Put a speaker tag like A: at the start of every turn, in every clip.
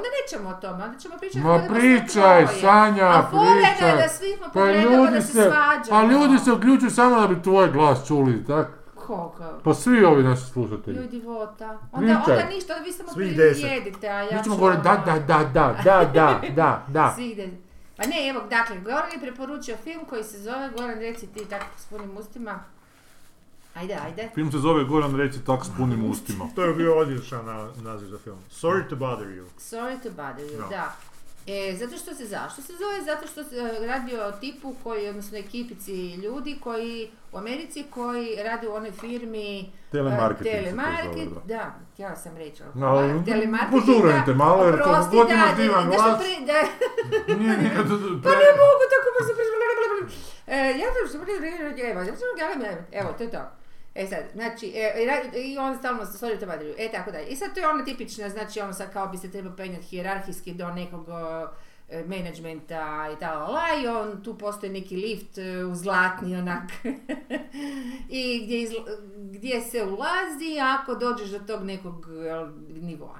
A: pričamo o tome, onda ćemo pričati
B: Ma
A: koliko smo
B: pričaj,
A: tvoje.
B: Sanja,
A: A fuleno je
B: pričaj.
A: da svi smo pogledali da se svađamo.
B: pa ljudi se uključuju samo da bi tvoj glas čuli, tak?
A: Koga?
B: Pa svi ovi naši slušatelji.
A: Ljudi vota. Onda,
B: Pričaj.
A: onda ništa, onda vi samo
C: Svih
A: prijedite, a ja
B: Mi ćemo
A: ću
B: govoriti da,
A: ono-
B: da, da, da, da, da, da, da.
A: Svih deset. Pa ne, evo, dakle, Goran je preporučio film koji se zove Goran reci ti tako s punim ustima. Ajde, ajde.
D: Film se zove Goran reci tak s punim ustima.
C: To je bio odličan na- naziv za film. Sorry to bother you.
A: Sorry to bother you,
C: No.
A: da. E, zato što se zašto se zove? Zato što se e, radi o tipu koji, odnosno ekipici ljudi koji u Americi koji rade u onoj firmi
D: Telemarketing se to
A: E, telemarket,
D: zove,
A: da, htjela sam reći, ali
B: No,
A: hvala,
B: ali
A: telemarketinga,
B: požurajte malo, jer kad
A: oprosti,
B: god
A: da,
B: imaš
A: da,
B: divan
A: da što
B: glas-
A: pri- da,
D: da. Nije nikad...
A: Pa ne mogu tako brzo pričati. E, ja sam što evo, ja sam galim, evo, to je to. E sad, znači, e, i ra- i on stalno se sorry to bother you. e tako dalje. I sad to je ono tipično, znači ono sad kao bi se trebao penjati hijerarhijski do nekog e, menadžmenta i tako, la, i on tu postoji neki lift e, u zlatni onak i gdje, izla- gdje se ulazi ako dođeš do tog nekog jel, nivoa.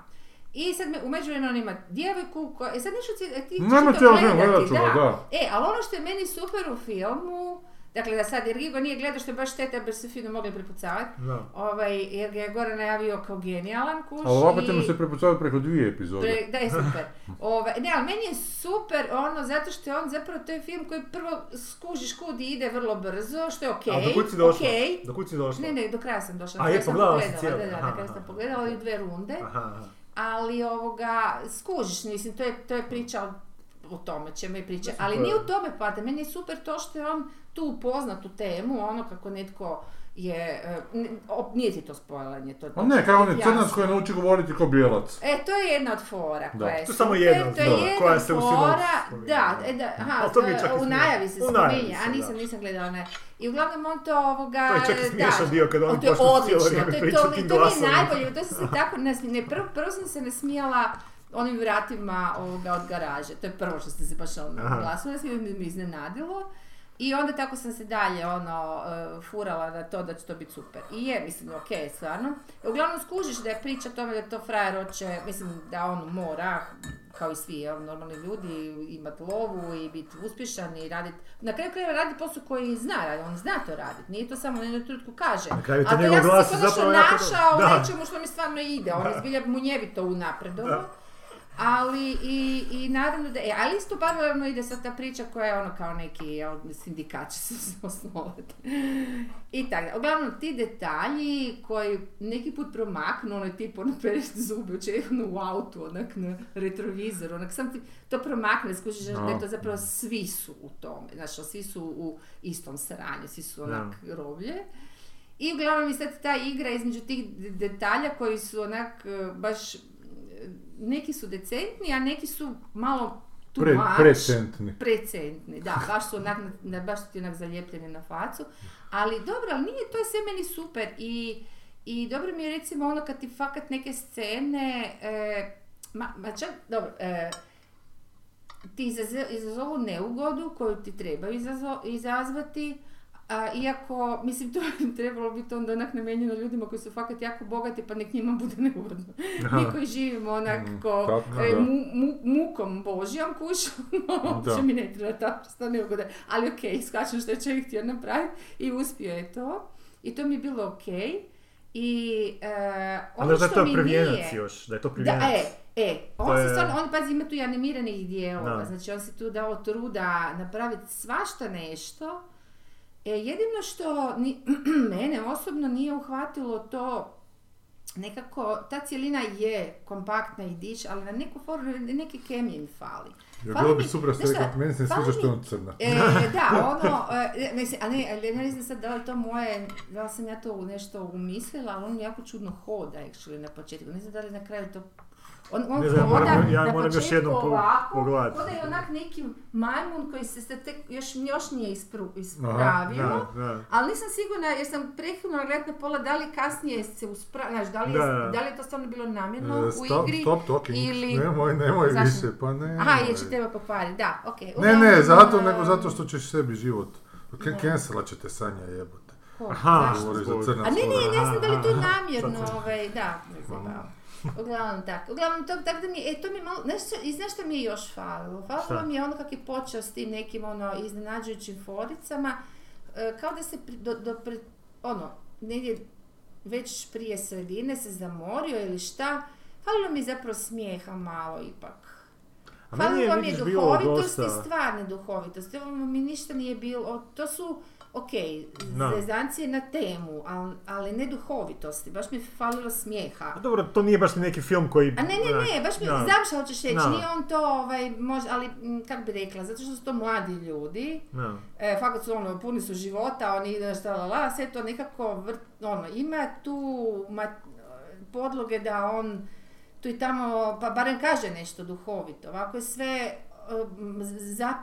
A: I sad me, u međuvremenu on ima djevojku koja, e sad nešto ti, ti ćeš
B: Nema
A: to
B: cijelo film,
A: gledati,
B: gledat ćemo, da.
A: E, ali ono što je meni super u filmu, dakle da sad, jer Gigo nije gledao što je baš šteta, jer bi se fino mogli prepucavati,
C: Da.
A: ovaj, jer ga je Goran najavio kao genijalan kuš.
B: Ali ovako
A: i-
B: ćemo se prepucavati preko dvije epizode.
A: Pre- da je super. Ovaj, ne, ali meni je super ono, zato što je on zapravo, to je film koji prvo skužiš kud i ide vrlo brzo, što je okej,
C: A do kud si
A: okej.
C: došla? Do kud si došla?
A: Ne, ne, do kraja sam došla.
C: A,
A: na kraju
C: je,
A: sam
C: pogledala si
A: pogledala, Da,
C: cijelo.
A: da, na
C: Aha,
A: kraju sam
C: aha.
A: pogledala i dvije runde.
C: Aha, aha.
A: Ali ovoga, skužiš, mislim, to je, to je priča o o tome ćemo i pričati, ali
C: super.
A: nije u tome pada, meni je super to što je on tu upoznat tu temu, ono kako netko je, e, n- op- nije ti to spojlanje, to je
B: A ne, kao on je
A: jasno.
B: crnac koji nauči govoriti ko bijelac.
A: E, to je jedna od fora
B: Da.
A: koja je
C: To je samo
A: super,
C: jedna od
A: to je
C: fora
A: jedna
C: koja se u sinopsu
A: fora,
C: spominje.
A: da, e, da, aha,
C: Ali to mi je čak i
A: u
C: smiješno.
A: najavi se
C: U najavi
A: spominje,
C: se,
A: a
C: da.
A: nisam, nisam gledala, ne. I uglavnom on to ovoga,
C: To je čak i
A: da,
C: smiješan dio kad oni
A: ali to je
C: počnu cijelo
A: odlično,
C: vrijeme
A: to je
C: pričati
A: to-
C: tim
A: To mi
C: glasom.
A: je najbolje, to sam se tako, nas, ne, prvo, prvo sam se nasmijala onim vratima ovoga od garaže, to je prvo što sam se baš ono
C: Aha.
A: oglasila, nas je mi mi iznenadilo. I onda tako sam se dalje ono, e, furala na to da će to biti super. I je, mislim, okej, stvarno. E, Uglavnom skužiš da je priča o tome da to frajer hoće, mislim da on mora, kao i svi jel, normalni ljudi, imat lovu i biti uspješan i radit, na kraju krajeva radit posao koji zna radit, on zna to radit, nije to samo na jednu trutku kaže.
C: Na kraju ti
A: Ali
C: njegov
A: ja sam
C: glas
A: se
C: je
A: konačno
C: zapravo jako dobar.
A: našao u
C: Da.
A: nečemu što mi stvarno ide, on je
C: Da.
A: zbilja munjevito unapredovo.
C: Da.
A: Ali i, i naravno da, e, ali isto paralelno ide sad ta priča koja je ono kao neki jel, sindikat će se osnovati. I tako da. Uglavnom, ti detalji koji neki put promaknu, onaj tip, ono pereš zube, oče, ono u autu, onak na retrovizor, onak sam ti to promakne, skužiš da je to zapravo svi su u tome, znaš, ali svi su u istom sranju, svi su onak roblje. I uglavnom i sad ta igra između tih de- detalja koji su onak e, baš, e, neki su decentni, a neki su malo tu
B: Pre, precentni.
A: precentni, da, baš su onak, na, baš su ti onak zalijepljeni na facu, ali dobro, ali nije, to je sve meni super i, i dobro mi je recimo ono kad ti fakat neke scene, e, ma, ma čak, dobro, e, ti izaze- izazovu neugodu koju ti treba izazo- izazvati, a, iako, mislim, to je trebalo biti onda onak namijenjeno ljudima koji su fakat jako bogati, pa nek njima bude neugodno. Mi koji živimo onak ko
B: Mm, tako,
A: e,
B: da.
A: mu- mu- mukom božjom kuš, uopće
B: Da.
A: mi ne treba ta vrsta neugoda. Ali okej, shvaćam što je čovjek htio napraviti i uspio je to. I to mi je bilo okej. I e, ono
C: Ali da je
A: što
C: to
A: mi nije...
C: privjenac još, da je to
A: Da,
C: privjenac.
A: e, e, on
C: To
A: se
C: je-
A: stvarno, on pazi ima tu i animiranih dijelova,
C: Da.
A: znači on se tu dao truda napraviti svašta nešto. E, jedino što ni, mene osobno nije uhvatilo to, nekako ta cjelina je kompaktna i diš, ali na neku foru neke kemije mi fali.
B: Jer
A: Fali
B: bilo bi
A: mi-
B: super što
A: znaš
B: je
A: šta,
B: rekao, meni se ne
A: fali
B: sviđa što
A: mi-
B: je on crna.
A: E, da, ono, e, mislim, a ne, ali ja ne znam sad da li je to moje, da li sam ja to u nešto umislila, ali on jako čudno hoda, actually, na početku. Ne znam da li na kraju to... On, on
C: Ne znam, ja
A: hoda
C: moram- ja
A: na
C: moram još
A: početku
C: jednom po-
A: ovako,
C: pogledati.
A: Hoda je onak neki majmun koji se sad tek još, još nije ispru,
C: Da,
A: ispravio.
C: da.
A: Ali nisam sigurna jer sam prekinula gledat na pola da li kasnije se uspra... Znaš, da li, je,
C: Da, da.
A: da li je to stvarno bilo namjerno
B: E,
A: u
B: stop,
A: igri?
B: stop talking.
A: ili-
B: Nemoj, nemoj
A: Zašto?
B: više, pa ne.
A: Aha, jer će tebe pokvariti, da, okej.
B: Ne, ne,
A: Uglavnom,
B: zato
A: um,
B: nego zato što ćeš sebi život. Ken- Cancela će te Sanja jebote.
A: ko?
C: Aha,
A: Zašto?
B: Govoriš za
C: zbog-
B: crnac.
A: A ne, ne,
B: hoda.
A: ne znam da li je to namjerno, ovaj, da, ne znam. Uglavnom tak. Uglavnom to, tak da mi, e, to mi je malo, znaš, što- i znaš što mi je još falilo? Falilo
C: Šta?
A: mi je ono kak je počeo s tim nekim ono iznenađujućim foricama, e, kao da se pri- do, do pred- ono, negdje već prije sredine se zamorio ili šta, falilo mi je zapravo smijeha malo ipak.
C: A meni je,
A: Falilo mi je
C: vidiš, bilo
A: duhovitosti,
C: dosta...
A: stvarne duhovitosti. Ovo mi ništa nije bilo, o, to su, ok,
C: Da.
A: zezancije na temu, ali, ali ne duhovitosti, baš mi je falilo smijeha.
C: A dobro, to nije baš neki film koji...
A: A ne, ne, ne, baš mi,
C: Da.
A: znam šta hoćeš reći,
C: Da.
A: nije on to, ovaj, može, ali m, kak bi rekla, zato što su to mladi ljudi,
C: Da.
A: e, fakat su ono, puni su života, oni idu šta la la, sve to nekako, vrt, ono, ima tu ma- podloge da on tu i tamo, pa barem kaže nešto duhovito, ovako je sve um, zap,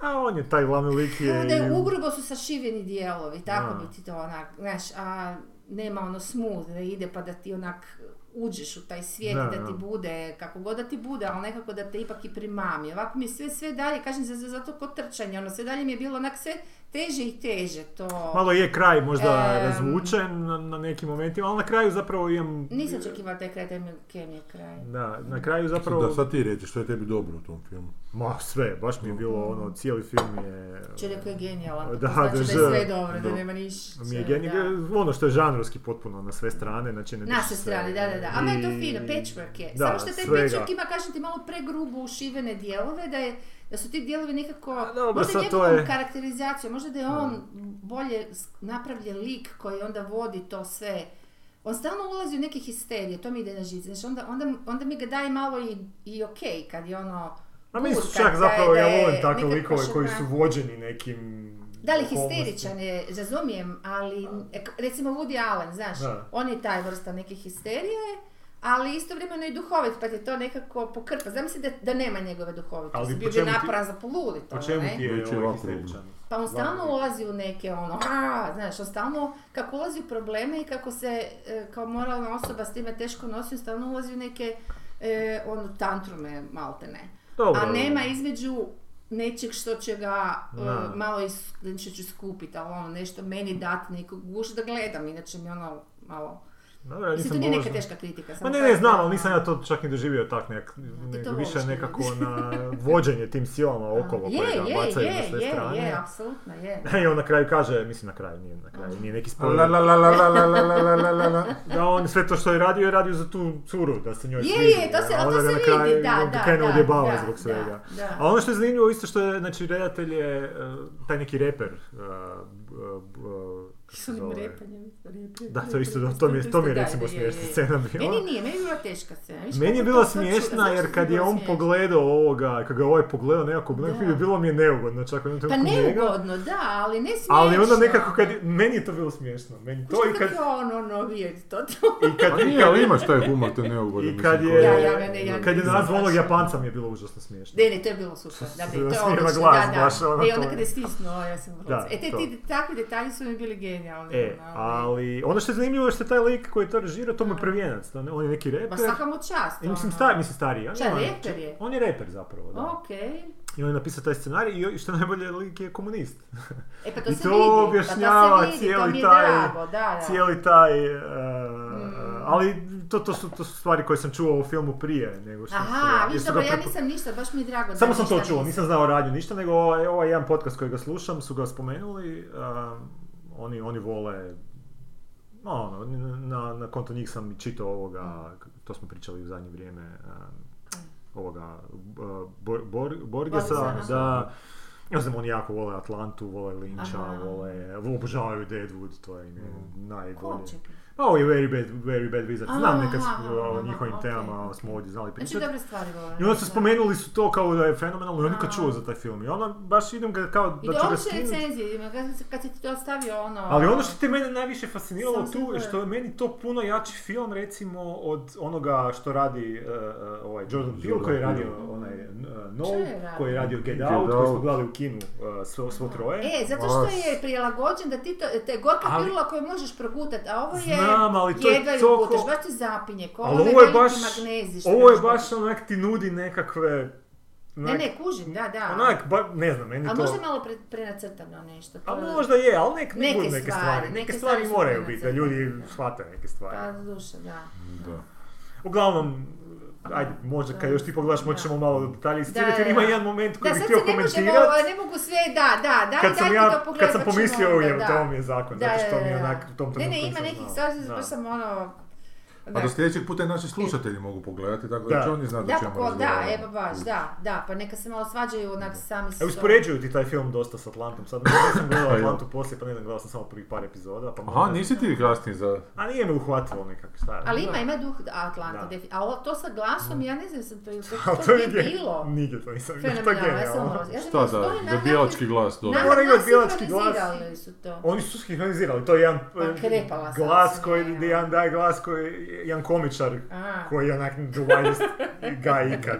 C: A on je taj glavni lik je...
A: kao da je
C: i-
A: ugrubo su sašiveni dijelovi, tako
C: Da.
A: bi ti to onak, znaš, a nema ono smooth da ide pa da ti onak uđeš u taj svijet
C: Da,
A: i da
C: da.
A: ti bude, kako god da ti bude, ali nekako da te ipak i primami. Ovako mi je sve, sve dalje, kažem za- za- zato kod trčanja, ono sve dalje mi je bilo onak sve teže i teže to.
C: Malo je kraj možda
A: Em.
C: razvučen na, na nekim momentima, ali na kraju zapravo imam...
A: Nisam očekivala taj kraj, taj mi kem je kraj.
C: Da, na kraju zapravo...
B: Da, sad ti reći što je tebi dobro u tom filmu.
C: Ma sve, baš mi je bilo ono, cijeli film je...
A: Čovjek koji je genijalan,
C: Da,
A: to znači da,
C: da,
A: je sve
C: da.
A: dobro, da,
B: Da.
A: nema ništa.
C: Mi je genij- ono što je žanrovski potpuno na sve strane, znači ne
A: Na
C: drži
A: sve
C: se-
A: strane, da, da, da. A meni je to
C: i-
A: fino, patchwork je.
C: Mm. Da,
A: Samo što taj
C: svega.
A: patchwork ima, kažem ti, malo pregrubo ušivene dijelove, da, je, da su ti dijelovi nekako,
C: A dobro,
A: možda
C: sad to
A: njegovom
C: je-
A: karakterizacijom, možda da je on bolje s- napravljen lik koji onda vodi to sve. On stalno ulazi u neke histerije, to mi ide na žice. Znači, onda, onda, onda mi ga daje malo i, i okej, kad je ono...
C: A mi
A: burka,
C: čak
A: da
C: zapravo,
A: je-
C: ja
A: da je
C: volim takve
A: nekakva
C: likove koji
A: šarmantna.
C: su vođeni nekim...
A: Da li
C: okolnostima.
A: histeričan je, razumijem, ali e, k- recimo Woody Allen, znaš,
C: Da.
A: on je taj vrsta neke histerije, ali istovremeno i duhovit, pa te to nekako pokrpa. Zamisli da, da nema njegove duhovitosti,
C: Ali po
A: bio bi
C: čemu ti-
A: naparan za poludit,
C: Po
A: ono,
C: čemu
A: ne?
C: ti je
B: Već je
C: ovaj
B: ovako
C: histeričan?
A: Pa on stalno
C: Glavni.
A: ulazi u neke ono, a, znaš, on stalno, kako ulazi u probleme i kako se e, kao moralna osoba s time teško nosi, on stalno ulazi u neke e, ono, tantrume, malte ne.
C: Dobro,
A: A nema
C: dobro.
A: između nečeg što će ga e,
C: Da.
A: malo is, nešto ću skupiti, ali ono nešto meni dati, nekog guš da gledam, inače mi ono malo...
C: Dobro, ja
A: Mislim,
C: nisam
A: to nije neka
C: možda-
A: teška kritika.
C: Ma
A: samo
C: ne,
A: kažem
C: ne,
A: da-
C: znam, ali nisam ja to čak ni doživio tak nek,
A: ti
C: nego
A: to
C: više
A: voliš,
C: nekako
A: vidiš.
C: na vođenje tim silama okolo
A: Je,
C: koje ga
A: je,
C: bacaju na
A: je,
C: sve
A: je, je,
C: strane.
A: apsolutno je.
C: I on na kraju kaže, mislim na kraju, nije na kraju, nije neki spoiler,
B: La la la la la la la la la la la.
C: da on sve to što je radio, je radio za tu curu, da se njoj
A: Je,
C: svidi,
A: je, to se,
C: a
A: ali
C: onda
A: to
C: ga
A: se
C: na
A: vidi,
C: kraju
A: da,
C: on ga
A: da,
C: krene
A: da,
C: odjebavati
A: da,
C: zbog
A: da,
C: svega.
A: da.
C: A ono što je zanimljivo isto što je, znači, redatelj je eh, taj neki reper, eh, b- b- kako
A: S
C: se
A: onim
C: zove.
A: repanjem, repanje,
C: Da, to isto,
A: repanje,
C: to mi je,
A: isto,
C: to mi je
A: da,
C: recimo
A: je, je,
C: smiješna
A: je.
C: scena bila.
A: Meni nije, meni je bila teška scena. Viš
C: Meni je
A: kako
C: bila
A: to- to čudno,
C: smiješna
A: zašto
C: jer
A: mi
C: kad je
A: bilo
C: on
A: smiješno?
C: pogledao ovoga, kad ga ovaj pogledao nekako,
A: Da.
C: nekako bilo mi je neugodno čak u jednom
A: Pa
C: trenutku njega.
A: neugodno, da, ali ne smiješno.
C: Ali onda nekako kad, meni je to bilo smiješno, meni to
A: To
C: i kad,
A: je ono, ono, vijed, to to.
C: i kad,
B: Pa
C: i
B: nije,
C: kad,
B: ali imaš taj humor, to je neugodno.
C: i
B: mislim,
C: kad
B: koji-
C: je,
A: Ja, ja ga ne- ja
C: kad je
A: nisam
C: nazvao onog
A: baš-
C: Japanca mi je bilo užasno smiješno.
A: Ne, ne, to je bilo super. Da, ne, to je
C: Smijeva
A: odlično,
C: glas
A: da, da.
C: baš, ono,
A: I
C: to
A: onda
C: je.
A: kad je stisnuo, ja sam vrlo...
C: Da,
A: E, te,
C: to.
A: ti, takvi detalji su mi bili genijalni.
C: E,
A: ono,
C: ali ono što je zanimljivo je što je taj lik koji je to režirao, to mu je prvijenac, to ne- on je neki
A: Ma
C: reper.
A: Pa svaka mu čast,
C: I E, mislim,
A: ono.
C: stari, mislim stariji. on
A: Šta,
C: nema-
A: reper je?
C: On je reper zapravo, da.
A: Okej.
C: I on je napisao taj scenarij i što je najbolje lik je komunist.
A: E, pa to
C: I
A: se
C: to
A: vidi. pa se
C: objašnjava
A: vidi, to mi
C: cijeli
A: je
C: taj-
A: drago, da, Mm. da.
C: cijeli taj... e, Ali to, to, su, to su stvari koje sam čuo u filmu prije nego što su ga-
A: Aha,
C: jer
A: vidiš,
C: su
A: dobro,
C: ga
A: ja
C: prepo-
A: nisam ništa, baš mi je drago. da
C: Samo sam to
A: ništa
C: čuo,
A: nisam.
C: nisam znao radnju ništa, nego ovaj, ovaj jedan podcast koji ga slušam su ga spomenuli, a, oni, oni vole, no, ono, na, na konto njih sam i čitao ovoga, to smo pričali u zadnje vrijeme, a, ovoga, a, Bor- Bor- Borgesa,
A: Borgesa,
C: da, ja znam, oni jako vole Atlantu, vole Lynch'a,
A: Aha. Mm.
C: vole, obožavaju Deadwood, to im je najbolje.
A: Ko, čekaj?
C: Pa ovo je Very Bad, Very Bad Wizard, znam
A: Aha,
C: neka
A: aha,
C: o
A: aha,
C: njihovim
A: okej,
C: temama
A: okej.
C: smo ovdje znali
A: Znači,
C: pričati.
A: dobre stvari govore.
C: Pa I onda su
A: da.
C: spomenuli su to kao da je fenomenalno, ja
A: A.
C: nikad čuo za taj film. I onda baš idem ga kao
A: I
C: da
A: da
C: ću ga
A: opće
C: skinuti.
A: recenzije, ima, kad si- kad si ti to ostavio ono...
C: Ali ono što ti mene najviše fasciniralo
A: Sam se
C: tu je
A: bojala.
C: što je meni to puno jači film recimo od onoga što radi eh, eh, ovaj Jordan Peele
B: Jordan
C: koji je radio
B: Peele.
C: onaj eh, No,
A: Što je radio?
C: koji je radio Get,
B: Get
C: Out, koji smo
B: Out.
C: gledali u kinu eh, svo, svo troje.
A: E, zato
B: Vas.
A: što je prilagođen da ti to, te gorka
C: Ali-
A: pilula koju možeš progutati, a ovo je
C: Znam, ali to je
A: jedva ju
C: toliko-
A: gutaš, baš ti zapinje, ko
C: Ali
A: onaj
C: ovo je
A: veliki
C: baš, ono-
A: magnezi što
C: ovo je
A: možeš
C: baš onak ti nudi nekakve
A: Ne, ne, kužim, da, da.
C: Onak, ba, ne znam, meni
A: A
C: to...
A: možda malo pre, prenacrtano nešto. to
C: A
A: je-
C: možda je, ali nek,
A: Pa,
C: ne
A: Neke
C: budu neke
A: stvari,
C: stvari.
A: neke
C: Neke
A: stvari
C: stvari
A: su
C: moraju
A: bile
C: biti, da
A: nacrtane,
C: ljudi
A: da.
C: shvate neke stvari.
A: Pa, duše, da.
D: Da.
C: Uglavnom, ajde, možda kad još ti pogledaš moći ćemo malo detalje istirati, jer
A: Pa, da,
C: ima
A: da.
C: jedan moment koji
A: Da,
C: bih
A: sad
C: htio
A: se ne možemo, ovaj,
C: komentirati.
A: ne mogu sve, da, da, da,
C: Kad sam,
A: dajte
C: ja,
A: to pogledat,
C: kad sam
A: pa ćemo
C: pomislio,
A: onda,
C: je,
A: da.
C: to mi je zakon,
A: Da,
C: zato što
A: da,
C: mi je
A: da,
C: onak u tom
A: da.
C: trenutku
A: Ne, ne, ima
C: nisam
A: nekih
C: znao.
A: stvari,
C: Da. E, Pa
A: baš sam ono...
B: A do sljedećeg puta i naši slušatelji mogu pogledati, tako da,
C: Da.
B: će oni znati
C: znači,
A: Da,
B: o čemu
A: pa ko, da,
B: razgovaramo.
A: evo baš, da, da, pa neka se malo svađaju onak sami
C: E,
A: sa
C: uspoređuju ti taj film dosta s Atlantom, sad nisam gledao
B: Pa,
C: Atlantu poslije, pa ne znam, gledao sam samo prvih par epizoda, pa
B: Aha, nisi ti kasnije za...
C: A nije me uhvatilo nekako, šta je.
A: Ali ima, ima duh Atlanta,
C: Da. Mm.
A: defi- a ovo, to sa glasom, ja ne znam sam to,
C: Ali
A: to, to je bilo.
C: Nigdje to nisam vidio, to je
A: Fenomenalno, ja sam
C: genijalno.
A: ono- ja sam
D: Šta
A: ono-
D: da,
A: oni na-
D: da bijelački glas
A: na-
D: dobro.
A: na-
C: Mora imati bijelački glas.
A: sinhronizirali su to.
C: Oni su sinhronizirali, to je jedan
A: Pa
C: eh,
A: krepala sam
C: glas
A: se,
C: koji,
A: ne,
C: di jedan daje glas koji, jedan komičar
A: A.
C: koji je onak the wildest guy ikad.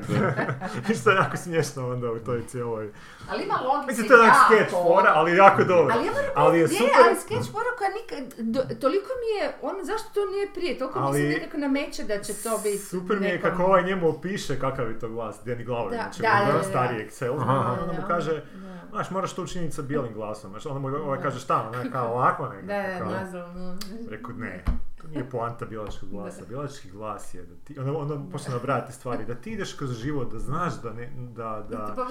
C: Što je jako smiješno onda u toj cijeloj.
A: Ali ima logike,
C: Mislim, to je onak skeč
A: jako.
C: fora, ali jako dobro.
A: Ali ja moram
C: Ali je
A: priznat, je,
C: super.
A: ali sketch fora koja nikad, do- toliko mi je, on, zašto to nije prije, toliko mi
C: Ali-
A: se nekako nameće da će to biti
C: Super mi je
A: nekom-
C: kako ovaj njemu opiše kakav je to glas, Danny Glover,
A: Da,
C: znači
A: da,
C: on
A: da,
C: je
A: da.
C: stariji Excel,
B: Aha.
A: Da,
C: onda mu
A: da,
C: kaže,
A: da.
C: znaš, moraš to učiniti sa bijelim glasom, znaš, onda mu ovaj kaže šta, ona kao ovako nekako,
A: Da, da,
C: kao.
A: nazvalno.
C: Rekao, ne, to nije poanta biološkog glasa. Biološki glas je da ti, onda, onda počne nabrajati stvari, da ti ideš kroz život, da znaš da ne, da,
A: Da.
C: da,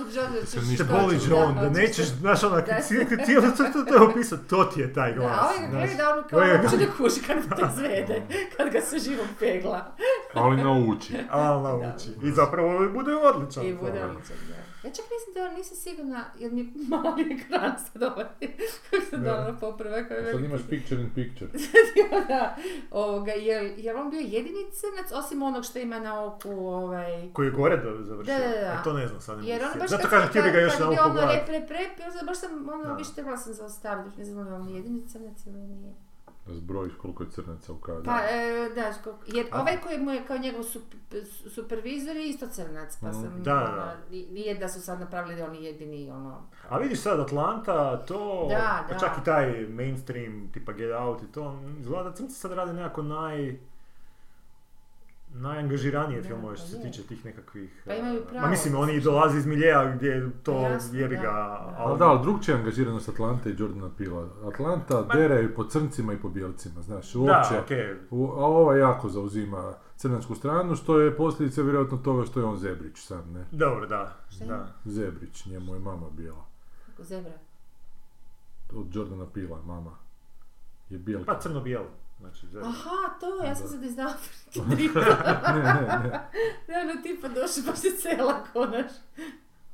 A: ćeš
C: te
A: što
C: boli
A: ćeš,
C: John,
A: da,
C: da
A: hoćeš
C: nećeš,
A: da-
C: znaš, ono, onak,
A: Da.
C: cijelo cijelo to, to, to je opisao, to ti je taj
A: Da,
C: glas.
A: a ovaj ga
C: znaš.
A: gleda ono kao
C: Ovaj ga-
A: uopće ne kuži kad mu to izvede, kad ga se živom pegla.
D: Ali nauči.
C: A, ona uči. I zapravo ovaj bude odličan.
A: I bude odličan, da. Ja čak mislim da nisam sigurna, jer mi je mali ekran sad ovaj, kako sam
C: Da.
A: dobro poprava, kako je
B: Sad
A: veliki
B: imaš picture in picture.
A: da, ovoga, jer, jer on bio jedini crnac, osim onog što ima na oku, ovaj...
C: Koji je gore da završio.
A: Da, da, da.
C: E, to ne znam sad. ne
A: Jer
C: mogu
A: ono
C: sjetiti.
A: baš
C: Zato
A: kad
C: kažem,
A: sam-
C: htio bi ga
A: kad-
C: još
A: kad
C: jednom
A: je bio ono
C: pogledati.
A: rep, rep, rep, ja sam- baš sam, ono,
C: Da.
A: više trebala sam zaustaviti, ne znam, on jedini crnac ili nije.
B: Da zbrojiš koliko je crnaca u kadru.
A: Pa, e, da, ško- jer
C: A-
A: ovaj koji mu je kao njegov sup- su- supervizor je isto crnac, pa sam,
C: Mm, da, da,
A: ono,
C: da.
A: i- nije da su sad napravili da oni jedini, ono...
C: A vidiš sad Atlanta, to,
A: Da,
C: pa
A: da.
C: čak i taj mainstream, tipa Get Out i to, izgleda da crnci sad rade nekako naj najangažiranije
A: Da,
C: filmove
A: pa
C: što se
A: je.
C: tiče tih nekakvih...
A: Pa imaju
C: eh,
A: pravo,
C: Ma mislim, oni
A: mislim.
C: dolaze iz miljeja gdje to
A: Pa jasno,
C: jebi
A: da,
C: ga,
A: da.
B: Ali da, ali drugčija angažiranost Atlante i Jordana Pila. Atlanta dere i po crncima i po bijelcima, znaš, uopće.
C: da, okej.
B: U- a ova jako zauzima crnačku stranu, što je posljedica vjerojatno toga što je on Zebrić sam, ne?
C: Dobro, da,
A: Šta
C: da.
A: ima?
B: Zebrić, njemu je mama bila.
A: Kako zebra.
B: Od Jordana Pila, mama. Je bijelka.
C: Pa crno-bijelo. Znači, zelo.
A: Aha, to, ja sam sad iz Afrike.
B: Ne, ne, ne.
A: Da, ono tipa došli baš iz sela konaš.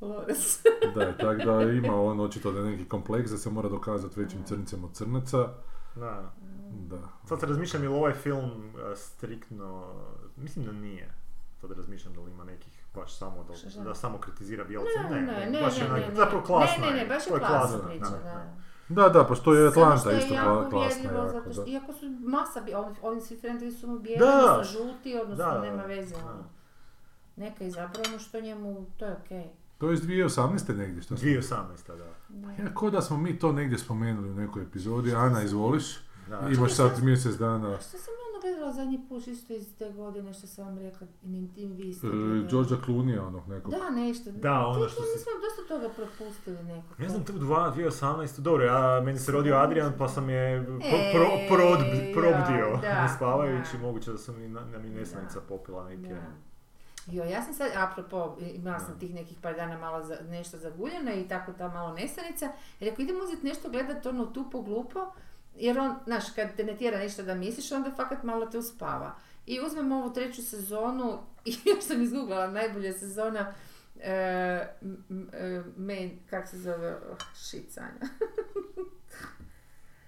A: Ono, Loras.
B: Da, tako da ima on očito da je neki kompleks da se mora dokazati većim crncem od crnaca.
C: Da.
B: Da.
C: Sad se razmišljam je li ovaj film eh, striktno, mislim da nije. Sad razmišljam da li ima nekih baš samo
A: Šta,
C: da,
A: šta?
C: da samo kritizira bijelce.
A: Ne, ne, ne,
C: baš je
A: ne,
C: onak-
A: ne, ne.
C: zapravo klasna
A: Ne, ne,
C: je.
A: ne, baš
C: To
A: je klasna
B: klasna,
A: priča,
C: da,
A: da.
B: Da, da, pa što je
A: Samo
B: Atlanta
A: što je
B: isto
A: jako
B: kla- klasna.
A: uvjerljivo,
B: jako,
A: zato što,
B: da.
A: iako su masa, bi- ovi, ovi svi trendovi su mu bijeli,
C: Da.
A: odnosno žuti, odnosno
C: Da, da,
A: nema
C: da.
A: veze.
C: Da.
A: ono. Neka je izabrao ono što njemu, to je okej.
B: To je iz 2018. negdje što smo-
C: 2018. da.
B: Ja, ko da smo mi to negdje spomenuli u nekoj epizodi. Ana, izvoliš.
C: da.
B: Imaš sad mjesec dana
A: Što sam ja ono gledala zadnji put, isto iz te godine što sam vam rekla, ni ti vi ste
B: e,
A: gledali.
B: Georgea Clooney, onog nekog.
A: Da, nešto.
C: Da, ono
A: Tek
C: što
A: ja, Mi
C: se-
A: smo dosta toga propustili nekako.
C: Ne znam, tu dva- 2018. Dobro, ja, meni se rodio Adrian pa sam je pro,
A: Ej,
C: pro, prod,
A: E, ja,
C: probdio
A: da,
C: ne spavajući.
A: da.
C: Moguće da sam i na, na mi nesanice
A: Da.
C: popila neki
A: Da.
C: tjedan.
A: Jo, ja sam sad, apropo, imala sam tih nekih par dana malo za, nešto zaguljeno i tako ta malo nesanica. I Rekao, idem uzeti nešto gledat ono tupo glupo, jer on, znaš, kad te ne tjera ništa da misliš, onda fakat malo te uspava. I uzmem ovu treću sezonu, i još sam izgooglala, najbolja sezona, e, m- m- e, main, kak se zove, oh, shit, Sanja.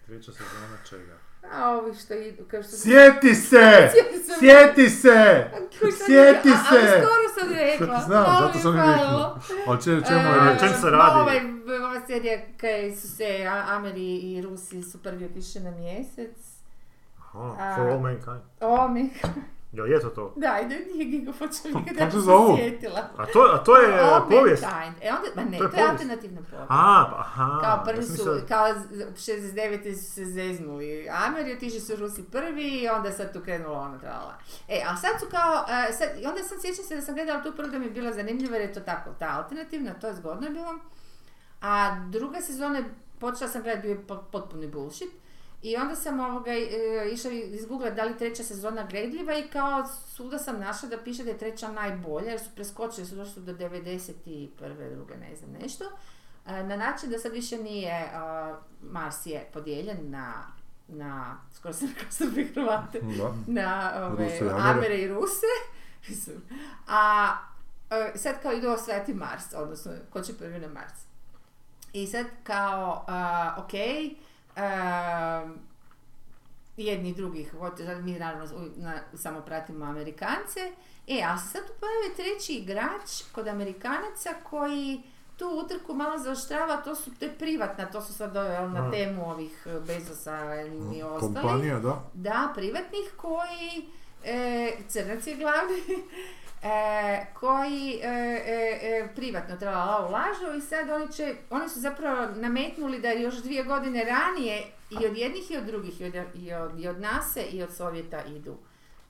C: Treća sezona čega?
A: A ovi što idu, kao što...
B: Sjeti se!
A: Sjeti se!
B: Sjeti se!
A: Kuj, sad-
B: Sjeti
A: a- Ali
B: se!
A: skoro sam rekla.
B: Znam,
A: malo
B: zato
A: mi
B: sam i
A: falilo.
B: rekao. A o če- čemu
A: E,
B: je
C: A,
B: riječ?
C: čemu se
A: ma
C: radi?
A: Ovaj, ova serija kaj su se A- Ameri i Rusi su prvi otišli na mjesec.
C: Aha,
A: A-
C: For All Mankind.
A: O, mi...
C: Jo, je to to.
A: Da, i da nije Gigafoća nikada
D: kako
A: nisam
D: za ovo?
A: sjetila.
C: Pa A to, a to je
A: O,
C: povijest.
A: Mankind. E onda, ma ne,
C: To
A: to
C: je
A: je,
C: povijest.
A: alternativna povijest.
C: A, pa, aha.
A: Kao
C: ja
A: prvi
C: sam
A: su,
C: mislio-
A: kao z- 69. su se zeznuli Ameri, otišli su Rusi prvi i onda sad tu krenulo ono trala. E, a sad su kao, e, sad, i onda sam sjećam se da sam gledala tu prvu da mi je bila zanimljiva jer je to tako, ta alternativna, to je zgodno je bilo. A druga sezona, je- počela sam gledati, bio je po- potpuni bullshit. I onda sam ovoga, e, išla izgooglat da li je treća sezona gledljiva i kao suda sam našla da piše da je treća najbolja jer su preskočili, su došli do 91. druge, ne znam nešto. E, Na način da sad više nije, a, Mars je podijeljen na, na skoro sam rekao Srbi i Hrvate,
B: Da.
A: na ove,
B: Ruse i Amere.
A: Amere i Ruse. Mislim, A e, sad kao idu osvajati Mars, odnosno ko će prvi na Mars. I sad kao, a, ok, em, jedni i drugih, hoće- sad mi naravno u- na- samo pratimo Amerikance, e, ali se sad tu pojavi treći igrač kod Amerikanaca koji tu utrku malo zaoštrava, to su te privatna, to su sad ove, jel,
C: Mm.
A: na temu ovih e, Bezosa i ostalih.
B: Kompanija, da.
A: Da, privatnih koji, e, crnac je glavni, e, koji e, e, e, privatno trebala ulažu i sad oni, će, oni su zapravo nametnuli da je još dvije godine ranije i od jednih i od drugih, i od, i od, i od nase i od Sovjeta idu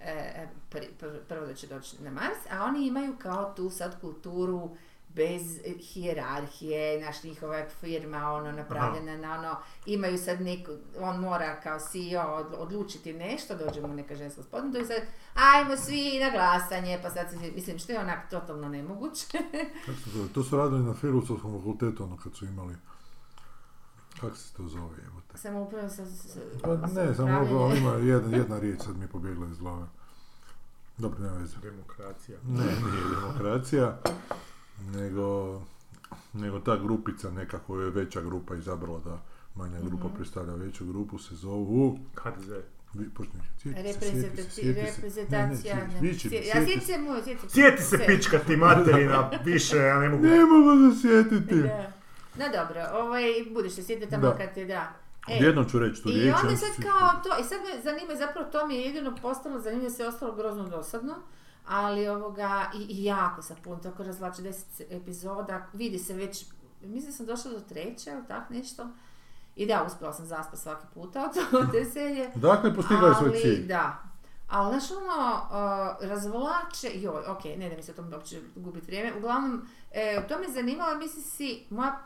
A: e, pri- pr- prvo da će doći na Mars, a oni imaju kao tu sad kulturu bez e, hijerarhije, naš njihova firma ono napravljena na ono, imaju sad neko, on mora kao CEO od- odlučiti nešto, dođe mu neka ženska spodna, i sad ajmo svi na glasanje, pa sad se, mislim što je onak totalno nemoguće.
B: Kako se zove? To su radili na filozofskom fakultetu, ono kad su imali... Kako se to zove, jebote?
A: Samo upravo sa, sa-
B: Pa ne, samo
A: upravljanje.
B: ovo ima jedna, jedna riječ sad mi je pobjegla iz glave. Dobro, nema veze.
C: Demokracija.
B: Ne, nije demokracija, nego, nego ta grupica neka koju je veća grupa izabrala da manja grupa
A: Mhm.
B: predstavlja veću grupu se zovu...
C: HDZ.
B: Vi počni, sjeti se, sjeti se,
A: reprezentati-
B: sjeti se.
A: reprezentacija.
B: Ne, ne,
A: ne,
B: sjeti-
A: sje-
B: viči,
A: ja
B: sjeti se.
A: sjećam mu, sjećam
C: Sjeti se pička ti materina, više, ja ne mogu.
B: Ne mogu se sjetiti!
A: Da. No dobro, ovaj, budeš se sjetiti tamo
B: Da.
A: kad te da. E,
B: Odjednom ću reći tu
A: I
B: riječ.
A: onda
B: ja
A: sad
B: ću-
A: kao to, i sad me zanima, zapravo to mi je jedino postalo zanimljivo, sve ostalo grozno dosadno, ali ovoga, i, i jako sam puno, tako razvlači deset epizoda, vidi se već, mislim da sam došla do treće, ili tak nešto, i da, uspjela sam zaspat svaki puta od- od te serije,
B: Dakle, postigla je svoj
A: ali,
B: cilj.
A: Da. Ali, znaš, ono, uh, razvlače, joj, ok, ne da mi se o tom uopće gubiti vrijeme. Uglavnom, e, to me zanimalo, mislim si, moja,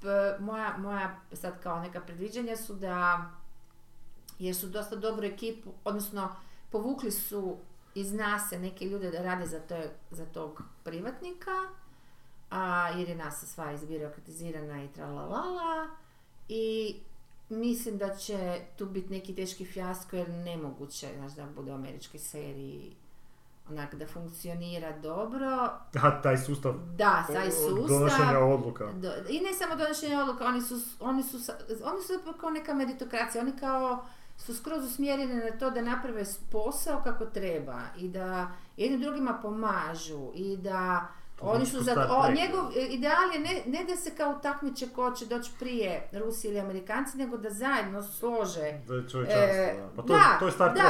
A: p- moja, moja sad kao neka predviđanja su da, jer su dosta dobru ekipu, odnosno, povukli su iz nase neke ljude da rade za, to, za tog privatnika, a, jer je nasa sva izbirokratizirana i tralalala. I mislim da će tu biti neki teški fijasko jer nemoguće je, znaš, da bude u američkoj seriji onak da funkcionira dobro.
C: A taj sustav
A: Da, taj
C: donošenja
A: sustav.
C: odluka.
A: Do- I ne samo donošenje odluka, oni su, oni su, sa- oni su zapravo kao neka meritokracija, oni kao su skroz usmjereni na to da naprave s- posao kako treba i da jedni drugima pomažu i da
C: To
A: oni
C: znači
A: su
C: ko
A: za
C: Star
A: o,
C: Trek.
A: njegov e, ideal je ne, ne da se kao takmiče ko će doći prije Rusi ili Amerikanci, nego da zajedno slože
C: Da je čovječanstvo,
A: E,
C: da. Pa to,
A: da,
C: to je Star
A: da.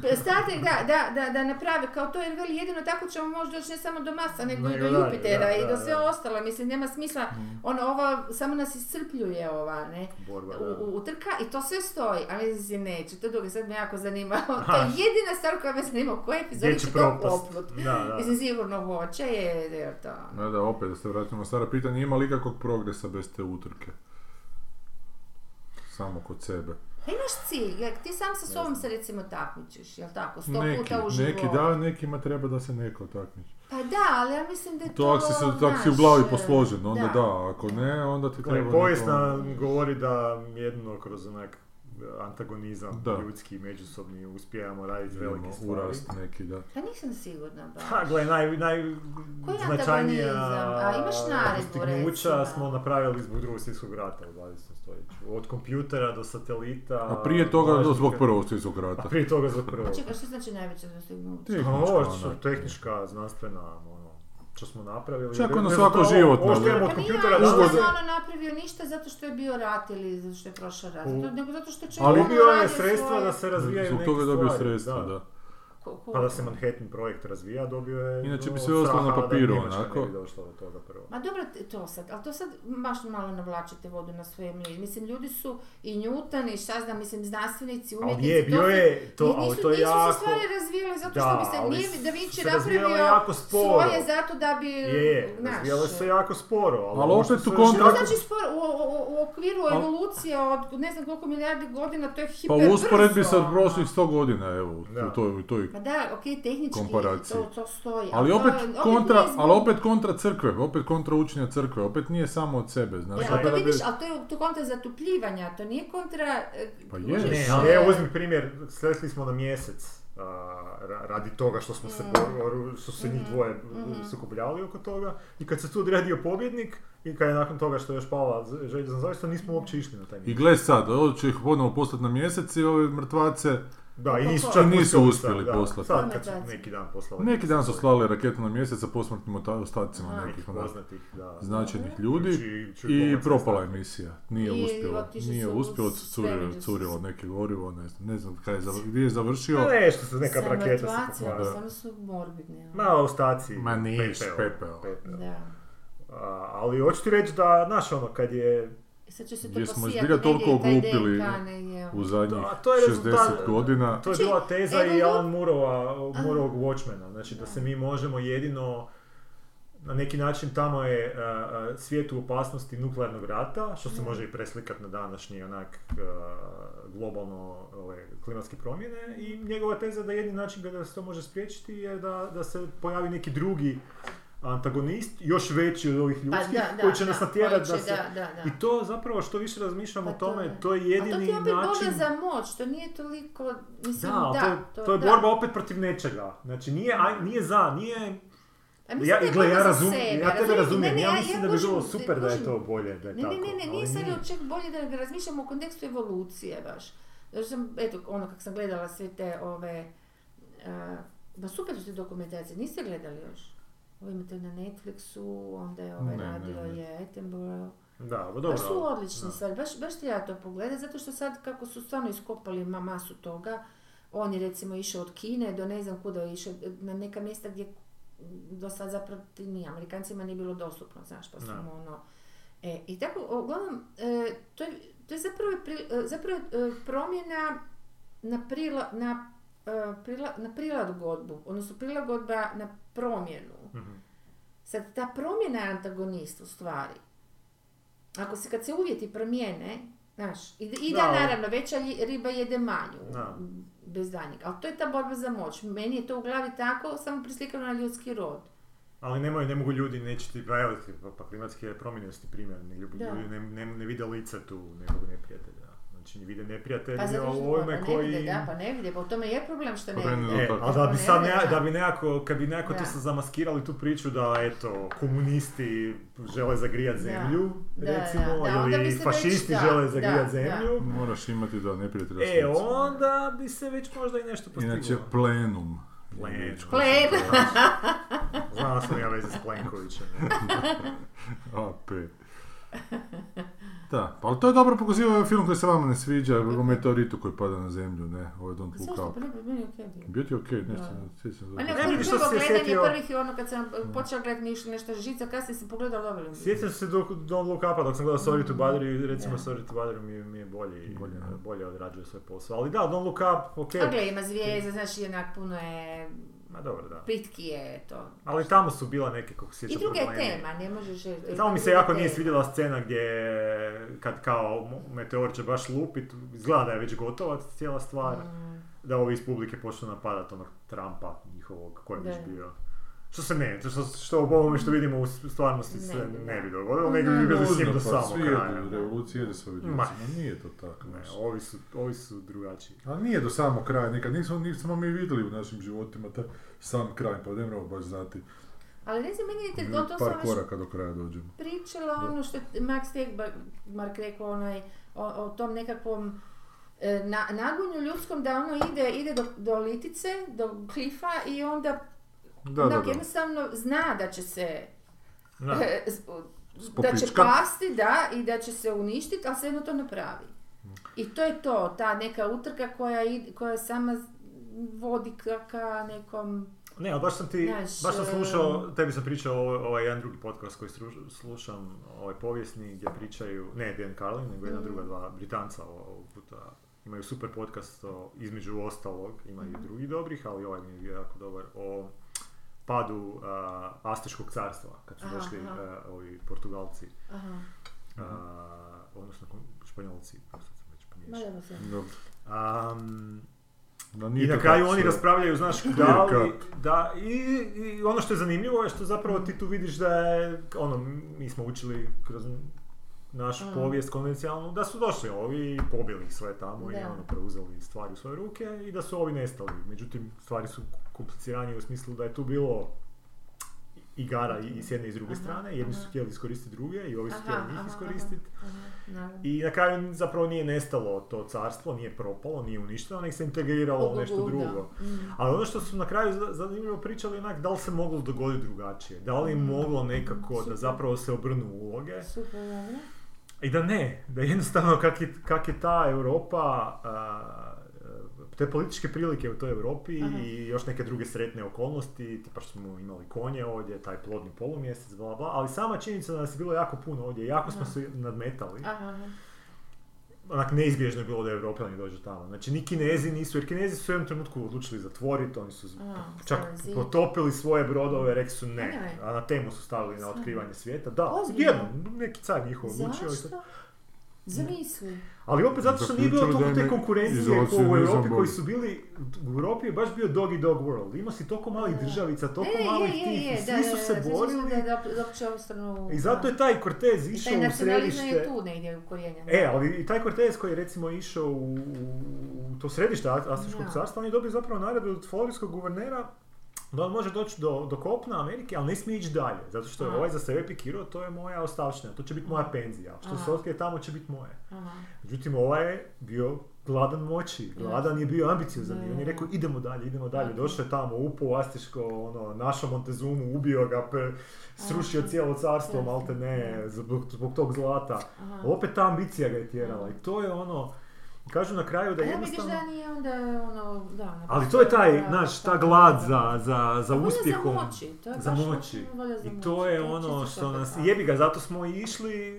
C: Trek.
A: Star Trek, da, da, da, da naprave kao to, jer veli jedino tako ćemo možda doći ne samo do Marsa, nego i
C: Nego
A: do
C: dalje,
A: Jupitera
C: da,
A: i
C: da,
A: do sve
C: da. Mm.
A: ostalo. Mislim, nema smisla, ono, ova, samo nas iscrpljuje ova, ne,
C: Borba,
A: u,
C: da.
A: u- utrka i to sve stoji, ali mislim, neće, to drugo, sad me jako zanima. to
C: Aha.
A: je jedina stvar koja me zanima, u kojoj epizodi
C: Gdje će
A: će to
C: propast.
A: poput.
C: Da, da.
A: Mislim, sigurno hoće, jer je to... ono.
B: Da, da, opet da se vratimo na stara pitanje, ima li ikakvog progresa bez te utrke? Samo kod sebe.
A: Pa imaš cilj, gle, ti sam sa sobom se recimo takmičiš, jel tako, sto
B: Neki,
A: puta u životu.
B: neki da, nekima treba da se neko takmiči.
A: Pa da, ali ja mislim da je to...
B: To ako si, se, ako si u
A: znaš,
B: glavi
A: e,
B: posložen, onda da. ako ne, onda ti treba...
C: Gle,
B: neko-
C: povijest nam govori da jedno kroz onak antagonizam
B: Da.
C: ljudski, međusobni, uspijevamo raditi
B: Idemo,
C: velike stvari.
B: Urast neki, da.
A: Ja Pa nisam sigurna baš.
C: Ha, gle, Pa naj,
A: Koji je
C: najznačajnija
A: antagonizam? A imaš naredbu,
C: postignuća
A: recimo?
C: smo napravili zbog drugog svjetskog rata u 20. stoljeću. Od kompjutera do satelita...
B: A prije toga do
C: vlažnika-
B: zbog prvog svjetskog
C: A
B: rata.
C: prije toga zbog prvog.
A: A čekaj, što znači najveća dostignuća?
B: Tehnička,
C: A Ovo
B: ona.
C: su tehnička, znanstvena, ono, što smo napravili.
B: Čak ono
C: Rezultat-
B: svako
C: ovo-
B: životno,
C: Ovo što
B: ne?
C: imamo od
A: Pa nije
C: kompjutera
A: Einstein
C: danas...
A: ono napravio ništa zato što je bio rat ili zato što je prošao rat,
C: U-
A: zato, nego zato što je čovjek
C: Ali
A: ono
C: bio je
A: radio
C: sredstva
A: svoje-
C: da se razvijaju
B: Zbog
C: neke
B: toga je dobio
C: stvari,
B: sredstva, da.
A: ko- ko-
C: Pa da se Manhattan projekt razvija, dobio je...
B: Inače bi
C: ono,
B: sve ostalo na
C: straha da
B: papiru,
C: Njemačka
B: onako.
C: ne bi došla do toga prvo.
A: Ma dobro, t- to sad, ali to sad baš malo navlačite vodu na svoje mlije. Mislim, ljudi su i Newton i šta znam, mislim, znanstvenici,
C: Ali
A: umjetnici,
C: je, bio
A: su-
C: je, to,
A: i nisu,
C: ali to je
A: nisu
C: jako...
A: se stvari razvijale zato što
C: Da,
A: bi se
C: ali
A: nije Da Vinci
C: se razvijalo
A: napravio
C: jako sporo.
A: svoje zato da bi,
C: Je,
A: znaš,
C: razvijalo se jako sporo, ali...
B: Ali
C: ono što
B: opet
C: su
B: u
C: još
A: To
B: kontra-
C: jako-
A: znači spor, u, u- u okviru
B: Al-
A: evolucije od ne znam koliko milijardi godina, to je
B: Pa
A: hiperbrzo.
B: u usporedbi
A: ono.
B: sa prošlih 100 godina, evo,
C: Da.
B: u toj, u toj
A: Ma Pa da, okej, tehnički
B: Komparaciji.
A: to, to stoji.
B: Ali
A: to
B: opet,
A: je- opet
B: kontra,
A: nije zbog-
B: ali opet kontra crkve, opet kontra učenja crkve, opet nije samo od sebe, znaš.
A: E,
C: Znači,
A: ali to
B: opet-
A: vidiš, ali to je to kontra zatupljivanja, to nije kontra... e,
B: Pa je.
A: kužiš,
C: Ne,
B: Ne,
C: ali
A: e,
C: evo uzmi primjer, sletili smo na mjesec a, ra- radi toga što smo se, bor- oru- što su se njih dvoje
A: Mhm.
C: sukobljavali oko toga i kad se tu odredio pobjednik i kad je nakon toga što je još pala z- željezna zavjesa, nismo uopće išli na taj
B: I
C: mjesec.
B: gle sad, ovo će ih ponovo poslati na mjesec i ove mrtvace,
C: Da, i
A: I
C: nisu čak
B: nisu
C: uspjeli
B: uspjeli
C: sad, da.
B: poslati.
C: Sad kad su
A: Komentaciju.
C: neki dan poslali.
B: neki dan su slali raketu na mjesec sa posmrtnim ota- ostacima
A: Aha.
B: nekih Znači- onak
C: poznatih, da.
B: značajnih
C: Ču-
B: ljudi.
C: ču-
B: I
C: komentaciju
B: propala je
C: staviti.
B: misija, nije
A: I
B: uspjelo,
A: otišli
B: nije
A: su u
B: uspjelo,
A: svemir
B: curilo,
A: su-
B: curilo neke gorivo, ne znam, ne znam kaj je zav- gdje je
C: Pa
B: završio,
C: Nešto se neka
A: sa
C: raketa se
A: mrtvacima,
C: pokvarila.
A: Samo su morbidne. ali-
C: Ma ostaci.
B: Ma niš, pepeo.
A: Da.
C: A, ali hoću ti reći da, znaš ono, kad je...
A: I E, sad će se to
B: Gdje smo
A: posijati
B: zbilja
A: negdje
B: toliko
A: i taj
B: oglupili
A: DNK negdje. ono.
B: u zadnjih
C: Da, to je
B: 60
C: rezultat-
B: godina.
C: To je
A: Znači,
C: bila teza i
A: evo-
C: Alan Murova, Murovog
A: Aha.
C: Watchmana, znači da se mi možemo jedino na neki način tamo je a, a, svijet u opasnosti nuklearnog rata, što se
A: Da.
C: može i preslikati na današnji onak a, globalno ove, klimatske promjene i njegova teza da jedini način da se to može spriječiti je da, da se pojavi neki drugi antagonist, još veći od ovih
A: Pa
C: ljudskih,
A: da, da,
C: koji će
A: da,
C: nas natjerati
A: koji će-
C: da se...
A: Da, da, da.
C: I to zapravo što više razmišljamo
A: Pa
C: o
A: to
C: tome,
A: je.
C: to je
A: A to
C: jedini
A: ti je opet
C: način...
A: borba za moć, to nije toliko, mislim,
C: Da,
A: da.
C: to, je- to je
A: da.
C: borba opet protiv nečega. Znači, nije, aj, nije za, nije...
A: A mislim
C: Ja,
A: da je
C: gle,
A: borba
C: ja,
A: za
C: razum,
A: sebe,
C: ja tebe
A: razumiješ?
C: razumijem,
A: Ne, ne,
C: ja mislim da bi
A: kužim-
C: bilo super da je
A: kužim.
C: to bolje, da je
A: Ne, ne,
C: tako.
A: ne, ne,
C: ali
A: nije sad
C: nije.
A: je čak bolje da ga razmišljamo u kontekstu evolucije baš. Zato sam, eto, ono kako sam gledala sve te ove, a, ba super su te dokumentacije, niste gledali još? Ovo imate na Netflixu, onda je ovaj
B: Ne, ne,
A: radio
B: ne.
A: je Attenborough.
C: Da, pa dobro.
A: Baš su odlični
C: da.
A: stvari, baš, baš treba to pogledati, zato što sad kako su stvarno iskopali ma- masu toga, on je recimo išao od Kine do ne znam kuda je išao, na neka mjesta gdje do sad zapravo ti ni Amerikancima nije bilo dostupno, znaš, pa su
C: Da.
A: mu ono... E, I tako, uglavnom, e, to, je, to je zapravo, je pri- e, zapravo je, e, promjena na, prila, na, e, prila- na prilagodbu, odnosno prilagodba na promjenu.
C: Mhm.
A: Sad, ta promjena je antagonist u stvari. Ako se kad se uvjeti promijene, znaš, i, i da,
C: Da, ali-
A: naravno veća lji- riba jede manju,
C: Da.
A: m, bez danjeg, ali to je ta borba za moć. Meni je to u glavi tako, samo preslikano na ljudski rod.
C: Ali nemoj, ne mogu ljudi, neće ti, pa evo ti, pa, pa klimatske promjene su ti primjer, ne, ljubi-
A: Da.
C: ljudi ne, ne, ne vide lice tu nekog neprijatelja. Znači, ne vide neprijatelja
A: Pa zato što
C: u
A: pa
C: ovome
A: ne
C: koji...
A: vide, da, pa ne vide, pa u tome je problem što ne
B: Pa meni
A: vide.
B: je
C: E,
B: tako.
C: ali da bi
A: Ne,
C: sad
A: ne,
C: nea-
A: da.
C: da bi nekako, kad bi nekako
A: Da.
C: to sad zamaskirali tu priču da eto, komunisti žele zagrijati
A: Da.
C: zemlju,
A: Da,
C: recimo,
A: da, da, onda bi
C: ili
A: se već-
C: fašisti
A: da,
C: žele
A: da,
C: zagrijati
A: da.
C: zemlju,
B: Moraš imati da neprijatelja
C: e
B: sunca.
C: onda bi se već možda i nešto postiglo.
B: Inače, plenum.
C: Plenum.
B: je riječ koja se
A: Plen!
C: Znala sam ja veze s Plenkovićem.
B: AP. Da, pa ali to je dobro pokazivao ovaj film koji se vama ne sviđa, o meteoritu koji pada na zemlju, ne, ovaj Don't Look
A: Zašto,
B: Up.
A: prvi, meni je okej bilo.
B: Bio ti okej, nešto,
A: Da.
B: sjećam
A: Ma
B: se
A: ne,
B: dobro.
C: Ne,
A: prvo
C: vidiš, to si se
A: gledanje
C: sjetio-
A: prvih, ono kad sam e, počela gledati mi je išlo nešto žica, kasnije sam pogledala ovaj
C: Sjećam se dok Don't Look Up-a dok sam gledao Sorry to Bother You, recimo
A: Da.
C: Sorry to Bother You mi, je- mi je bolje, bolje,
B: Da.
C: bolje odrađuje svoj posao. Ali da, Don't Look Up, okej.
A: A gle, ima zvijezda, znaš, jednak puno je,
C: Ma dobro, da.
A: pitki je to.
C: Ali tamo su bila neke, kako se
A: I
C: sjećam,
A: druga je
C: problemi.
A: tema, ne možeš reći. da je
C: Samo mi se
A: druga
C: jako nije
A: tema.
C: svidjela scena gdje, kad kao mo- meteor će baš lupit, izgleda da je već gotova cijela stvar,
A: Mm,
C: da ovi iz publike počnu napadat onog Trumpa njihovog koji je već
A: Da.
C: bio. Što se ne, što, što u ovome što vidimo u s- stvarnosti se
A: Ne bi, da.
C: ne bi dogodilo, nego
A: Ne,
C: bi bili
A: nužno,
C: s njim do
B: Nužno, pa
C: samog
B: svi
C: kraja.
B: jedu, revolucija jede svoju djecu,
C: Ma.
B: ma nije to tako.
C: Ne,
B: znaš.
C: ovi su, ovi su drugačiji.
B: Ali nije do samog kraja nikad, nismo, nismo mi vidjeli u našim životima taj sam kraj, pa ne moramo baš znati.
A: Ali ne znam, meni
C: Mm,
A: je te- to, to
B: Par
A: sam već
B: koraka do kraja dođemo.
A: pričala, ono što je Max Tegmark rekao, onaj, o, o tom nekakvom e, na, nagonju ljudskom da ono ide, ide do, do litice, do klifa i onda
B: Da, da,
A: onak
B: da.
A: jednostavno zna da će se e,
C: Da.
A: da će
B: Spopička.
A: pasti, da, i da će se uništiti, ali svejedno to napravi. I to je to, ta neka utrka koja, id- koja je sama vodi ka, ka nekom...
C: Ne, ali baš sam ti,
A: Znaš,
C: baš sam
A: e,
C: slušao, tebi sam pričao ovaj, ovaj jedan drugi podcast koji sruš- slušam, ovaj povijesni, gdje pričaju, ne Dan Carlin, nego jedna
A: Mm.
C: druga dva Britanca o- ovog puta. Imaju super podcast, o, između ostalog, imaju
A: Mhm.
C: i drugi dobrih, ali ovaj mi je bio jako dobar, o padu a, Astiškog carstva, kad su
A: Aha,
C: došli
A: aha.
C: a, ovi Portugalci,
A: Aha, Mhm.
C: a, odnosno Španjolci, kako sad sam već pomiješao.
A: valjamo se.
B: Dobro.
C: Am,
B: Da
C: i
B: nije
C: na
B: to
C: kraju
B: tako
C: oni
B: sve.
C: raspravljaju, znaš, da
B: Clear
C: li,
B: cut.
C: da, i, i ono što je zanimljivo je što zapravo ti tu vidiš da je, ono, mi smo učili kroz našu
A: Mm.
C: povijest konvencionalnu, da su došli ovi i pobili ih sve tamo i
A: Da.
C: ono, preuzeli stvari u svoje ruke i da su ovi nestali. Međutim, stvari su kompliciranije u smislu da je tu bilo igara i, i s jedne i s druge
A: Aha,
C: strane, jedni su
A: aha.
C: htjeli iskoristiti druge i ovi su
A: Aha,
C: htjeli njih
A: aha,
C: iskoristiti.
A: aha, naravno.
C: I na kraju zapravo nije nestalo to carstvo, nije propalo, nije uništeno, nego se integriralo u
A: Ogugu,
C: nešto
A: da.
C: drugo.
A: Mm.
C: Ali ono što su na kraju za- zanimljivo pričali je onak da li se moglo dogoditi drugačije, da li je
A: Mm.
C: moglo nekako da
A: Super.
C: zapravo se obrnu uloge
A: Super, dobro.
C: i da ne, da jednostavno kak je, kak je ta Europa, a, te političke prilike u toj Europi
A: Aha.
C: i još neke druge sretne okolnosti, tipa što smo imali konje ovdje, taj plodni polumjesec, bla bla, ali sama činjenica da nas je bilo jako puno ovdje, jako smo
A: Da.
C: se nadmetali
A: Aha, aha.
C: onak neizbježno je bilo da Evropljani dođu tamo. Znači ni Kinezi nisu, jer Kinezi su u jednom trenutku odlučili zatvoriti, oni su z-
A: A,
C: čak
A: stavili zid.
C: potopili svoje brodove, rekli su
A: A ne.
C: ne, a na temu su stavili na
A: Stvarno?
C: otkrivanje svijeta. Da,
A: Ozbiljno?
C: jednom, neki car njihov odlučio. i ovaj to.
A: Zašto? Zamisli.
C: Ali opet zato što nije bilo
B: Zaključili
C: toliko
B: da je
C: te
B: ne-
C: konkurencije
B: izolacionizam
C: ko u Europi
B: bolji.
C: koji su bili, u Europi je baš bio dog i dog world. Imao si toliko malih
A: Da.
C: državica, toliko
A: E, je,
C: malih
A: je,
C: tih,
A: je,
C: i
A: da,
C: svi
A: da,
C: su
A: da,
C: se
A: da,
C: borili.
A: Da, da, da uopće ostanu...
C: I zato je taj Cortez išao
A: Taj
C: u
A: nacionalizam je
C: središte.
A: tu negdje ukorijenjen.
C: E, ali i taj Cortez koji je recimo išao u, u- u to središte As- Astriškog
A: Da.
C: carstva, on je dobio zapravo naredbu od florijskog guvernera da on može doći do, do kopna Amerike, ali ne smije ići dalje, zato što je
A: Aha.
C: ovaj za sebe pikirao, to je moja ostavština, to će biti moja penzija, što se
A: Aha.
C: otkrije tamo će biti moje.
A: Aha.
C: Međutim, ovaj je bio gladan moći, gladan je bio ambiciozan i on je
A: Da.
C: rekao idemo dalje, idemo dalje.
A: Aha.
C: Došao je tamo, upao u Astiško, ono, našao Montezumu, ubio ga, pe- srušio
A: Aha.
C: cijelo carstvo,
A: Jasno.
C: malte ne, zbog, zbog tog zlata.
A: Aha.
C: Ali Opet ta ambicija ga je tjerala i to je ono, kažu na kraju da
A: A ja vidiš
C: jednostavno...
A: da nije onda ono, da, ono,
C: Ali to je taj,
A: da,
C: znaš, ta
A: tako,
C: glad
A: da.
C: za, za, za
A: Volja
C: uspjehom.
A: Za moći, to je baš
C: Za moći.
A: volja za
C: I to
A: moći,
C: je
A: je
C: ono
A: čisto
C: što nas,
A: tako.
C: jebi ga, zato smo i išli e,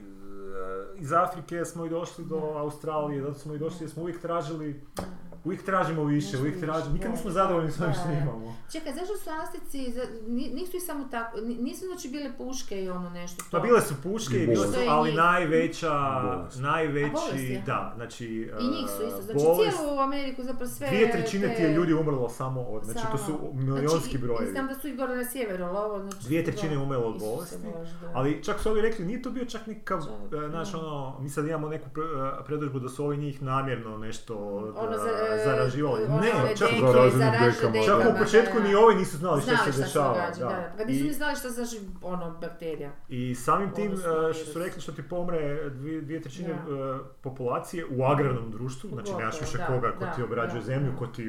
C: iz Afrike, smo i došli do
A: Da.
C: Australije, zato smo i došli jer smo uvijek tražili,
A: Da.
C: uvijek tražimo više,
A: Nešto
C: uvijek
A: više,
C: tražimo, nikad
A: da,
C: nismo zadovoljni s ovim
A: da,
C: što
A: da.
C: imamo.
A: Čekaj, zašto su Astici, za- ni- nisu i samo tako, ni- nisu znači bile puške i ono nešto to.
C: Pa bile su puške, i bile su,
A: Bolest.
C: ali
A: I-
C: najveća,
B: Bolest.
A: A, bolest,
C: najveći,
A: aha.
C: da, znači...
A: I njih su isto,
C: e,
A: znači
C: bolest-
A: cijelu Ameriku zapravo sve...
C: Dvije trećine
A: te-
C: ti je ljudi umrlo samo od, znači to su
A: Samo.
C: milionski
A: znači, i- I
C: brojevi.
A: znam da su i gore na sjeveru, ali ovo znači...
C: Dvije trećine
A: da.
C: umelo od
A: Isuse
C: bolesti,
A: Bože, da.
C: Ali čak su ovi rekli, nije to bio čak nikakav,
A: Čak,
C: e, znaš
A: da.
C: ono, mi sad imamo neku pre- e, predodžbu da su ovi njih namjerno nešto
A: Ono za-
C: e,
A: e,
C: zaraživali.
A: ono,
C: Ne,
A: ove
C: čak,
A: dengue,
B: zaraženim
A: zaražene
B: dekama,
A: dekama,
C: čak
B: da,
C: u
B: da,
C: početku
A: da.
C: ni ovi nisu znali što
A: Znali
C: se dešava.
A: događa, da. da. Kad nisu
C: I,
A: ni znali što zaži ono, bakterija.
C: I samim tim
A: Odnosno
C: e, što su
A: virus.
C: rekli što ti pomre dvije, dvije trećine
A: Da.
C: e, populacije u agrarnom društvu, znači
A: Pogotovo,
C: nemaš više
A: da,
C: koga ko
A: da,
C: ti obrađuje
A: da.
C: zemlju, ko ti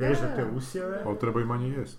C: reže
A: Da, da,
C: te
A: da.
C: usjeve.
B: Ali treba i manje jest.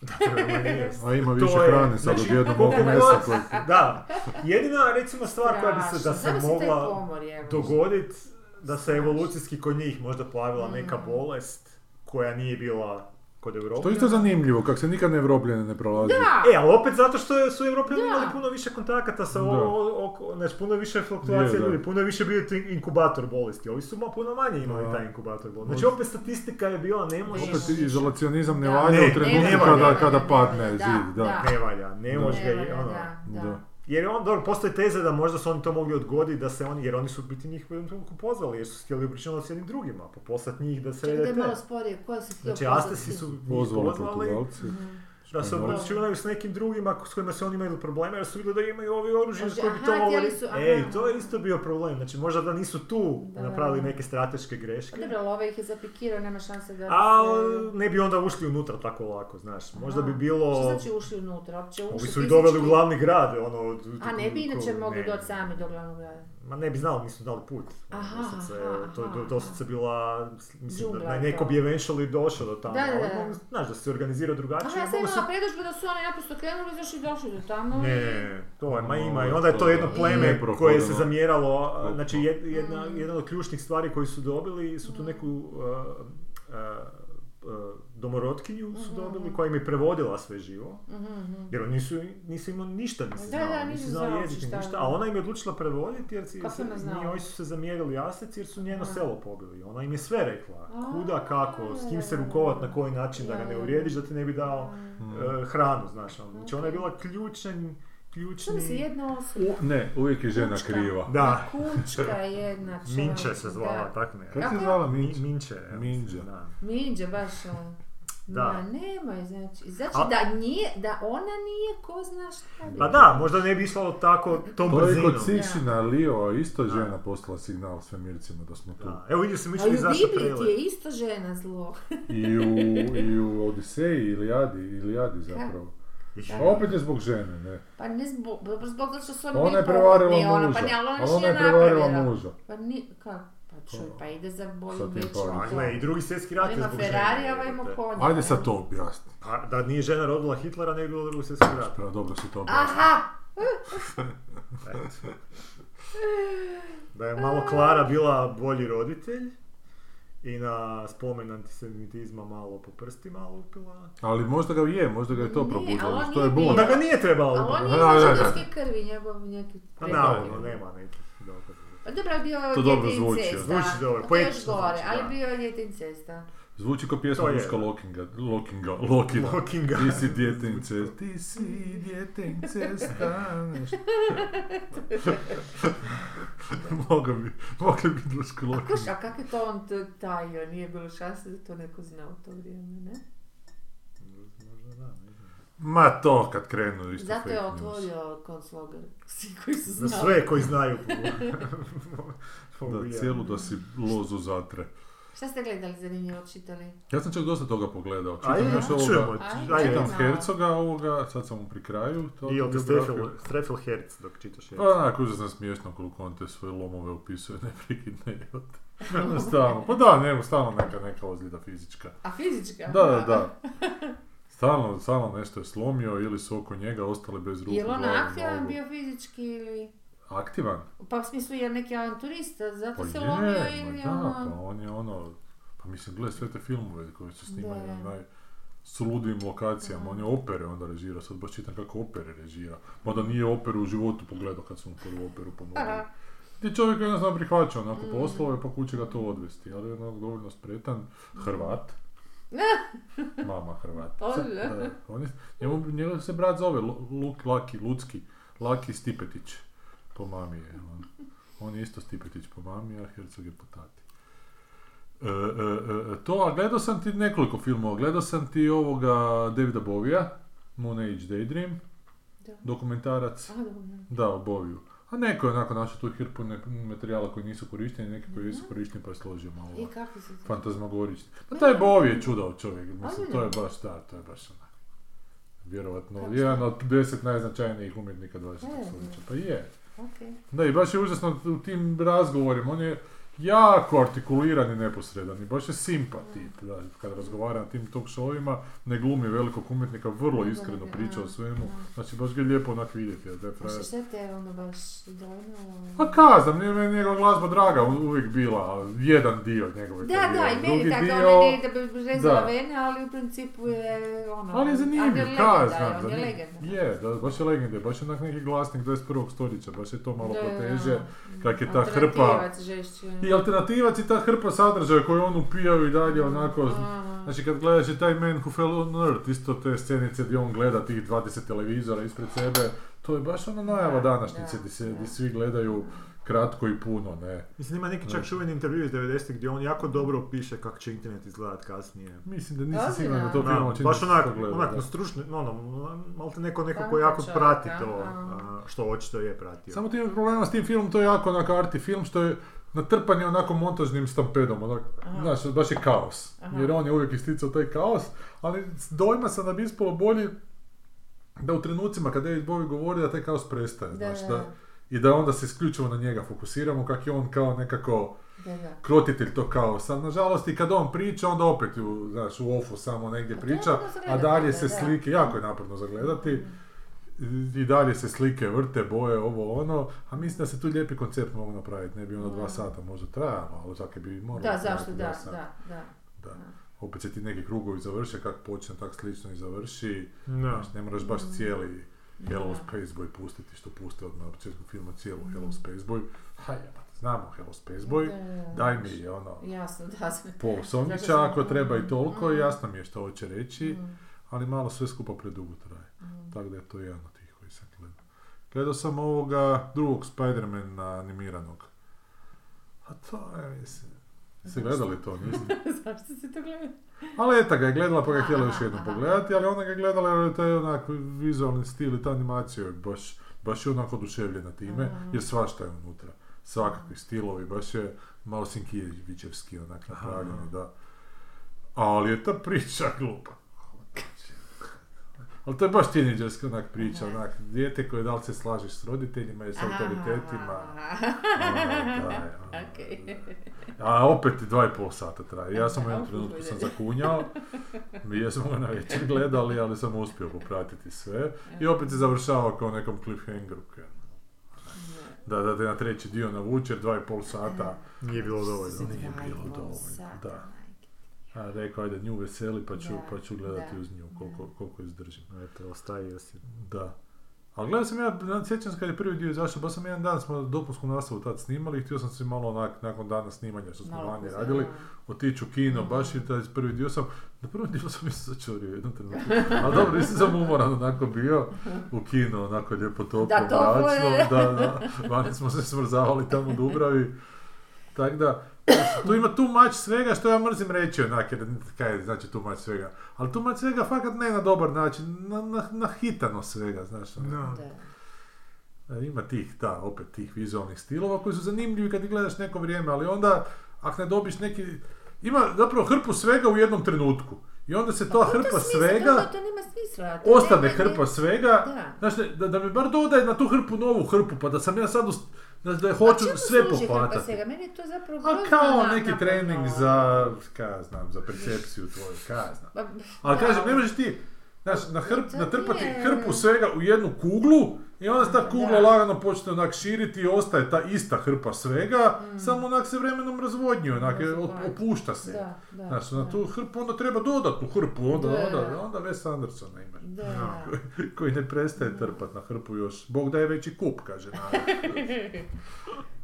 C: Prema njemu.
B: A ima Pa
C: To
B: više
C: je-
B: hrane sad
C: znači,
B: odjednom
C: koliko
B: oko mesa
C: god-
B: koje...
C: Da, jedina recimo stvar koja bi se, da se
A: Strašno. Zamisli taj
C: mogla
A: pomor, je.
C: dogoditi, da se
A: Strašno.
C: evolucijski kod njih možda pojavila neka
A: Mm.
C: bolest koja nije bila kod Europe.
B: To je isto zanimljivo, kak se nikad ne Evropljene ne prolazi.
A: Da!
C: E, ali opet zato što je- su Europljani
A: Da.
C: imali puno više kontakata sa
B: Da.
C: ovo, oko, znači puno više fluktuacije
B: Je, da.
C: ljudi, puno je više bio ti inkubator bolesti, ovi su ma puno manje imali
B: Da.
C: taj inkubator bolesti. Znači opet statistika je bila ne može.
A: Nema
B: Opet
A: više.
B: izolacionizam ne
A: Da.
B: valja
C: Ne,
B: u trenutku
C: ne valja,
B: kada,
C: ne valja,
B: kada
A: ne
B: padne
A: valja, da,
B: zid. Da.
A: da.
C: Ne valja, ne
B: Da.
C: može
A: Ne,
C: ga,
A: da,
C: ono.
A: da, da.
B: Da.
C: Jer on, dobro, postoje teze da možda su oni to mogli odgoditi, da se oni, jer oni su u biti njih u jednom trenutku pozvali, jer su htjeli obračunati s jednim drugima, pa poslati njih da
A: Čekaj,
C: srede
A: da je
C: te.
A: malo sporije, koja se htio
C: Znači,
A: pozvati?
C: Astesi su njih
B: Pozvali
C: pozvali E,
B: Portugalci.
A: Mhm.
C: da se
B: Španjolci.
C: obračunaju s nekim drugima s kojima se oni imaju problema, jer su vidjeli da imaju ovi oružje s
A: Znači,
C: kojim bi
A: aha,
C: to mogli...
A: htjeli su, aha.
C: E, i to je isto bio problem, znači možda da nisu tu
A: Da.
C: napravili neke strateške
A: Pa
C: greške.
A: Dobro, ali ovaj ih je zapikirao, nema šanse da...
C: A
A: se-
C: ne bi onda ušli unutra tako lako, znaš. Možda bi
A: Aha.
C: bilo...
A: Što znači ušli unutra, uopće ušli
C: Ovi su i
A: fizički?
C: doveli u glavni grad, ono...
A: A ne bi inače
C: ko-
A: mogli
C: ne.
A: doći sami do glavnog grada.
C: Ma ne bi znali, nisu dali put. Ono,
A: Aha,
C: doslovce,
A: aha,
C: to je do-
A: aha.
C: doslovce bila, mislim,
A: Džungla
C: da
A: je
C: neko
A: to.
C: bi eventually došao do tamo.
A: Da, da,
C: ali
A: da.
C: mogli- znaš, da se organizirao drugačije.
A: Aha, ja sam
C: mogli su-
A: imala predodžbu da su oni naprosto krenuli, još i došli do tamo.
C: Ne,
A: i-
C: ne, ne, to je, ma ima, i
B: No,
C: onda je to
B: to je
C: jedno pleme
B: neprohodno.
C: koje se zamjeralo, a,
B: Potpuno.
C: znači jed- jedna,
A: Mm.
C: jedan od ključnih stvari koji su dobili su tu neku uh, uh, eh, domorotkinju
A: Mm,
C: su dobili koja im je prevodila sve živo.
A: Mhm,
C: Jer oni nisu, nisu imali ništa, nisi
A: Da,
C: znao,
A: da,
C: nisi
A: nisu
C: znao
A: znao
C: jezik,
A: šta
C: ništa.
A: je.
C: A ona im je odlučila prevoditi jer si,
A: Kako
C: se,
A: ona znala?
C: njoj su se zamjerili jasnici jer su njeno
A: Aha.
C: selo pobili. Ona im je sve rekla.
A: A,
C: Kuda, kako, s kim se rukovat, na koji način da ga
A: Ja,
C: ne
A: ja,
C: uvrijediš,
A: ja.
C: da ti ne bi dao
B: Mm.
C: eh, hranu, znaš. ono. Znači ona je bila ključan,
A: Što mi se
C: ključni...
A: jedna osoba?
B: U- ne, uvijek je žena
A: Kučka.
B: kriva.
C: Znači- Da,
A: Kučka jedna čovjek.
C: Minče se zvala,
A: znači, ono, da.
C: tak ne.
B: Kako
A: Kako
B: se
A: je?
B: zvala
C: Mi-
B: Minče?
C: Minče. ja mislim,
B: Minđa.
C: da.
A: Minđe baš ono.
C: Da.
A: Ma nemoj, znači, znači
C: A-
A: da, nije, da ona nije ko zna šta bi.
C: Pa da, možda ne bi išlo tako tom
B: To je
C: brzinom.
B: kod Sixina Lio, isto je
C: Da.
B: žena poslala signal svemircima da smo tu.
C: Da. Evo vidio
A: Ali u
C: sam mišljenje zašto
A: Bibliji ti
C: prele.
A: je isto žena zlo.
B: I u, i u Odiseji, Ilijadi, Ilijadi zapravo. A opet je zbog žene, ne.
A: Pa ne zbog, dobro, zbog zato što su oni
B: Ona
A: bili
B: je prevarila
A: pogodni, ona,
B: muža.
A: Pa ne, ali ona,
B: Ali ona
A: nije
B: je prevarila
A: napravila.
B: muža.
A: Pa ni, kako? Pa čuj, pa ide za bolju
B: Sad ti je
A: vječnu
B: pamet.
C: A
A: glavu.
C: gle, i drugi svjetski rat je
A: Ima
C: zbog žene.
A: Ferrari, a ovaj ima
C: jebote.
A: konja.
B: Ajde sad to objasni.
C: Pa da nije žena rodila Hitlera, ne bi bilo drugog svjetskog rata.
B: Pa dobro si to objasni.
A: Aha!
C: Eto. Da je malo Klara bila bolji roditelj i na spomen antisemitizma malo po prstima lupila.
B: Ali možda ga je, možda ga je to
A: Ne, ali
B: probudilo,
A: on
B: to je
A: nije
B: bun.
C: Onda ga nije trebalo
A: Ali on
C: lupiti.
A: nije
B: Da, da, da.
A: znači doske krvi, njegov neki...
C: Pa
A: predak.
C: navodno, nema nekih dokaza.
A: Pa dobro, bio je
B: To
A: djete
B: dobro zvuči,
A: incesta.
C: zvuči dobro,
A: To je još
C: poetično
A: gore,
C: zvuči, da.
A: ali bio je djete incesta.
B: Zvuči kao pjesma
C: To je.
B: Duška Lokinga, Lokinga, Lokina.
C: Lokinga.
B: Ti si djete incesta. Ti si djete incesta. nešto. Mogao bi, mogli bi Duška
A: A, kaš,
B: Lokinga.
A: a kak je to on t- tajio? Nije bilo šanse da to neko zna u to vrijeme, ne?
C: Možda da, ne znam.
B: Ma to kad krenu isto
A: Zato je
B: fake news.
A: otvorio konclogor. Svi koji su
C: Za
A: znali.
C: sve koji znaju.
B: Da, cijelu da si lozu zatre.
A: Šta ste gledali zanimljivo, čitali?
B: Ja sam čak dosta toga pogledao.
C: Ajde,
B: Čitam još
C: čujemo.
B: ovoga,
A: Ajde,
C: Ajde.
B: čitam
A: Ajde.
B: Hercoga ovoga, sad sam mu pri kraju. to-
C: I jel te
B: biografiju.
C: strefil, strefil herc dok čitaš herc?
B: Pa onako, užasno je smiješno koliko on te svoje lomove opisuje neprekidne idiote. Ono stalno, pa da, ne, stalno neka, neka ozljeda fizička.
A: A fizička?
B: Da, da, da. Stalno, stalno nešto je slomio ili su oko njega ostali bez ruku.
A: Je li on
B: glavu,
A: aktivan
B: nogu.
A: bio fizički ili...
B: Aktivan?
A: Pa u smislu je neki avanturista, zato
B: Pa
A: se
B: je,
A: lomio
B: ma
A: ili
B: da,
A: ono...
B: pa on je ono, pa mislim, gledaj sve te filmove koji su snimani
A: Da.
B: na naj suludijim lokacijama, on je opere onda režira, sad baš čitam kako opere režira, mada nije operu u životu pogledao kad su mu prvu operu ponudili.
A: Aha. Mm.
B: Ti čovjek jednostavno prihvaća onako poslove, pa kuće ga to odvesti, ali je onako dovoljno spretan, Hrvat, mama Hrvat.
A: Ozbiljno?
B: Da, on je, njemu, njegov se brat zove Lu- Luk, Laki, Lucki, Laki Stipetić, po mami je on. On je isto Stipetić po mami, a Herceg je po tati. E, e, e, to, a gledao sam ti nekoliko filmova. Gledao sam ti ovoga Davida Bovija, Moon Age Daydream,
A: Da.
B: pa. dokumentarac,
A: A, dobro. E,
B: da, o Boviju. A neko je onako našao tu hrpu ne- materijala koji nisu korišteni, neki koji nisu korišteni pa je složio malo
A: I
B: ovako,
A: kako se...
B: fantazmagorični. Pa taj Bovi je čudao čovjek, mislim, to
A: Ozbiljno?
B: je baš, da, to je baš onak. Vjerovatno,
A: Kako
B: jedan od deset najznačajnijih umjetnika 20.
A: E,
B: stoljeća. Pa je.
A: Okej.
B: Da, i baš je užasno u tim razgovorima, on je jako artikuliran i neposredan i baš je simpa tip, da, kad razgovara na tim talk showima, ne glumi velikog umjetnika, vrlo iskreno priča o svemu, znači baš ga je lijepo onak vidjeti, a da je
A: A šta-
B: frajer.
A: šta te je ono baš dojmilo?
B: Pa kazam, nije meni njegova glazba draga u- uvijek bila, jedan dio njegove
A: Da,
B: karijere.
A: da, i meni
B: Drugi
A: tako,
B: dio-
A: ona ne ide bez rezala
B: da.
A: vene, ali u principu je ono...
B: Ali je
A: ali
B: zanimljiv,
A: je legenda,
B: kazam.
A: je, on je
B: zanimljiv.
A: legenda.
B: Je, da, baš je legenda, baš je onak neki glasnik 21. stoljeća, baš je to malo
A: Da, da, da.
B: proteže, kak je ta hrpa,
A: Alternativac žešći. ono.
B: I alternativac i ta hrpa sadržaja koju on upijao i dalje onako...
A: Aha.
B: Znači kad gledaš i taj Man Who Fell on Earth, isto te scenice gdje on gleda tih 20 televizora ispred sebe, to je baš ona najava današnjice
A: da,
B: gdje, se,
A: da.
B: gdje svi gledaju kratko i puno, ne.
C: Mislim, ima neki čak čuveni intervju iz 90-ih gdje on jako dobro opiše kako će internet izgledat kasnije.
B: Mislim da nisam
A: Ozbiljno?
B: siguran da to
C: Da,
B: film čini
C: baš
B: se
C: onak,
B: to gleda,
C: onak
B: da.
C: no stručno, no, no, malte neko neko
A: Pamet
C: ko jako
A: čovjeka,
C: prati to,
A: a.
C: a, što očito je pratio.
B: Samo ti je problema s tim filmom, to je jako onak arti film što je natrpan je onako montažnim stampedom, onak, znaš, baš je kaos.
A: Aha.
B: Jer on je uvijek isticao taj kaos, ali s- dojma sam da bi ispalo bolje da u trenucima kad David Bowie govori da taj kaos prestaje,
A: Da,
B: znaš,
A: da,
B: da,
A: da.
B: i da onda se isključivo na njega fokusiramo, kak je on kao nekako
A: Da, da.
B: krotitelj tog kaosa. Nažalost, i kad on priča, onda opet u, znaš, u ofu samo negdje
A: to je
B: priča,
A: naporno za
B: a
A: gledat,
B: dalje
A: da,
B: se
A: da.
B: slike, jako je naporno zagledati, i dalje se slike vrte, boje, ovo, ono, a mislim da se tu lijepi koncept mogu napraviti, ne bi ono dva sata možda trajalo, ali tako bi moralo
A: Da,
B: trajati
A: zašto,
B: dva
A: da,
B: sata.
A: da, da.
B: Da. opet se ti neki krugovi završe, kak počne, tak slično i završi.
C: Da.
B: Znaš, ne moraš baš cijeli Hello
A: Mm. Da. Mm.
B: Spaceboy pustiti što puste od na početku filma cijelu Hello Spaceboy. Ha, jebate, znamo Hello Spaceboy, daj mi ono
A: Jasno, da. sve.
B: pol
A: Zato
B: sondića
A: sam-
B: ako treba i toliko,
A: Mm.
B: jasno mi je što hoće reći,
A: Mm,
B: ali malo sve skupa predugo traje.
A: mm.
B: Tako da je to jedan od tih koji sam gledao. Gledao sam ovoga drugog Spider-mana animiranog. A to je, mislim... Jeste gledali to, niste?
A: Zašto si to gleda?
B: Ali eta ga je gledala pa ga je htjela još
A: Aha,
B: jednom
A: aha.
B: pogledati, ali ona ga je gledala jer to je onak vizualni stil i ta animacija je baš, baš je onako oduševljena time,
A: Mhm.
B: jer svašta je unutra. Svakakvi stilovi, baš je malo Sinkijevićevski onak napravljeno,
C: Aha.
B: da. Ali je ta priča glupa. Ali to je baš tineđerska onak priča,
A: Aha.
B: onak dijete koje da li se slažeš s roditeljima i s autoritetima. Ono, daj, ono,
A: Okej.
B: a opet dva i pol sata traje. Ja sam u jednom
A: Uf,
B: trenutku sam
A: ide.
B: zakunjao. Ja sam ga na večer gledali, ali sam uspio popratiti sve. I opet se završava kao nekom cliffhangeru. kao. Da, da te na treći dio navuče, jer dva i pol sata.
C: Nije bilo
B: Za
C: dovoljno.
B: nije
A: Dva i
B: bilo
A: pol
B: dovoljno,
A: sata,
B: da.
A: majke.
B: A rekao, ajde, nju veseli, pa ću,
A: Da,
B: pa ću gledati
A: da,
B: uz nju koliko, koliko izdržim.
C: Eto, ostaje si.
B: Da. Ali gledao sam ja, na- sjećam se kad je prvi dio izašao, baš sam jedan dan smo dopunsku nastavu tad snimali i htio sam se malo onak, nakon dana snimanja što smo
A: Malo
B: vani
A: kuza,
B: radili,
A: da.
B: otići u kino, baš i taj prvi dio sam, na prvom dio sam se začurio u jednom trenutku, ali dobro, nisam sam umoran onako bio u kino, onako lijepo toplo,
A: Da, toplo
B: mračno,
A: je.
B: da, da, vani smo se smrzavali tamo u Dubravi, tako da, tu ima tu mač svega što ja mrzim reći onak, jer kaj je, znači tu mač svega, ali tu mač svega fakat ne na dobar način, na, na, nahitano svega, znaš, ono.
C: Da.
A: Da.
B: E, Ima tih, da, opet tih vizualnih stilova koji su zanimljivi kad ih gledaš neko vrijeme, ali onda ako ne dobiš neki... Ima zapravo hrpu svega u jednom trenutku. I onda se ta
A: Pa to
B: hrpa
A: smisla-
B: svega,
A: To, to nema smisla. to
B: ostane
A: nema-
B: hrpa svega,
A: Da.
B: znaš, da, da mi bar dodaje na tu hrpu novu hrpu, pa da sam ja sad, ust- znaš, da je
A: Pa
B: hoću
A: čemu
B: sve
A: služi hrpa
B: pohvatati.
A: svega? Meni je to zapravo
B: A
A: grozno
B: kao
A: na-
B: neki
A: na-
B: trening
A: ono.
B: za, kaj ja znam, za percepciju tvoju, kaj ja znam.
A: Pa,
B: Ali
A: da,
B: kažem, ne
A: ono.
B: možeš ti znaš, na hrp,
A: To
B: natrpati
A: nije- ono.
B: hrpu svega u jednu kuglu i onda se ta
A: Da.
B: kugla lagano počne onak širiti i ostaje ta ista hrpa svega,
A: Mm.
B: samo onak se vremenom razvodnji, onak je, op-
A: Razvodnji.
B: opušta se.
A: Da, da.
B: Znaš,
A: da.
B: na tu hrpu onda treba dodatnu hrpu, onda,
A: Da.
B: onda, onda Wes Andersona ima,
A: Da.
B: koji ne prestaje trpat na hrpu još. Bog da je veći kup, kaže narod.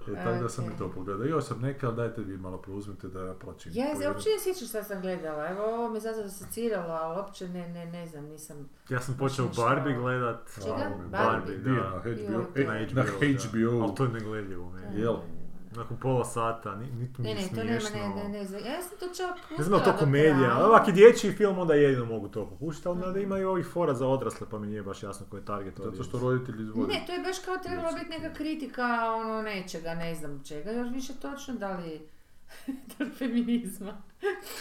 B: E, tako da sam i
A: Okej.
B: to pogledao. Još sam neke, ali dajte vi malo preuzmite da ja plaćim.
A: Ja
B: po
A: se
B: jedan.
A: uopće ne sjećam šta sam gledala, evo ovo me zato asociralo, ali uopće ne, ne, ne znam, nisam...
C: Ja sam počeo
A: Ništa.
C: Barbie gledat.
A: Čega?
C: Barbie,
A: Barbie?
C: Barbie,
B: Di je na
C: da.
B: HBO?
A: I
B: E,
A: ovo
C: Na
A: je
B: na HBO.
C: HBO, da. Ali to je negledljivo meni.
B: Je. Jel?
C: Nakon pola sata, ni, ni tu mi
A: Ne,
C: je
A: ne, to
C: smiješno.
A: nema, ne, ne, ne znam, ja sam to čak
C: Ne znam je li to
A: do
C: komedija,
A: kraja.
C: ali ovak je dječji film, onda jedino mogu to pokušati, ali onda ima i ovih fora za odrasle, pa mi nije baš jasno koji je target
B: Zato što
C: audience.
B: roditelji izvode.
A: Ne, to je baš kao trebala biti neka kritika ono nečega, ne znam čega, još više točno da li... da li feminizma.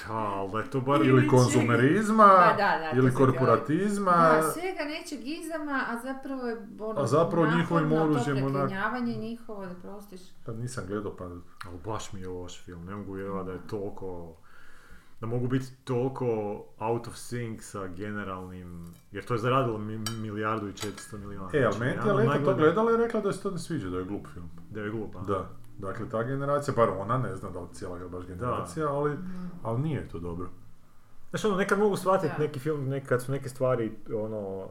C: Ha, ali da je to bar...
B: Ili konzumerizma,
A: Pa Da, da, da,
B: ili
A: to sam
C: Pa-
B: korporatizma.
A: Da, svega nečeg izama, a zapravo je ono...
B: A zapravo njihovim
A: naporno
B: oružjem
A: To
B: onak-
A: preklinjavanje njihovo, da prostiš.
B: Pa nisam gledao, pa...
C: Ali baš mi je loš film, ne mogu vjerovati da je toliko... Da mogu biti toliko out of sync sa generalnim... Jer to je zaradilo mi, milijardu i 400 milijuna.
B: E, ali
C: Znači,
B: meni
C: ja
B: je Leta to
C: najgledam-
B: gledala i rekla da se to ne sviđa, da je glup film.
C: Da je glupa.
B: Da. Dakle, ta generacija, bar ona, ne znam da li cijela je baš generacija, ali, ali nije to dobro.
C: Znaš, ono, nekad mogu shvatiti
A: Da.
C: neki film, nekad su neke stvari, ono, um,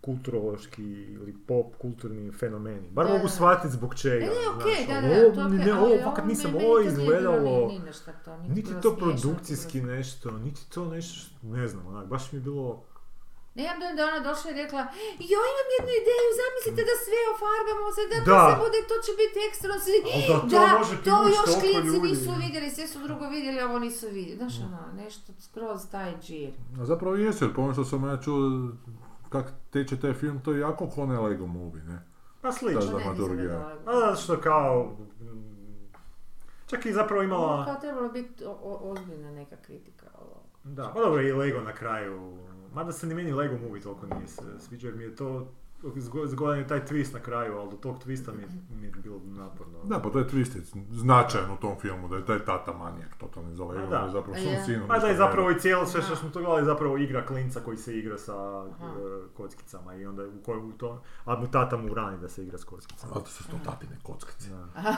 C: kulturološki ili pop kulturni fenomeni. Bar
A: Da, da.
C: mogu shvatiti zbog čega.
A: E, ne,
C: znaš,
A: okej, da,
C: ono,
A: da, da,
C: ovo
A: to
C: mi
A: okej,
C: ne,
A: ali
C: ovo
A: ovo
C: fakat
A: mi-
C: nisam,
A: meni
C: ovo
A: to nije bilo
C: izgledalo,
A: ni- ni na šta to, niti
C: niti
A: bilo
C: to
A: Pa smiješno,
C: produkcijski
A: niti bilo-
C: nešto, niti to nešto, ne znam, onak, baš mi je bilo...
A: Ne, ja da je ona došla i rekla, joj imam jednu ideju, zamislite da sve ofarbamo, sve da,
C: Da.
A: da. se bude, to će biti ekstra, on se vidi,
C: Al da to može
A: to
C: privući
A: još
C: toliko
A: klinci
C: ljudi."
A: nisu vidjeli, sve su drugo vidjeli, a ovo nisu vidjeli. Znaš, ono, nešto skroz taj džir.
B: A zapravo jesu, jer po onom što sam ja čuo kak teče taj film, to je jako ko ne Lego movie, ne?
C: Pa
A: To
B: Da,
C: slično.
A: ne bi
B: dramaturgija.
A: izgledalo.
C: A zato što kao... mm, Čak je zapravo
A: Ovo
C: imala...
A: Ono, kao trebalo biti o- o- ozbiljna neka kritika. ovo.
C: Da, pa dobro i Lego na kraju. Mada se ni meni Lego movie toliko nije se sviđao jer mi je to zgo- zgodan je taj twist na kraju, ali do tog twista mi je, mi je bilo naporno.
B: Da, pa to je twist je značajan u tom filmu, da je taj tata manijak totalni zalegao,
C: A
B: Pa da
C: da.
B: je zapravo
A: A
B: svom
A: je.
B: sinu.
C: Pa da je
B: ništa
C: zapravo i cijelo sve
A: Da.
C: što smo to gledali zapravo igra klinca koji se igra sa
A: Aha.
C: e, kockicama i onda u kojoj u to, a mu tata mu urani da se igra s
B: ne
C: kockicama.
B: radi. Zato su to tatine kockice.
C: Da.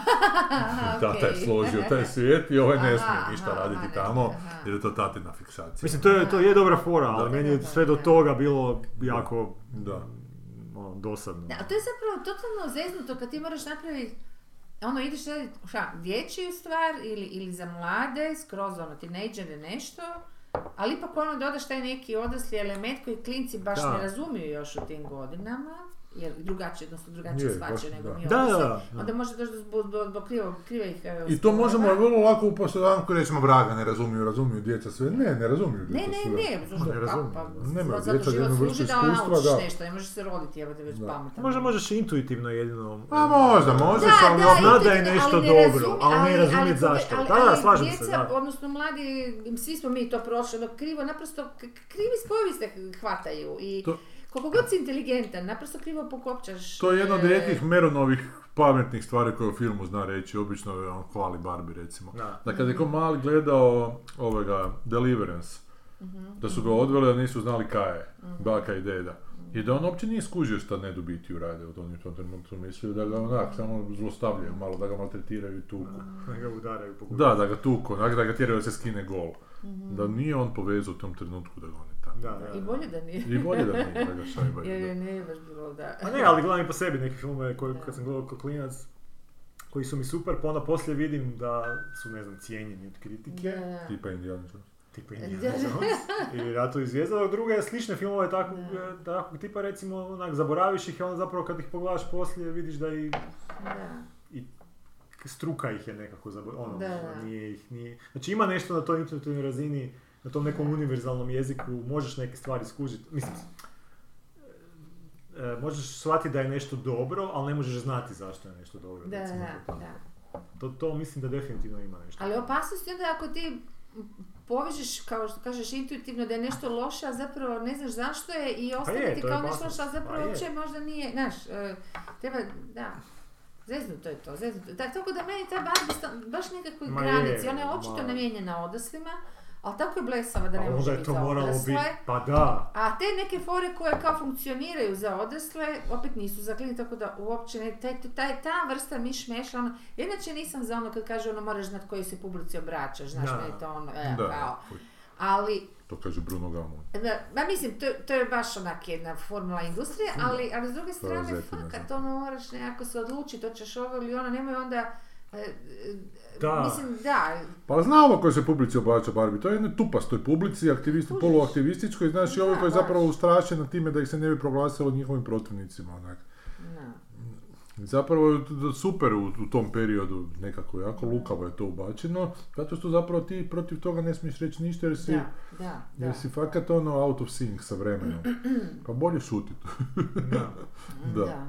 A: Aha,
B: Tata je
A: okej.
B: složio taj svijet i ovaj ne
A: Aha,
B: smije ništa
A: aha,
B: raditi
A: aha,
B: tamo,
A: aha.
B: jer je to tatina fiksacija.
C: Mislim, to je, to je dobra fora, ali
A: Da.
C: meni je sve do toga bilo jako
B: Da.
C: ono, dosadno.
A: Da, a to je zapravo totalno zeznuto kad ti moraš napraviti ono, ideš raditi šta, dječju stvar ili, ili za mlade, skroz ono, tinejdžere nešto, ali ipak ono dodaš taj neki odrasli element koji klinci baš
C: Da.
A: ne razumiju još u tim godinama, jer drugačije, odnosno drugačije
B: Je,
A: shvaćaju
B: baš,
A: nego
B: da.
A: mi
C: Da, da,
A: odrasli.
C: da, da.
A: Onda može doći do zbog, zbog, zbog krivog, krivih e,
B: I to
A: spomena.
B: možemo vrlo lako u posljedanku reći, ma vraga, ne razumiju, razumiju djeca sve. Ne, ne razumiju
A: Ne,
B: djeca
A: ne,
B: sve.
A: ne, zašto
C: Ne
A: pa-
C: razumiju,
A: pa,
C: da.
B: Nemaju
A: zato
B: djeca
A: život
B: jednu vrstu
A: služi da ona
B: iskustva,
A: naučiš
B: da.
A: nešto, ne možeš se roditi, evo te već
B: Da.
A: pametan.
C: Možda možeš intuitivno jedino... mm.
B: A možda, možda,
A: Da,
B: ali
A: da,
B: opet-
A: i
C: Zna
A: to
C: da je
A: ti-
C: nešto
A: ali ne
C: dobro,
A: razumi-
C: ali ne razumjet
A: ali-
C: zašto.
A: ali-
C: Da, da,
A: ali
C: slažem se,
A: djeca,
C: da.
A: odnosno mladi, svi smo mi to prošli, dok krivo, naprosto k- k- krivi spojevi se hvataju i
B: To-
A: koliko god si inteligentan, naprosto krivo pokopčaš.
B: To je jedna od
A: e,
B: rijetkih Meronovih pametnih stvari koje u filmu zna reći, obično je on hvali Barbie recimo.
C: Da.
B: Da kad je ko mali gledao ovoga Deliverance,
A: Mhm.
B: da su ga odveli, da nisu znali kaj je, baka i deda. I da on uopće nije skužio šta ne dobiti urade od onih u tom trenutku, mislio da ga onak samo zlostavljaju malo, da ga maltretiraju i tuku.
C: Da ga udaraju po gubi.
B: Da, da ga tuku, onak da ga tjeraju da se skine gol.
A: Mhm.
B: Da nije on povezao u tom trenutku da ga oni tamo.
C: Da, da,
A: e, I
C: da.
A: bolje da nije.
B: I bolje da nije, da ga šajbaju,
A: Jer
B: da.
A: je ne baš bilo da...
C: Pa ne, ali gledam i po sebi neke filmove koje kad sam gledao kao klinac, koji su mi super, pa onda poslije vidim da su, ne znam, cijenjeni od kritike.
A: Da.
B: Tipa Indiana Jones.
C: tipa Indiana Jones i Ratovi zvijezda, dok druge slične filmove takvog, eh, takvog tipa recimo onak zaboraviš ih i onda zapravo kad ih pogledaš poslije vidiš da i
A: Da.
C: struka ih je nekako zaboravila, ono,
A: Da, da.
C: nije ih, nije... Znači ima nešto na toj intuitivnoj razini, na tom nekom univerzalnom jeziku, možeš neke stvari skužiti, mislim, eh, možeš shvatiti da je nešto dobro, ali ne možeš znati zašto je nešto dobro.
A: Da,
C: recimo.
A: da, da.
C: To, to mislim da definitivno ima nešto.
A: Ali opasnost je onda ako ti povežeš, kao što kažeš, intuitivno da je nešto loše, a zapravo ne znaš zašto je i ostane
C: Pa je,
A: ti
C: to je
A: kao nešto
C: opasnost.
A: loše, a zapravo
C: Pa je.
A: uopće možda nije, znaš, e, treba, da. Zeznuto je to, zeznuto. Da, tako da meni ta Barbie sta- baš nekakvoj
C: Ma je,
A: granici, ona je očito
C: ma.
A: namijenjena odraslima, ali tako je blesava da ne može
C: A Pa onda je
A: biti
C: to
A: za
C: moralo
A: odrasle.
C: biti, pa da,
A: A te neke fore koje kao funkcioniraju za odrasle, opet nisu za klince, tako da uopće ne, taj, taj, ta vrsta mišmeša, ono, inače nisam za ono kad kaže ono moraš znat koji se publici obraćaš, znaš,
C: Da.
A: da. je to ono, e, kao.
B: Da,
A: Ali,
B: to kaže Bruno Gamon.
A: da, ma mislim, to, to je baš onak jedna formula industrije, ali, ali s druge strane,
B: zetina,
A: fakat,
B: da.
A: ono, moraš nekako se odlučiti, to ćeš ovo ili ono, nemoj onda, e, e,
C: Da.
A: mislim, da,
B: Pa znamo kojoj se publici obraća Barbie, to je jednoj tupastoj publici, aktivisti,
A: Kužiš.
B: poluaktivističkoj, znaš i ovoj
A: Da,
B: koja je
A: baš.
B: zapravo ustrašena time da ih se ne bi proglasilo njihovim protivnicima, onak.
A: no.
B: Zapravo je to super u, u tom periodu nekako, jako lukavo je to ubačeno, zato što zapravo ti protiv toga ne smiješ reći ništa jer si,
A: da, da, da.
B: jer si fakat ono out of sync sa vremenom. Pa bolje šutit
C: da.
B: da.
A: da,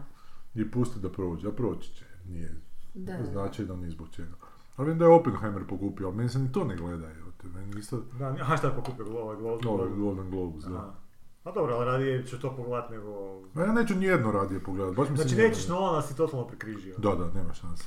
B: i pusti da prođe, a proći će, nije
A: da, da.
B: značajno ni zbog čega. Ali vidim da je Oppenheimer pokupio, ali meni se ni to ne gleda, evo te, meni isto...
C: da. A šta je pokupio glova, glova,
B: Dobro, Golden Globes, da.
C: Aha. Pa dobro, ali radije ću to pogledat nego...
B: Ma ja neću nijedno radije pogledat, baš mi se
C: Znači
B: nijedno
C: nećeš
B: ne-
C: Nolana si totalno prekrižio.
B: Da, da, nema šanse.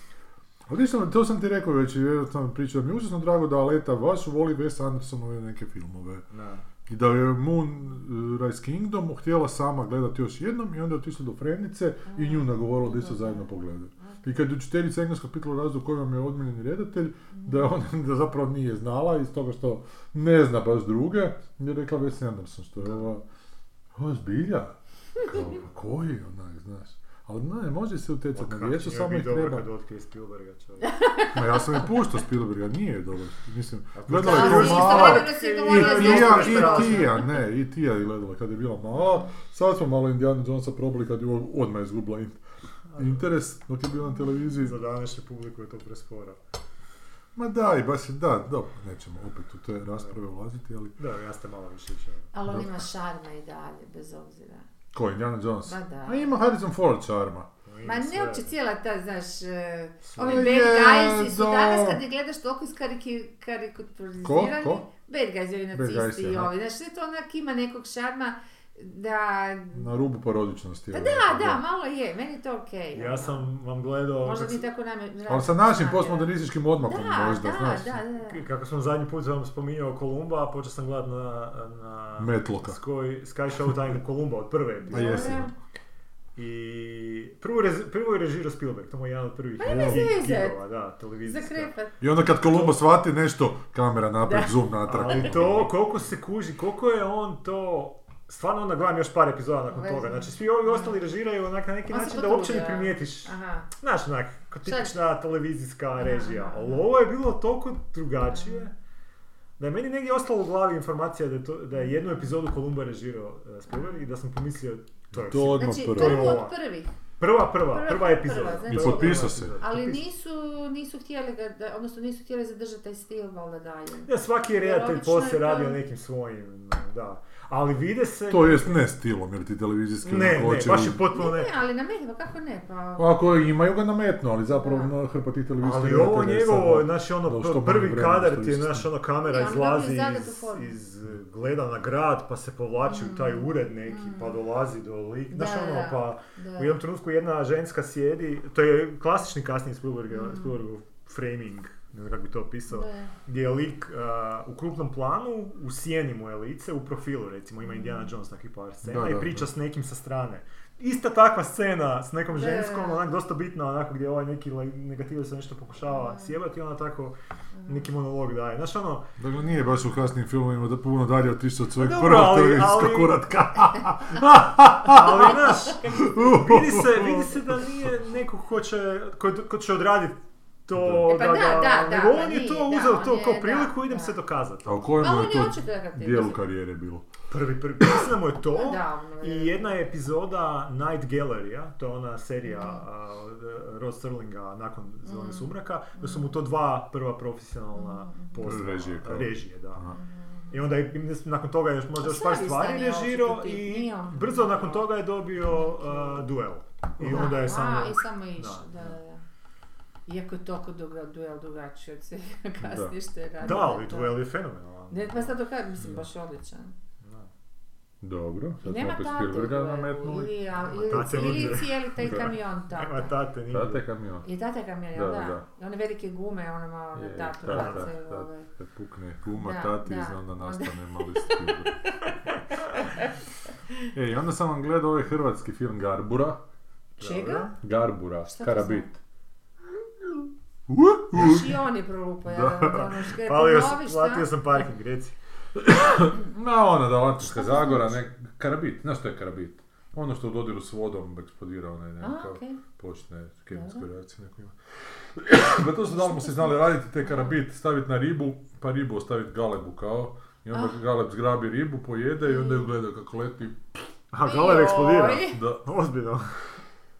B: Ali ništa, to sam ti rekao već, i ja sam pričao, mi je užasno drago da Aleta baš voli Wes Andersonove neke filmove.
C: Da.
B: I da je Moonrise Kingdom htjela sama gledati još jednom i onda je otišla do Frendice i nju nagovorila da isto zajedno pogledaju. I kad je učiteljica engleskog pitala razlog koji vam je odmiljeni redatelj, da je ona da zapravo nije znala iz toga što ne zna baš druge, je rekla Wes Anderson, što je ova, ova zbilja, kao, pa koji onak, znaš. Ali ne, može se utjecati na djecu, samo ih
C: dobro
B: treba.
C: kad otkrije Spielberga čovjek.
B: Ma ja sam je puštao Spielberga, nije dobro. Mislim,
C: A puštao
B: gledala je
C: si,
B: to malo.
A: istovremeno si govorila
B: I
A: s
B: Tija,
C: Dostojevićem
B: i
C: razum.
B: Tija, ne, i Tija je gledala kad je bila mala. Sad smo malo Indiana Jonesa probali kad je odmah izgubila in- interes dok je bila na televiziji.
C: Za današnju publiku je to presporo.
B: Ma da, i baš je, da, dobro, nećemo opet u te rasprave ulaziti, ali...
C: Da, ja ste malo više išao.
A: Ali on
B: Da.
A: ima šarma i dalje, bez obzira.
B: Ko, Indiana Jones?
A: Ma da.
B: A ima Harrison Ford čarma.
A: Ma ne uopće cijela ta, znaš, e,
C: Sve.
A: ovi
B: Ma
A: bad
B: je,
A: guysi su
B: da.
A: danas kad ih gledaš toliko iskariki- karikaturizirani.
B: Ko? Ko?
A: Bad guys, ovi
B: Bad guys,
A: nacisti i
B: aha.
A: ovi. Znaš, sve to onak ima nekog šarma da...
B: Na rubu parodičnosti.
A: Pa
B: evo,
A: da,
B: tako
A: da, malo je, meni je to okej. ono.
C: Ja sam vam gledao...
A: Možda
C: kak-
A: ti tako namjerno...
B: Ali sa našim postmodernističkim odmakom
A: da,
B: možda,
A: da,
B: znaš.
A: Da, da,
C: Kako sam zadnji put vam spominjao Kolumba, a počeo sam gledat na, na
B: Metloka.
C: Sky, Sky Showtime Kolumba od prve
B: A
C: epizode.
B: Pa jesi.
A: Dobro.
C: I prvo, rez, prvo je režirao Spielberg, to mu je jedan od prvih
A: Pa ima
C: ki-
A: zezat.
C: kidova, da,
A: za
C: televizijska.
A: krepat.
B: I onda kad Kolumbo shvati nešto, kamera naprijed,
A: Da.
B: zoom natrag.
C: Ali to, koliko se kuži, koliko je on to... Stvarno onda gledam još par epizoda nakon
A: Vezano.
C: toga. Znači svi ovi ostali režiraju onak na neki
A: On se
C: način da uopće ne
A: potrudio.
C: primijetiš.
A: Aha.
C: Znaš, onak, kao
A: Šta je?
C: tipična televizijska režija.
A: aha.
C: Ali ovo je bilo toliko drugačije da je meni negdje ostalo u glavi informacija da je, to, da je jednu epizodu Kolumba režirao e, Spielberg i da sam pomislio to je
B: To odmah
A: Znači,
B: prvo.
A: prvo
C: Prva.
A: od prvih,
C: prva, prva,
A: Prva,
C: prva
A: prva,
C: epizoda.
A: znači- I
C: Prva,
B: potpisao
C: prva
B: se.
C: epizoda.
A: ali
C: Potpisao.
A: nisu, nisu htjeli ga, da, odnosno nisu htjeli zadržati taj stil valjda dalje.
C: Ja, svaki je
A: Jer
C: redatelj
A: obično je
C: poslije
A: to-
C: radio nekim svojim, da. Ali vide se...
B: To jest ne stilom, jer ti televizijski
C: Ne, ne,
B: oči-
C: baš je potpuno
A: Ne,
C: ne.
A: ne, ali na meni, pa kako ne, pa...
B: Ako imaju ga nametno, ali zapravo
A: Da.
B: na hrpa tih televizijskih
C: Ali ovo
B: redatelja je
C: njegovo,
B: samo-
C: znaš, ono,
B: da u
C: pr-
B: što manje
C: prvi
B: vremena
C: kadar
B: što
C: ti je,
B: više
C: znaš, ono, kamera
A: Ne, on dobro
C: izlazi
A: izdadat u
C: iz,
A: formu. Mm.
C: iz, gleda na grad, pa se povlači u taj ured neki, pa dolazi do lik, znaš,
A: Da,
C: ono,
A: da,
C: pa
A: Da.
C: u jednom trenutku jedna ženska sjedi, to je klasični kasniji Spielberg, Spielbergov framing, ne znam kako bi to opisao,
A: Mm. Da.
C: gdje je lik a, u krupnom planu, u sjeni mu je lice, u profilu recimo, ima Indiana Jones takvih par scena
B: Mm. Da,
C: i
B: da,
C: priča
B: da.
C: s nekim sa strane. Ista takva scena s nekom
A: Da, da,
C: ženskom,
A: da.
C: onak dosta bitna, onako gdje ovaj neki like, negativac se nešto pokušava sjebati i ona tako neki monolog daje. Znaš ono,
B: Dakle, nije baš u kasnim filmovima da puno dalje otišao od svojeg
C: Dobro,
B: prvog
C: ali-
B: televizijskog
C: ali-
B: kuratka.
C: ali znaš, vidi se, vidi se da nije neko ko će, ko, ko će odraditi to
A: E pa
C: da,
A: da, da, da,
C: nego
A: pa
C: on je
A: nije,
C: to
A: da,
C: uzeo
A: on
C: to
A: je,
C: kao
A: da,
C: priliku, idem
A: da.
C: se dokazati.
B: A u kojem
A: Ali
B: je
A: on je
B: to
A: očito negativno.
B: dijelu karijere bilo?
C: Prvi, prvi, mislim da mu je to.
A: Odavno je.
C: I jedna je epizoda Night Gallery, a, to je ona serija a, od, e, Rod Sterlinga nakon Zone
A: Mm.
C: sumraka, da su mu to dva prva profesionalna posla.
B: Režije kao.
C: Režije, da.
B: Aha.
C: I onda je, mislim, nakon toga je još možda
A: A
C: još par
A: savjestan
C: stvari
A: je
C: režirao
A: očito tip,
C: i
A: nije on-
C: brzo nakon toga je dobio a, duel. I onda je samo...
A: A, i samo išao,
C: Da,
A: da, da, da. Iako je toliko dugo duel drugačiji od svega kasnije što je radio.
C: Da, ali duel je fenomenalan.
A: Ne, pa sad dok mislim, baš je odličan.
B: Dobro,
A: I
B: sad smo
A: nema
B: opet
A: tate u
B: Spielberga
A: duelu,
B: nametnuli.
A: ili, a-
C: Nema tate
A: ili, ili
C: nigdje.
A: cijeli taj
B: Da.
A: kamion
C: Nema
A: tata.
C: tate, nije.
B: Tate kamion.
A: Je tata kamion, jel
B: Da,
A: da? One velike gume, ono malo na
B: Je,
A: tatu
B: da, da,
A: bacaju,
B: da.
A: ovaj.
B: Kad pukne kuma,
A: Da,
B: tati,
A: da.
B: znam da nastane mali Spielberg. Ej, onda sam vam gledao ovaj hrvatski film Garbura.
A: Čega?
B: Garbura,
A: Šta to
B: Karabit.
A: znači?
B: Uh,
A: Još Znači, i on je prolupao, jel da? Ono što je
C: Palio, sam-
A: ponoviš,
C: platio
A: da?
C: sam parking, reci.
B: Ma ona Dalmatinska zagora, ne, karabit, znaš što je karabit? Ono što u dodiru s vodom eksplodira onaj
A: A,
B: nekakav
A: okej.
B: počne kemijsku
A: Dobro.
B: reakciju neko ima. Pa to su Dalmaci znali raditi, te karabit staviti na ribu, pa ribu ostaviti galebu kao. I onda
A: Ah.
B: galeb zgrabi ribu, pojede i onda
A: Mm.
B: ju gleda kako leti.
C: A galer eksplodira.
A: Joj.
B: Da.
C: Ozbiljno.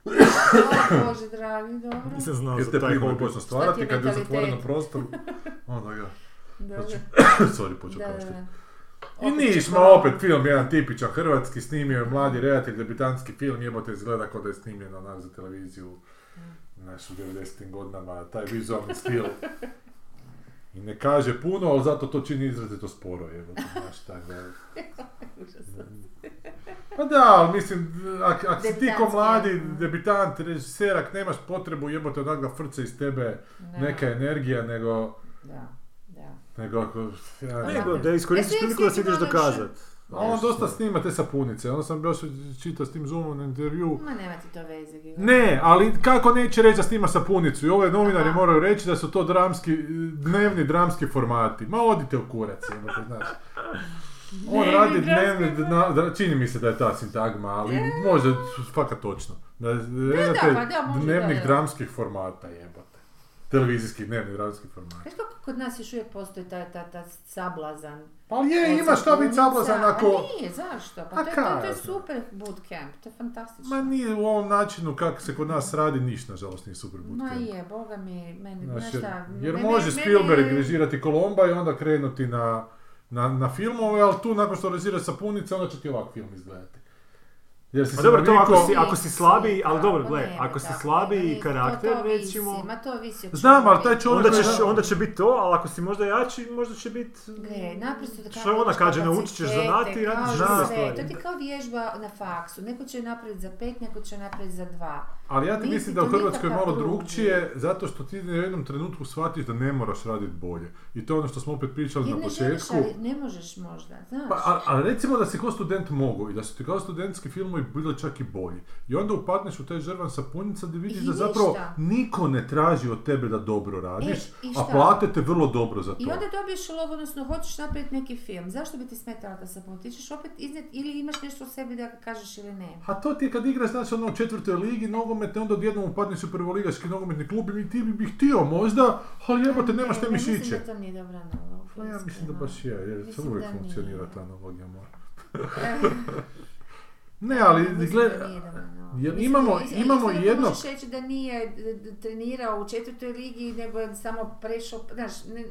A: O, Bože dragi, dobro.
C: Nisam znao
B: Jer te
C: za taj
B: prihovi
C: hobi.
B: počnu stvarati, kad je u
A: mentalitet?
B: zatvorenom prostoru, onda ga,
A: Dobro,
B: znači, sorry, počeo
A: da, da,
B: kašljati.
A: da.
B: I
A: Opet
B: niš,
A: će
B: ma
A: korona.
B: opet film jedan tipičan hrvatski, snimio je mladi redatelj, debitanski film, jebote izgleda kao da je snimljen onak za televiziju
A: Mm.
B: naš u 90. godinama, taj vizualni stil. I ne kaže puno, ali zato to čini izrazito sporo, jebote, znaš, tako da... Pa da, ali mislim, ako ak si ti ko
A: Debitantski,
B: mladi
A: mhm.
B: debitant, režiser, ak nemaš potrebu, jebote, onak da frce iz tebe
A: Da.
B: neka energija, nego...
A: Da, da.
B: Nego ako...
A: Pa
B: ja ne-
C: Nego da iskoristiš
A: Jesi
C: priliku da se
A: svjesni
C: ideš
A: da ono
C: dokazat.
B: A on dosta snima te sapunice, onda sam baš čitao s tim Zoomom na intervju.
A: Ma nema ti to veze, Gigo.
B: Ne, ali kako neće reći da snima sapunicu? I ove novinari
A: Aha.
B: moraju reći da su to dramski, dnevni dramski formati. Ma odite u kurac, jebote, znaš. On
A: Dnevni
B: radi
A: dramski
B: dnevni, dna- dra- čini mi se da je ta sintagma, ali možda, fakat točno. Da je redatelj
A: pa da, možda
B: dnevnih
A: da je.
B: dramskih formata, jebote. Televizijskih dnevnih dramskih formata.
A: Znaš kako kod nas još uvijek postoji ta, ta, ta sablazan?
B: Pa je, ima šta biti sablazan ako...
A: A nije, zašto? Pa
B: A
A: to, je, to, je- to
B: kaj?
A: je super bootcamp, to je fantastično.
B: Ma nije u ovom načinu kako se kod nas radi, niš nažalost nije super bootcamp.
A: Ma je, boga mi, meni,
B: Znaš,
A: znaš
B: jer,
A: šta,
B: jer
A: meni-
B: može
A: meni-
B: Spielberg režirati Kolomba i onda krenuti na, na, na filmove, ali tu nakon što režira sapunice, onda će ti ovak film izgledati. Jer si
C: Pa
B: se
C: dobro, to ako
B: navikao-
C: si, ako si slabiji, ali
A: Da,
C: dobro,
A: pa
C: gledaj,
A: ne,
C: ako si
A: da,
C: slabiji
A: ne,
C: karakter,
A: to, to ovisi,
C: recimo,
A: Ma to ovisi o
B: Znam,
A: čovjeku.
B: ali taj čovjek...
C: onda, ćeš, onda će biti to, ali ako si možda jači, možda će biti...
A: Gle, naprosto da
C: Što ona kaže, naučit ćeš
A: kapacitete,
C: zanati i
A: kao
C: radiš
A: za
C: druge
A: sve.
C: stvari.
A: To ti je kao vježba na faksu. Neko će napraviti za pet, neko će napraviti za dva.
B: Ali ja ti
A: Nisi
B: mislim da u
A: to
B: Hrvatskoj je
A: nikakav
B: malo
A: drugi.
B: drugčije, zato što ti u jednom trenutku shvatiš da ne moraš raditi bolje. I to je ono što smo opet pričali
A: Jer
B: na
A: ne želiš,
B: početku.
A: ali ne možeš možda, znaš.
B: Pa, a, a recimo da si kao student mogao i da su ti kao studentski filmovi bili čak i bolji. I onda upadneš u taj žrvan sapunica gdje vidiš
A: I
B: da zapravo
A: ništa.
B: niko ne traži od tebe da dobro radiš,
A: E, i
B: a
A: šta?
B: plate te vrlo dobro za to.
A: I onda dobiješ lov, odnosno hoćeš napraviti neki film. Zašto bi ti smetalo da se potičeš opet iznijet ili imaš nešto u sebi da kažeš ili ne?
B: A to ti je kad igraš znači, ono u četvrtoj ligi nogomet, onda odjednom upadneš u prvoligaški nogometni klub i ti bi, bi htio možda, ali jebote nemaš te
A: Pa Ne,
B: mišiće.
A: Ja mislim da to nije dobra analogija,
B: Pa ja mislim da
A: iskreno.
B: baš je, jer to
A: Mislim
B: uvijek
A: da
B: funkcionira
A: nije.
B: ta analogija moja.
A: Eh,
B: Ne, ali
A: mislim da
B: gled,
A: nije dobra analogija.
B: jer
A: Mislim
B: imamo-
A: da- mislim-
B: imamo
A: mislim da
B: jedno-
A: Možeš reći da nije d- d- trenirao u četvrtoj ligi, nego je samo prešao, znaš, ne,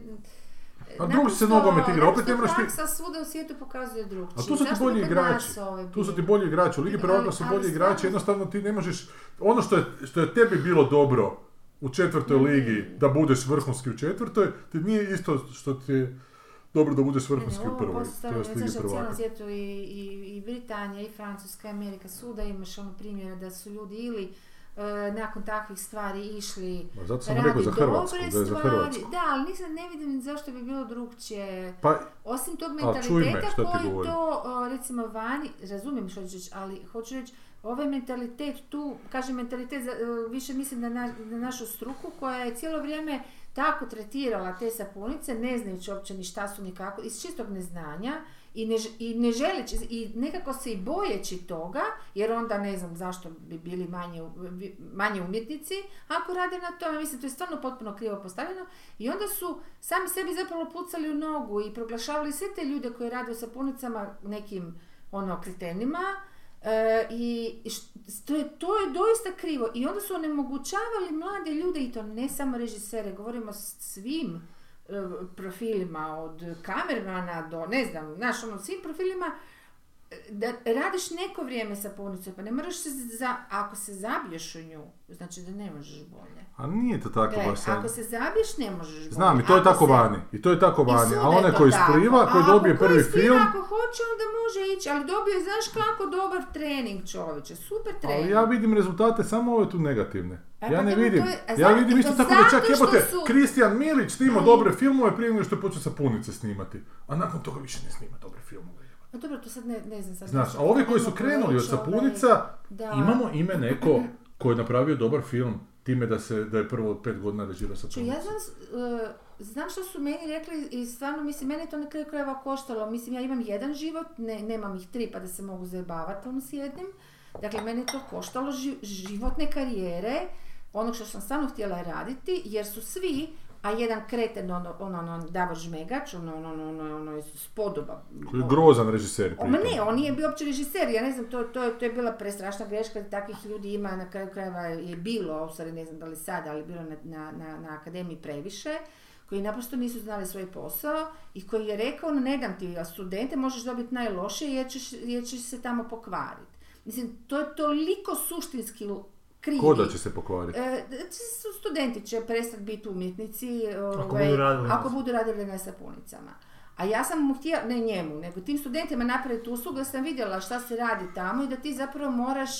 B: A drugi Pa se nogomet igra, opet ne moraš ti-
A: Praksa svuda u svijetu pokazuje drugčije.
B: A tu su ti
A: Znači, Zašto bi
B: bolji
A: kod
B: igrači.
A: nas ovaj
B: Tu su ti
A: bio?
B: bolji igrači, u Ligi
A: Ali-
B: prvaka su
A: ali
B: bolji
A: stvarno-
B: igrači, jednostavno ti ne možeš, ono što je, što je tebi bilo dobro u četvrtoj
A: Mm.
B: ligi, da budeš vrhunski u četvrtoj, ti nije isto što ti je dobro da budeš vrhunski u prvoj, to
A: je
B: jest Ligi
A: u
B: prvaka.
A: cijelom svijetu i, i, i Britanija, i Francuska, i Amerika, svuda imaš ono primjera da su ljudi ili e, nakon takvih stvari išli
B: Ma zato sam
A: raditi
B: rekao za
A: dobre
B: Hrvatsku, da je za
A: stvari.
B: Hrvatsku.
A: Da, ali nisam, ne vidim zašto bi bilo drugčije.
B: Pa
A: Osim tog
B: A, čuj me,
A: mentaliteta
B: šta ti
A: koji
B: govorim.
A: to, o, recimo, vani, razumijem što ćeš reći, ali hoću reći, ovaj mentalitet tu, kažem mentalitet, za- e, više mislim na, na, na našu struku koja je cijelo vrijeme tako tretirala te sapunice, ne znajući uopće ni šta su ni kako, iz čistog neznanja i ne, ž- i ne želeći, i nekako se i bojeći toga, jer onda ne znam zašto bi bili manje, u- bi- manje umjetnici ako rade na tome, mislim to je stvarno potpuno krivo postavljeno i onda su sami sebi zapravo pucali u nogu i proglašavali sve te ljude koji rade u sapunicama nekim ono kretenima e, i š- to je, to je doista krivo i onda su onemogućavali mlade ljude i to ne samo režisere, govorimo o svim e, profilima od kamermana do ne znam, znaš ono svim profilima da radiš neko vrijeme sa punicom, pa ne moraš se za, ako se zabiješ u nju, znači da ne možeš bolje.
B: A nije to tako
A: Gledaj,
B: baš sad.
A: E, ako se zabiješ ne možeš bolje.
B: Znam, i to je
A: Ako
B: tako
A: se-
B: vani. I to je tako
A: I
B: vani.
A: svuda
B: A
A: je
B: onaj
A: to
B: koji
A: tako.
B: ispliva,
A: A
B: koji
A: ako
B: dobije prvi
A: ispliva,
B: film,
A: Ako hoće onda može ići, ali dobio je znaš kako dobar trening čovječe, super trening.
B: Ali ja vidim rezultate samo ove tu negativne.
A: E,
B: ja
A: pa
B: ne
A: to-
B: vidim.
A: to je- a
B: ja
A: zato- e,
B: vidim isto
A: to
B: tako da čak
A: zato što
B: jebote,
A: su-
B: Kristijan Milić snimao
A: Ali-
B: dobre filmove prije nego što je počeo sa punice snimati. A nakon toga više ne snima dobre filmove. jebote.
A: Pa dobro, to sad ne, ne znam. Sad
B: Znaš,
A: nešto
B: a ovi koji su
A: imamo
B: krenuli od
A: reći, ovaj,
B: sapunica,
A: da.
B: imamo ime neko koji je napravio dobar film time da se da je prvo od pet godina režirao sa
A: Čuj, ja znam, e, znam što su meni rekli i stvarno, mislim, mene je to na kraju krajeva koštalo. Mislim, ja imam jedan život, ne, nemam ih tri pa da se mogu zajebavati ono s jednim. Dakle, mene je to koštalo ži- životne karijere, onog što sam stvarno htjela raditi, jer su svi, a jedan kreten, ono, ono, ono, Davor Žmegač, ono, ono, ono, ono, ono, spodoba.
B: Koji je grozan režiser.
A: O, Ma
B: pritom.
A: ne, on nije bio uopće režiser, ja ne znam, to, to, je- to je bila prestrašna greška, takvih ljudi ima, na kraju krajeva je bilo, u stvari ne znam da li sada, ali bilo na, na, na, na akademiji previše, koji naprosto nisu znali svoj posao i koji je rekao, ono, ne dam ti studente, možeš dobiti najlošije jer ćeš, jer ćeš se tamo pokvariti. Mislim, to je toliko suštinski l- krivi.
B: Ko da će se pokvariti?
A: E, da će se- studenti će prestati biti umjetnici ovaj,
C: budu radili na
A: ako budu radili na sapunicama. A ja sam mu htjela, ne njemu, nego tim studentima napraviti uslugu, da sam vidjela šta se radi tamo i da ti zapravo moraš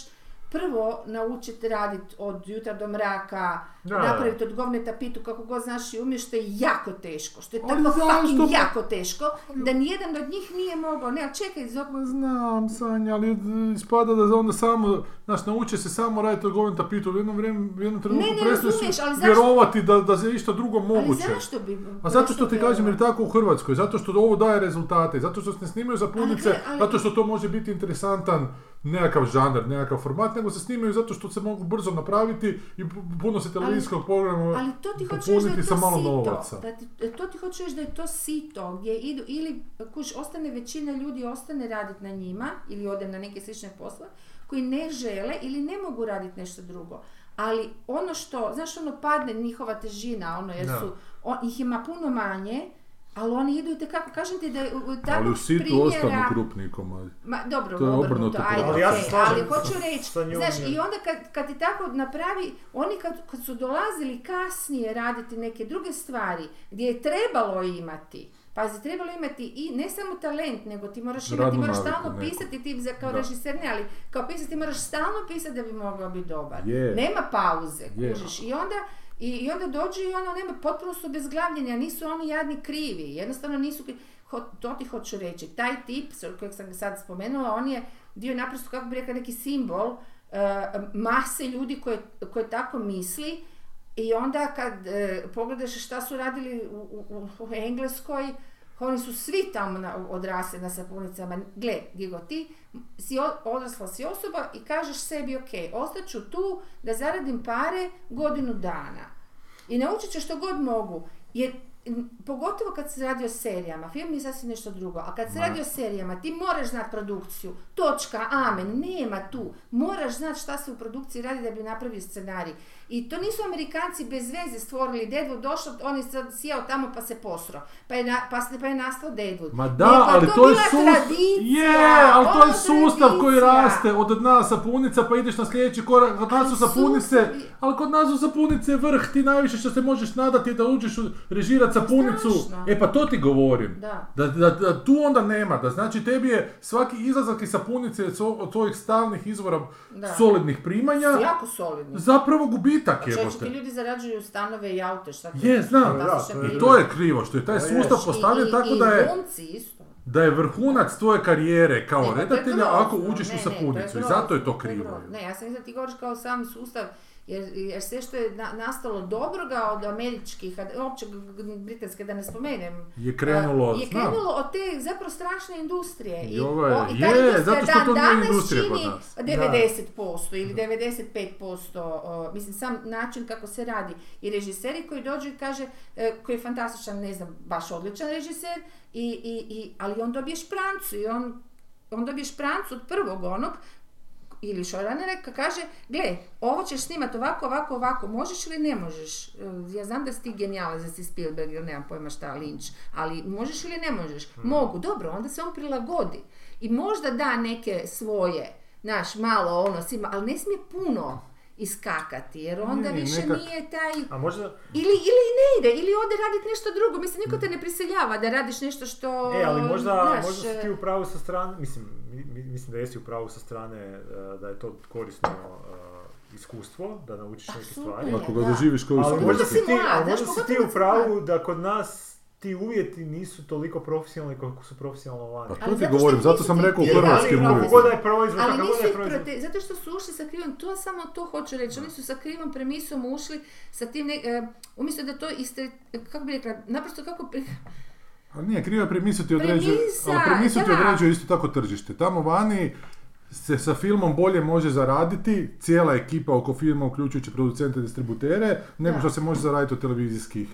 A: prvo naučiti raditi od jutra do mraka,
C: Da.
A: napraviti od govne tapitu kako god znaš i umiješ, što je jako teško, što je tako
B: Ali zašto
A: fucking
B: pa-
A: jako teško, da nijedan od njih nije mogao, ne, ali čekaj, zbog
B: Ma Znam, Sanja, ali e, ispada da onda samo, znaš, nauče se samo raditi o govom tapitu, u jednom vrijeme, u jednom trenutku
A: Ne, ne
B: prestaju
A: razumiješ, ali zašto-
B: vjerovati da, da se išta drugo moguće.
A: Ali zašto bi...
B: A zato što
A: zašto
B: ti
A: bi ono-
B: kažem,
A: ovo-
B: jer je tako u Hrvatskoj, zato što ovo daje rezultate, zato što se ne snimaju za punice,
A: gle, ali-
B: zato što to može biti interesantan nekakav žanr, nekakav format, nego se snimaju zato što se mogu brzo napraviti i pu- puno se televizijskog programa
A: Ali to ti hoćeš reći da
B: popuniti
A: je
B: sa
A: to
B: malo
A: sito.
B: novaca.
A: Da ti, e, to ti hoćeš reći da je to sito gdje idu ili kuš ostane većina ljudi ostane raditi na njima ili ode na neke slične posle koji ne žele ili ne mogu raditi nešto drugo. Ali ono što, znaš ono padne njihova težina, ono jer
C: Da.
A: su, on, ih ima puno manje, Ali oni idu itekako, kažem ti da je u- u
B: Ali u
A: takvog
B: situ ostanu
A: primjera...
B: krupni komadi.
A: Ma, dobro,
B: To je
A: obrnuto,
B: obrnuto
A: ajde, ali,
B: pravo.
C: Ali ja se slažem
A: ali hoću reći,
C: sa njom,
A: znaš,
C: jer-
A: i onda kad, kad ti tako napravi, oni kad, kad su dolazili kasnije raditi neke druge stvari, gdje je trebalo imati, pazi, trebalo imati i ne samo talent, nego ti moraš imati, ti
B: Radnu
A: moraš
B: naviku
A: stalno
B: neku.
A: pisati, ti za- kao
B: Da.
A: režiser ne, ali kao pisati ti moraš stalno pisati da bi mogao biti dobar.
B: Je.
A: Nema pauze,
B: Je.
A: kužiš, i onda... I, I onda dođu i ono, nema, potpuno su obezglavljeni, a nisu oni jadni krivi, jednostavno nisu krivi. Ho- to ti hoću reći, taj tip s- kojeg sam sad spomenula, on je bio naprosto, kako bi rekla, neki simbol e, mase ljudi koje, koje tako misli i onda kad e, pogledaš šta su radili u, u- u- u Engleskoj, oni su svi tamo na, odrasli na sapunicama. Gle, Gigo, ti si o- odrasla si osoba i kažeš sebi, ok, ostaću tu da zaradim pare godinu dana. I naučit ću što god mogu. Jer, m, pogotovo kad se radi o serijama, film je sasvim nešto drugo, a kad se radi o serijama, ti moraš znat produkciju, točka, amen, nema tu. Moraš znat šta se u produkciji radi da bi napravio scenarij. I to nisu Amerikanci bez veze stvorili Deadwood, došao, on je sad sjeo tamo pa se posro, pa je, na- pa, se- pa je nastao Deadwood.
B: Ma
A: Nego
B: da, ali to je
A: bila
B: sustav.
A: tradicija,
B: Je, ali to
A: ono
B: je sustav koji
A: tradicija.
B: raste od dna sapunica pa ideš na sljedeći korak. Kod nas
A: Ali
B: su sapunice,
A: sustavi-
B: ali kod nas su sapunice vrh. Ti najviše što se možeš nadati je da uđeš u režirat sapunicu.
A: strašno.
B: E pa to ti govorim.
A: Da.
B: Da, da- da tu onda nema. Da znači tebi je svaki izlazak iz sapunice od svo- od svojih stalnih izvora
A: Da.
B: solidnih primanja
A: Jako solidni.
B: zapravo gubitak
A: Pa čovječe,
B: jebote.
A: ti ljudi zarađuju stanove i aute, šta ti-
B: Je, znam.
C: Da,
A: Klasičan
C: to je-
B: I
A: primjer.
B: to je krivo što je taj sustav
A: I-
B: postavljen
A: i-
B: tako da je...
A: I glumci isto.
B: da je vrhunac tvoje karijere kao
A: Ne, pa to je
B: redatelja
A: grozno.
B: ako uđeš
A: Ne,
B: u
A: ne, to je
B: sapunicu i
A: grozno,
B: zato je
A: to
B: to
A: je
B: krivo.
A: grozno. Ne, ja sam mislila ti govoriš kao sam sustav, jer, jer sve što je na- nastalo dobroga od američkih, a uopće g- g- britanske da ne spomenem,
B: Je krenulo,
A: je
B: znam.
A: krenulo od te zapravo strašne industrije.
B: I ovo je-
A: i ta
B: je,
A: industrija
B: zato što
A: dan
B: to nije
A: danas
B: industrija kod
A: čini
B: nas.
A: 90% ili 95%, o, mislim sam način kako se radi. I režiseri koji dođu i kaže, e, koji je fantastičan, ne znam, baš odličan režiser, i, i, i, ali on dobije šprancu i on, on dobije šprancu od prvog onog ili showrunnera ka kaže, gle, ovo ćeš snimat ovako, ovako, ovako, možeš ili ne možeš? E, Ja znam da si ti genijalan, da si Spielberg ili nemam pojma šta, Lynch, ali možeš ili ne možeš? Mogu, dobro, onda se on prilagodi i možda da neke svoje, znaš, malo ono, svima, ali ne smije puno iskakati, jer onda
B: Ne,
A: više
B: nekak-
A: nije taj...
C: A možda,
A: Ili, ili i ne ide, ili ode raditi nešto drugo. Mislim, niko te ne prisiljava da radiš nešto što...
C: E, ali možda,
A: Um, znaš,
C: možda si ti
A: e,
C: u pravu sa strane, mislim, mi- mi- mislim da jesi u pravu sa strane e, da je to korisno e, iskustvo, da naučiš neke
A: Apsolutno
C: stvari.
A: je.
B: Ako ga
A: Da.
B: doživiš kao u
C: Ali
A: Pogotovo
C: možda
B: sapunici.
A: si
C: si ti,
A: mlad,
C: ali
A: znaš,
C: možda si ti
A: pogotovo
C: u
A: si
C: pravu da kod nas ti uvjeti nisu toliko profesionalni koliko su profesionalno vani.
B: Pa
A: Ali
B: to ti
A: zato što
B: govorim,
A: ih
B: zato
A: nisu
B: sam
A: ti
B: rekao
A: htjeli,
B: hrvatski
A: ali-
B: mur.
C: kako god da je proizvod,
A: Ali
C: kako god
A: nisu
C: da
A: ih
C: je proizvod.
A: prote... zato što su ušli sa krivom, to samo to hoću reći, oni su sa krivom premisom ušli sa tim, ne... e, umjesto da to istre, kako bi rekla, naprosto kako, pri-
B: A nije, kriva premisa ti određuje,
A: Premisa,
B: ali premisu ti
A: da.
B: određuje isto tako tržište. Tamo vani se sa filmom bolje može zaraditi, cijela ekipa oko filma, uključujući producente i distributere, nego
A: Da.
B: što se može zaraditi od televizijskih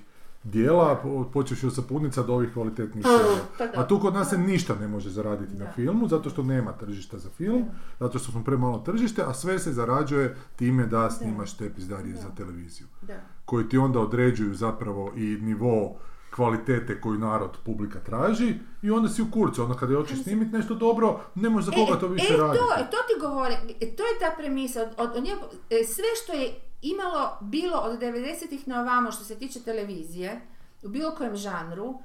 B: dijela, po- počevši od sapunica do ovih kvalitetnih
A: pa
B: serija.
A: da.
B: A tu kod nas se ništa ne može zaraditi na
A: Da.
B: filmu, zato što nema tržišta za film, zato što smo premalo tržište, a sve se zarađuje time da snimaš te pizdarije za televiziju
A: da.
B: koji ti onda određuju zapravo i nivo kvalitete koju narod, publika traži i onda si u kurcu, onda kada hoćeš snimiti nešto dobro, ne možeš za koga to više
A: e,
B: raditi.
A: To, e, to ti govori, to je ta premisa, od, od- od nje- e, sve što je imalo, bilo od 90-ih na ovamo što se tiče televizije, u bilo kojem žanru,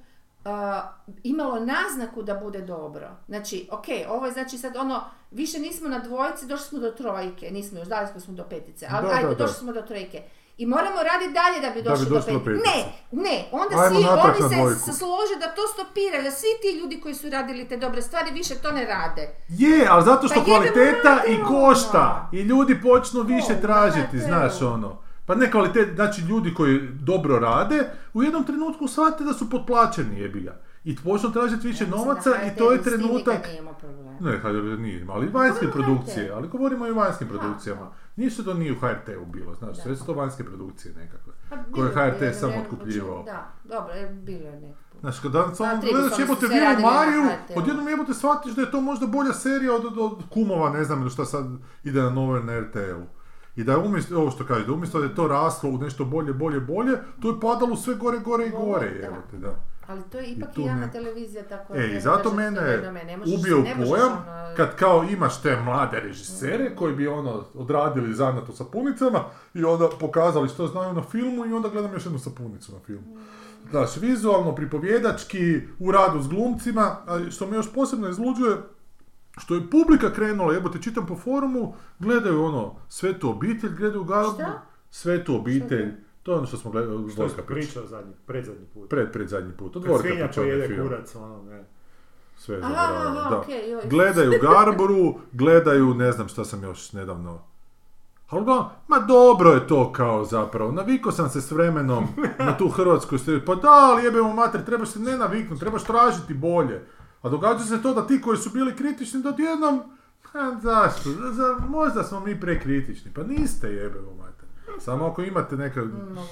A: a, imalo naznaku da bude dobro. Znači, ok, ovo je znači sad ono, više nismo na dvojici, došli smo do trojke, nismo još, daleko smo do petice, ali
B: Da,
A: ajde,
B: da, da.
A: došli smo do trojke. I moramo raditi dalje da bi
B: Da bi
A: došli,
B: došli do
A: do petice.
B: petice.
A: Ne, ne, onda
B: Ajmo
A: svi,
B: natrag na
A: oni
B: dvojku.
A: se slože da to stopiraju, da svi ti ljudi koji su radili te dobre stvari više to ne rade.
B: Je, ali zato što
A: Pa jebe mu
B: kvaliteta
A: mater,
B: i košta i ljudi počnu više
A: O,
B: tražiti,
A: mater.
B: znaš ono. Pa ne kvalitet, znači ljudi koji dobro rade, u jednom trenutku shvate da su potplaćeni jebiga. I počnu tražiti više
A: Mislim da
B: Znači, novaca i
A: HRT
B: to je
A: s tim nikad
B: trenutak...
A: nije imao problema.
B: Ne, HRT nije, ali vanjske
A: Govorimo o
B: produkcije,
A: HRT-u.
B: ali govorimo i o vanjskim
A: Da.
B: produkcijama. Ništa to nije u HRT-u bilo, znaš,
A: Da.
B: sve su to vanjske produkcije nekakve,
A: Pa bilo
B: koje je
A: je jedno
B: HRT samo
A: vrijeme
B: otkupljivao.
A: početak, Da, dobro, je bilo je nekako.
B: Znaš, kad danas
A: Pa,
B: ono
A: tri
B: gledaš
A: su
B: jebote
A: se
B: Vilu
A: radili na
B: Mariju,
A: HRT-u.
B: odjednom jebote shvatiš da je to možda bolja serija od, od, od kumova, ne znam ili šta sad ide na nove na RTL-u. I da je umjesto, ovo što kažeš, da umjesto da je to raslo u nešto bolje, bolje, bolje, to je padalo sve gore, gore i
A: Gore,
B: gore,
A: da.
B: jebote, da.
A: Ali to je ipak
B: tu
A: i javna
B: ne-
A: televizija, tako
B: E,
A: je.
B: i zato mene ubio u pojam
A: ono,
B: kad kao imaš te mlade režisere koji bi ono odradili zanat u sapunicama i onda pokazali što znaju na filmu i onda gledam još jednu sapunicu na filmu. Znaš, vizualno, pripovjedački, u radu s glumcima, a što me još posebno izluđuje, što je publika krenula, jebote, čitam po forumu, gledaju ono, svetu obitelj, gledaju Galbu,
A: Šta?
B: svetu obitelj, to je ono što smo gledali,
C: Što
B: Dvorka
C: sam
B: priča.
C: pričao zadnji, predzadnji put.
B: Pred, pred zadnji put, od
C: Kad
B: Dvorka
C: svinja
B: pričao onaj
C: pojede
B: film.
C: kurac, ono, ne.
B: Sve je
A: Aha,
B: zaboravio,
A: aha,
B: da.
A: okej, joj.
B: Gledaju Garboru, gledaju, ne znam šta sam još nedavno... Ali uglavnom, ma dobro je to kao zapravo, navikao sam se s vremenom na tu hrvatsku seriju, pa da, ali jebemo mater, trebaš se ne naviknuti, trebaš tražiti bolje. A događa se to da ti koji su bili kritični, da odjednom, a zašto, za- za- možda smo mi prekritični, pa niste jebemo mater. Samo ako imate neka,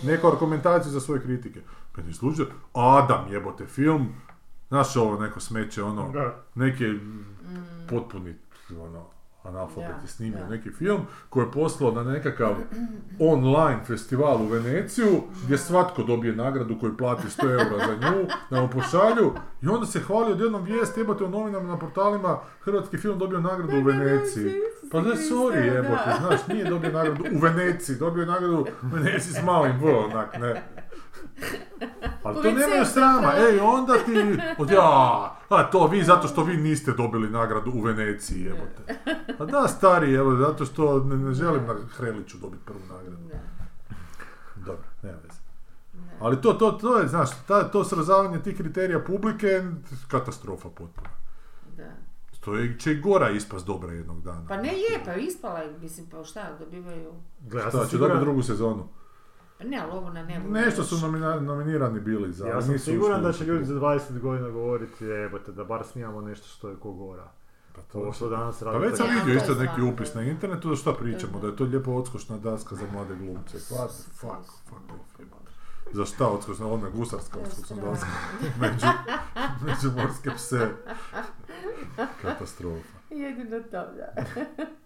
B: neku argumentaciju za svoje kritike. Kad ne služi, Adam jebote film, znaš ovo neko smeće, ono,
C: Da.
B: neke potpuni ono, analfabet
A: Da,
B: je snimio
A: da.
B: neki film koji je poslao na nekakav online festival u Veneciju gdje svatko dobije nagradu koju plati 100 eura za nju, da mu pošalju i onda se hvali odjednom vijest jebote u novinama na portalima hrvatski film dobio nagradu u Veneciji. Pa da, sorry
A: Da.
B: jebote, znaš, nije dobio nagradu u Veneciji, dobio je nagradu u Veneciji s malim V, onak, ne. Ali to
A: Povicente,
B: nemaju srama,
A: da.
B: ej, onda ti, od ja, a to vi zato što vi niste dobili nagradu u Veneciji, jebote. Pa da, stari, evo, zato što ne, ne želim na Hreliću dobiti prvu nagradu.
A: Da.
B: Dobro, nema veze. Ali to, to, to je, znaš, ta, to srozavanje tih kriterija publike, katastrofa potpuno.
A: Da.
B: To je, će i gora ispast dobra jednog dana.
A: Pa ne je, pa ispala je, mislim, pa šta, dobivaju...
C: Gle, ja
B: Šta,
C: sam
B: će
C: siguran-
B: dobiti drugu sezonu?
A: Pa ne, ali ovo na nebu.
B: Nešto su nomina- nominirani bili za...
C: Ja
B: ali
C: sam
B: nisu
C: siguran da
B: uspjeli.
C: će ljudi za 20 godina govoriti, jebote, da bar snimamo nešto što je ko gora.
B: Pa to-
C: Ovo što danas
B: Pa
C: radi.
B: već sam
A: Ja,
B: vidio
A: to je
B: isto neki
A: stvarno.
B: upis na internetu, da šta pričamo, da je to lijepo odskočna daska za mlade glumce. What the fuck, fuck off, jebote. Za šta odskočna, ona je gusarska
A: To je
B: odskočna
A: strašno.
B: daska. Među, međumorske pse. Katastrofa.
A: Jedino to, da.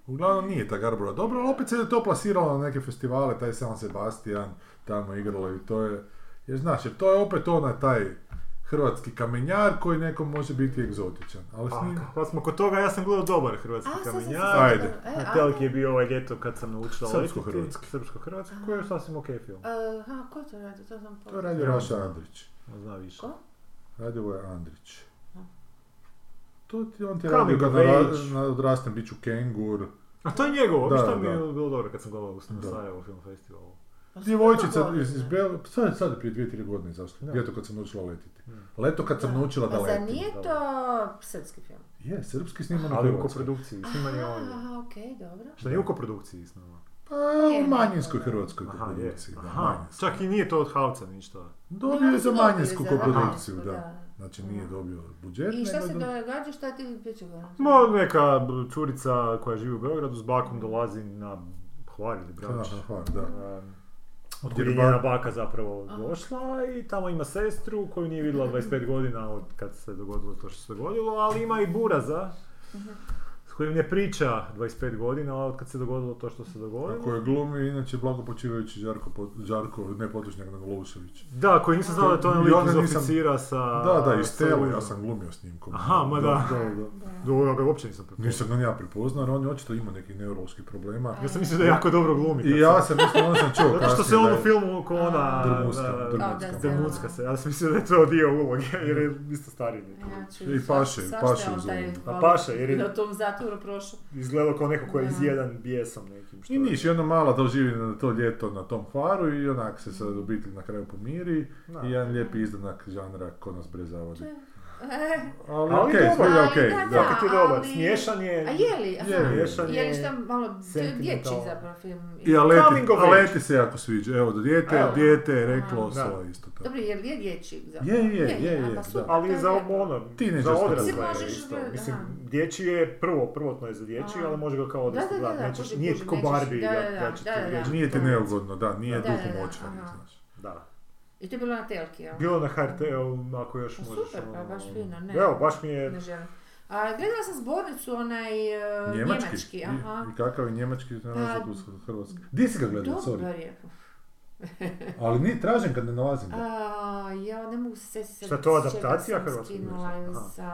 B: Uglavnom nije ta Garbora dobra, ali opet se je to plasiralo na neke festivale, taj San Sebastian, tamo igralo i to je... Jer znaš, jer to je opet onaj taj hrvatski kamenjar koji nekom može biti egzotičan. Ali s njim...
C: Kad smo kod toga, ja sam gledao dobar hrvatski
A: A, sad sam se
C: kamenjar.
A: sjetila.
B: Ajde.
A: E,
C: Na
A: a-
C: telki je bio ovaj ljeto kad sam naučila letiti.
B: Srpsko-hrvatski.
C: Srpsko-hrvatski, koji je sasvim okej film.
A: Aha, e, ko to radi? To sam
B: To je
A: pogledala.
B: radio
C: Ja.
B: Raša Andrić.
C: On zna više.
A: Ko?
B: Radio je Andrić.
A: A.
B: To ti on ti je radio
C: Coming
B: kad
C: of
B: nara-
C: age.
B: na odrastem biću kengur.
C: A to je njegovo,
B: Da,
C: što mi
B: da.
C: je bilo dobro kad sam gledao u
B: Da.
C: Sarajevo film festivalu.
A: Pa su to
B: Djevojčica
A: godine.
B: iz, iz Bel... Sad, sad je prije dvije, tri godine zašto.
C: Da.
B: Ljeto kad sam naučila letiti.
C: Mm.
B: Leto kad sam naučila da
A: Pa zar
B: letim.
A: nije
C: da.
A: to srpski film?
B: Je, srpski sniman u
C: Ali u
B: Hrvatskoj.
C: koprodukciji, sniman je ovdje.
A: Aha, okej, dobro.
C: Što nije u koprodukciji s nama?
B: Pa, u manjinskoj Hrvatskoj
C: Aha, je.
B: koprodukciji. Da,
C: Aha,
B: manjinskoj.
C: čak i nije to od Havca ništa.
B: Dobio je
A: Oni su
B: za
A: dobili
B: manjinsku
A: za
B: koprodukciju,
A: manjinsku,
B: da. Znači nije dobio budžet,
A: I šta
B: nego
A: se
B: je dobio-
A: događa, šta ti priča
C: No, neka b- curica koja živi u Beogradu s bakom dolazi na Hvar ili Brač.
B: Aha, Hvar, da.
C: Um, Od
B: Gdje
C: kuda je
B: je
C: njena
B: ba-
C: baka zapravo
A: Aha.
C: došla i tamo ima sestru koju nije vidjela 25 godina od kad se dogodilo to što se dogodilo, ali ima i buraza s kojim ne priča 25 godina od kad se dogodilo to što se dogodilo.
B: Ako je glumi, inače blago počivajući Žarko, Pot- Žarko ne Potočnjak, nego Lovšević.
C: Da, koji nisam znao da je to je
B: Ja
C: lik
B: ga
C: iz
B: nisam-
C: oficira sa...
B: Da, da, iz
C: sa
B: tela,
C: Ujom.
B: ja sam glumio s njim.
C: Aha, ma da.
B: da, da.
C: Do, ja ga uopće nisam prepoznao.
B: Nisam ga ni ja prepoznao, jer on je očito imao nekih neurologskih problema.
C: Ja sam mislio da je jako dobro glumi. kad
B: I ja sam mislio, onda sam čuo
C: Zato što se
B: kasnije
C: on
B: da
C: u
B: je-
C: filmu ko ona...
B: Drmuska,
C: da-
B: Drmuska.
A: Da, da,
C: da, Drmuska se. Ja sam mislio da je to dio uloge, jer je isto stariji neki lik.
B: I paše, paše uz
C: A paše, jer je-
A: pa Na tom zatvoru prošao.
C: Izgledao kao neko ko je
A: Da.
C: izjedan bijesom nekim. Što
B: I niš, i ona mala doživi na to ljeto na tom hvaru i onak se sad obitelj na kraju pomiri
C: Da.
B: i jedan lijepi izdanak žanra ko nas bre zavodi.
A: E,
B: Ali
C: Ali
B: okej,
C: dobro.
B: zbilja
A: Ali
B: Pa okej,
A: da,
B: da.
A: da.
C: Fakat je dobar,
A: ali-
C: smiješan je.
A: A je li? Aha.
B: Je li?
C: Smiješan
A: Je li šta malo, to je
C: sentimentalan.
A: dječji zapravo film.
B: I a leti,
C: Coming of
B: a
C: age.
B: leti se jako sviđa, evo, dijete,
C: Evo.
B: dijete je reklo
C: Da.
B: svoje isto tako.
A: Dobro, je li je dječji zapravo?
B: Je, je, je,
A: a
B: je,
A: pa
B: da.
A: super, to
C: Ali
A: je
C: za
A: lijepo.
C: ono, za
B: Tinejdžerska
C: odrasle
A: publika.
C: je
A: Možeš
C: isto.
A: gledati,
C: Mislim,
A: aha.
C: dječji je prvo, prvotno je za dječji,
A: Aha.
C: ali može ga kao odrasli
A: Da, da, da,
C: gledati.
A: da,
C: Nećeš,
A: kužim,
C: nije
A: kužim,
C: ko
A: nećeš-
C: Barbie
A: da,
C: da,
A: da, da,
C: da, će ti
A: da, da.
C: reći.
B: Nije ti
A: Da.
B: neugodno, da, nije
A: Da, da, da,
B: duhom očvari,
A: aha.
B: znaš.
C: Da.
A: I to je bilo na telki, jel?
C: Bilo na HRT-u, ako još
A: Pa
C: možeš.
A: super, pa
C: ono,
A: baš fino, ne.
C: Evo, baš mi je...
A: Ne želim. A gledala sam zbornicu onaj e,
B: Njemački?
A: njemački
B: I-
A: aha. Pa,
B: I kakav je njemački na razliku od hrvatski? Gdje si ga gledao,
A: Dobar
B: sorry?
A: je.
B: Ali ni tražim kad ne nalazim ga.
A: A, ja ne mogu se sjetiti
C: Šta je to,
A: s čega
C: adaptacija
A: sam
C: hrvatskog
A: skinula
C: jezika? Aha.
A: sa...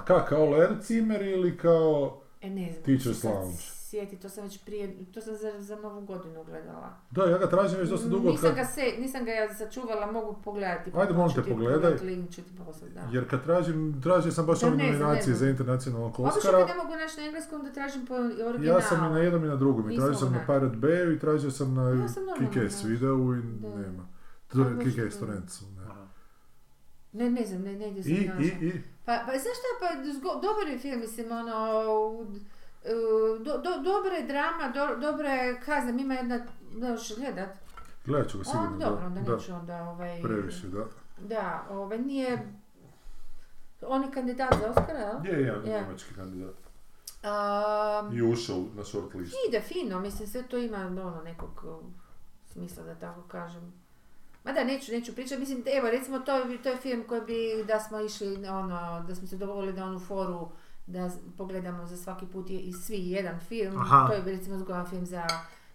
B: A ka, kao Ler Cimer ili kao...
A: E, ne znam,
B: Teacher's
A: što se sad
B: Lounge.
A: Sjeti, to sam već prije, to sam za, za novu godinu gledala.
B: Da, ja ga tražim već dosta E, dugo.
A: Nisam
B: Kad,
A: ga, se, nisam ga ja sačuvala, mogu pogledati.
B: Ajde, molim te,
A: ću ti
B: pogledaj.
A: pogledati Link ću ti poslati, da.
B: jer kad tražim, tražio sam baš
A: Da,
B: ove
A: ne znam,
B: nominacije
A: ne znam.
B: za internacionalnog
A: Obično
B: Oscara.
A: kad ne mogu naći na engleskom da tražim po originalu.
B: Ja sam i na jednom i na drugom. I
A: Nisam
B: tražio sam na
A: mogla.
B: Pirate Bay i tražio sam na
A: Ja sam normalno
B: Kick-Ass
A: našla.
B: videu i
A: Da.
B: nema.
A: A, baš
B: Kick-Ass
A: da.
B: torrent su, ne.
C: Aha.
A: Ne, ne znam, ne, negdje sam
B: I,
A: našla.
B: i, i,
A: Pa, pa znaš šta, pa zgo- dobar je film, mislim, ono, u- e, do, do, dobra je drama, do, dobra je kazna, ima jedna, da još gledat.
B: gledat ću ga
A: A,
B: Pa sigurno,
A: dobro,
B: da.
A: onda
B: Da,
A: neću onda, ovaj...
B: previše, da.
A: Da, ovaj, nije... On je kandidat za Oscara, jel?
B: Je, je,
A: Je.
B: njemački kandidat.
A: Am,
B: I ušao na short list.
A: Ide fino, mislim, sve to ima ono nekog um, smisla, da tako kažem. Ma da, neću, neću pričati, mislim, evo, recimo, to, bi- to je film koji bi, da smo išli, na ono, da smo se dogovorili na onu foru, da z- pogledamo za svaki put je, i svi jedan film,
C: Aha.
A: to je bi, recimo zgodan film za,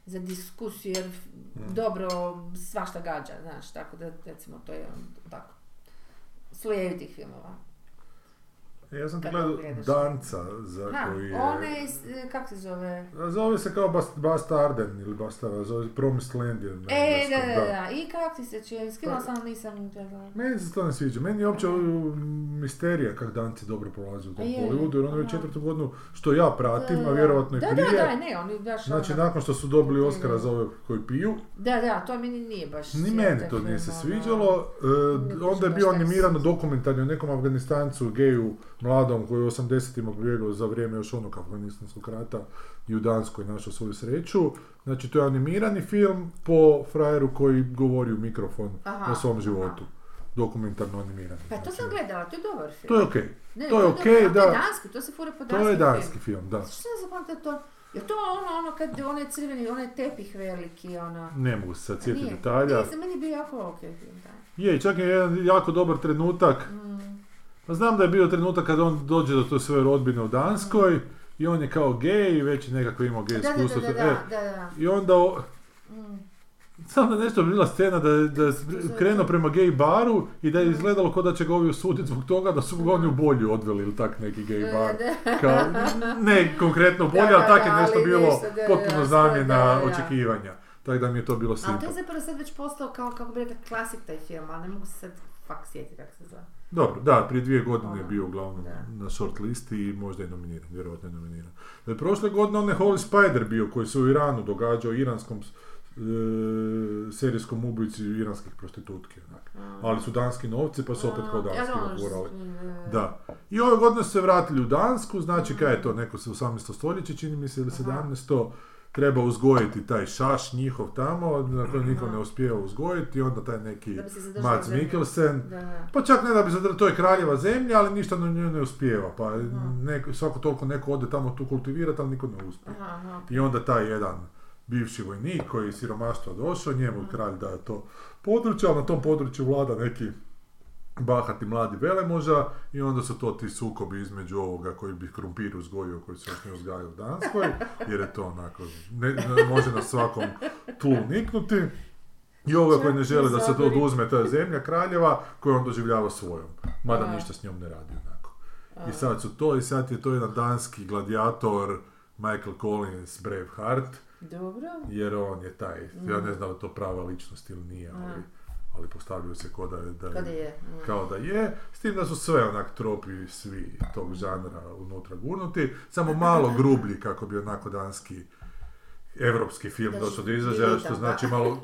A: za diskusiju, jer f- dobro svašta gađa, znaš, tako da, recimo, to je on, tako, slojevitih filmova.
B: Ja sam
A: Kad
B: gledao
A: pogledaš.
B: Danca za
A: Da,
B: koji je...
A: onaj, s- kako se zove,
B: A Zove se kao Bast, Bastarden ili Bastarden, zove se Promised Land je na
A: E, da,
B: engleskom,
A: da, da, i kako ti se čuje, skinula
B: Pa-
A: sam, nisam gledala.
B: Meni se to ne sviđa, meni je uopće uh, misterija kak Danci dobro prolazi u tom
A: A je,
B: Hollywoodu, jer on već
A: aha.
B: četvrtu godinu, što ja pratim,
A: Da,
B: a
A: da.
B: vjerojatno i
A: da,
B: prije,
A: Da, da, ne, oni baš
B: znači
A: ono-
B: nakon što su dobili
A: Da,
B: Oscara
A: da.
B: za ove koji piju,
A: Da, da, to meni nije baš...
B: Ni
A: sjeo
B: meni
A: taj
B: to
A: film,
B: nije se
A: ono.
B: sviđalo. E,
A: ne
B: onda je
A: znam
B: bio
A: šta je s-
B: animirano dokumentarni o nekom Afganistancu, geju, mladom koji je u 80-ima pobjegao za vrijeme još onog Afganistanskog rata i u Danskoj našao svoju sreću. Znači to je animirani film po frajeru koji govori u mikrofon
A: Aha,
B: o svom
A: aha.
B: životu. Dokumentarno animirani.
A: Pa to
B: Znači,
A: sam gledala, to je dobar film.
B: To je okej.
A: Ne,
B: to je
A: dobar,
B: okej,
A: ali To je
B: da.
A: danski, to se fura po danskim
B: To je danski film, da.
A: Što sam zapamtila to? Je to ono, ono kad onaj crveni, onaj tepih veliki, ono...
B: Ne mogu se sad sjetiti
A: Nije,
B: detalja.
A: Nije, za meni je bio jako ok film, da.
B: Je, i čak je jedan jako dobar trenutak.
A: Mm,
B: Pa znam da je bio trenutak kad on dođe do to svoje rodbine u Danskoj i on je kao gej i već je nekako imao gej
A: Da, da,
B: iskustvo.
A: da, da,
B: E,
A: da, da, da.
B: I onda, o-
A: Mm.
B: znam da je nešto bila scena da je, da je krenuo prema gej baru i da je izgledalo kao da će ga ovi osuditi zbog toga da su ga oni u bolju odveli ili tak neki gej bar.
A: Da, da.
B: Kao, ne konkretno
A: E. Da,
B: bolje,
A: da,
B: ali tak je
A: da,
B: nešto
A: ali
B: bilo
A: nešto, da, da,
B: potpuno
A: da,
B: zamjena
A: da, da.
B: očekivanja. Tako da mi je to bilo
A: Ali to
B: simpa.
A: je zapravo sad već postao kao, kako bi rekla, klasik taj film, ali ne mogu se sad fak sjetiti kako se zove.
B: Dobro, da, prije dvije godine je
A: Ono,
B: bio uglavnom
A: da.
B: na short listi i možda je nominiran, vjerojatno je nominiran. E, prošle godine on je Holy Spider bio koji se u Iranu događao, iranskom e, serijskom ubojici iranskih prostitutki. onak. Ali su danski novci pa su opet kao danski
A: ono
B: nagurali.
A: да.
B: Da. I ove godine su se vratili u Dansku, znači kaj je to, neko se 18. stoljeće čini mi se ili
A: Mhm. Aha.
B: 17. treba uzgojiti taj šaš njihov tamo, na koji niko ne uspijeva uzgojiti i onda taj neki
A: Mhm. Da bi se zadržali
B: Mads
A: zemlje.
B: Mikkelsen
A: Da.
B: pa čak ne da bi zadržao, to je kraljeva zemlja, ali ništa na njoj ne uspijeva. Pa
A: Mhm.
B: neko, svako toliko neko ode tamo tu kultivirati, ali niko ne uspije.
A: Aha, aha.
B: I onda taj jedan bivši vojnik koji je iz siromaštva došao,
A: Mhm.
B: njemu kralj daje to područje, ali na tom području vlada neki bahati mladi velemoža i onda su to ti sukobi između ovoga koji bi krumpir uzgojio, koji se još ne uzgajao u Danskoj, jer je to onako, ne, ne- može na svakom tlu niknuti. I ovo koji ne želi da se to oduzme, to je zemlja kraljeva koju on doživljava svojom, mada
A: A.
B: ništa s njom ne radi onako. I sad su to, i sad je to jedan danski gladijator, Michael Collins, Braveheart,
A: Dobro.
B: jer on je taj, ja ne znam da li je to prava ličnost ili nije, ali,
A: Mm.
B: ali postavljaju se ko da je, da
A: Kada
B: je
A: je? Mm.
B: kao da je, s tim da su sve onak tropi svi tog žanra unutra gurnuti, samo malo grublji kako bi onako danski evropski film
A: Da
B: došao
A: su
B: do izražaja,
A: ritam,
B: što
A: da.
B: znači malo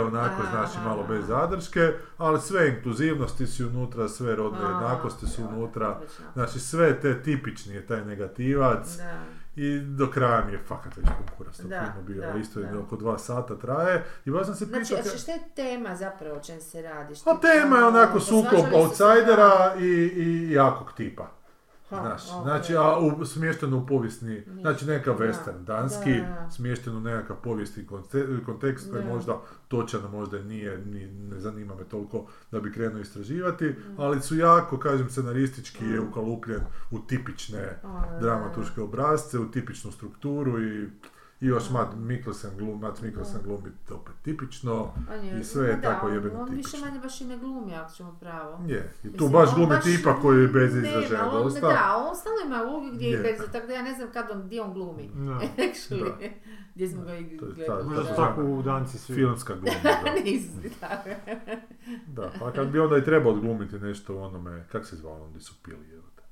B: onako
A: Aha,
B: znači malo
A: aha.
B: bez zadrške, ali sve inkluzivnosti su unutra, sve rodne
A: Aha,
B: jednakosti su
A: da,
B: unutra,
A: odlično.
B: znači sve te tipični je taj negativac,
A: Da.
B: i do kraja mi je fakat već konkurac to
A: Da,
B: film bio,
A: da,
B: isto je
A: da.
B: oko dva sata traje i baš sam se
A: Znači,
B: pitao...
A: a
B: ka-
A: šta je tema zapravo o čem se radi? Šta
B: a tema je onako
A: Pa
B: sukob
A: svađali su se,
B: outsidera i, i jakog tipa.
A: da. Ha,
B: znaš,
A: ok.
C: Значи,
B: znači, a u, smješten u povijesni, znači neka
A: Da,
B: western, danski,
A: da, da.
B: smješten u nekakav povijesni konte- kontekst koji
A: Da.
B: možda točan, možda i nije, ni, ne zanima me toliko da bi krenuo istraživati,
A: Mm.
B: ali su jako, kažem, scenaristički je ukalupljen u tipične
A: A, Mm. da, da, da.
B: dramatuške obrazce, u tipičnu strukturu i I još Matt Mikkelsen glumi, Matt Mikkelsen glumi opet tipično.
A: On je,
B: I sve je
A: ma
B: tako
A: on-
B: jebeno
A: On više
B: tipično.
A: manje baš i ne glumi, ako ćemo pravo.
B: Je, i tu
A: Mislim,
B: baš
A: on
B: glumi
A: baš
B: tipa koji je bez
A: nema,
B: izražaja
A: on-
B: dosta.
A: Da, on stalno ima ulogi gdje je
B: Je.
A: bez, tako da ja ne znam kad on, gdje on glumi.
C: Da.
A: Actually, gdje smo ga i
B: to je
A: gledali.
C: Možda su
A: da.
C: tako u danci svi.
B: Filmska gluma, da.
A: Nisu, da.
B: Da, pa kad bi onda i trebao odglumiti nešto u onome, kak se zvalo onda su pili, jel te?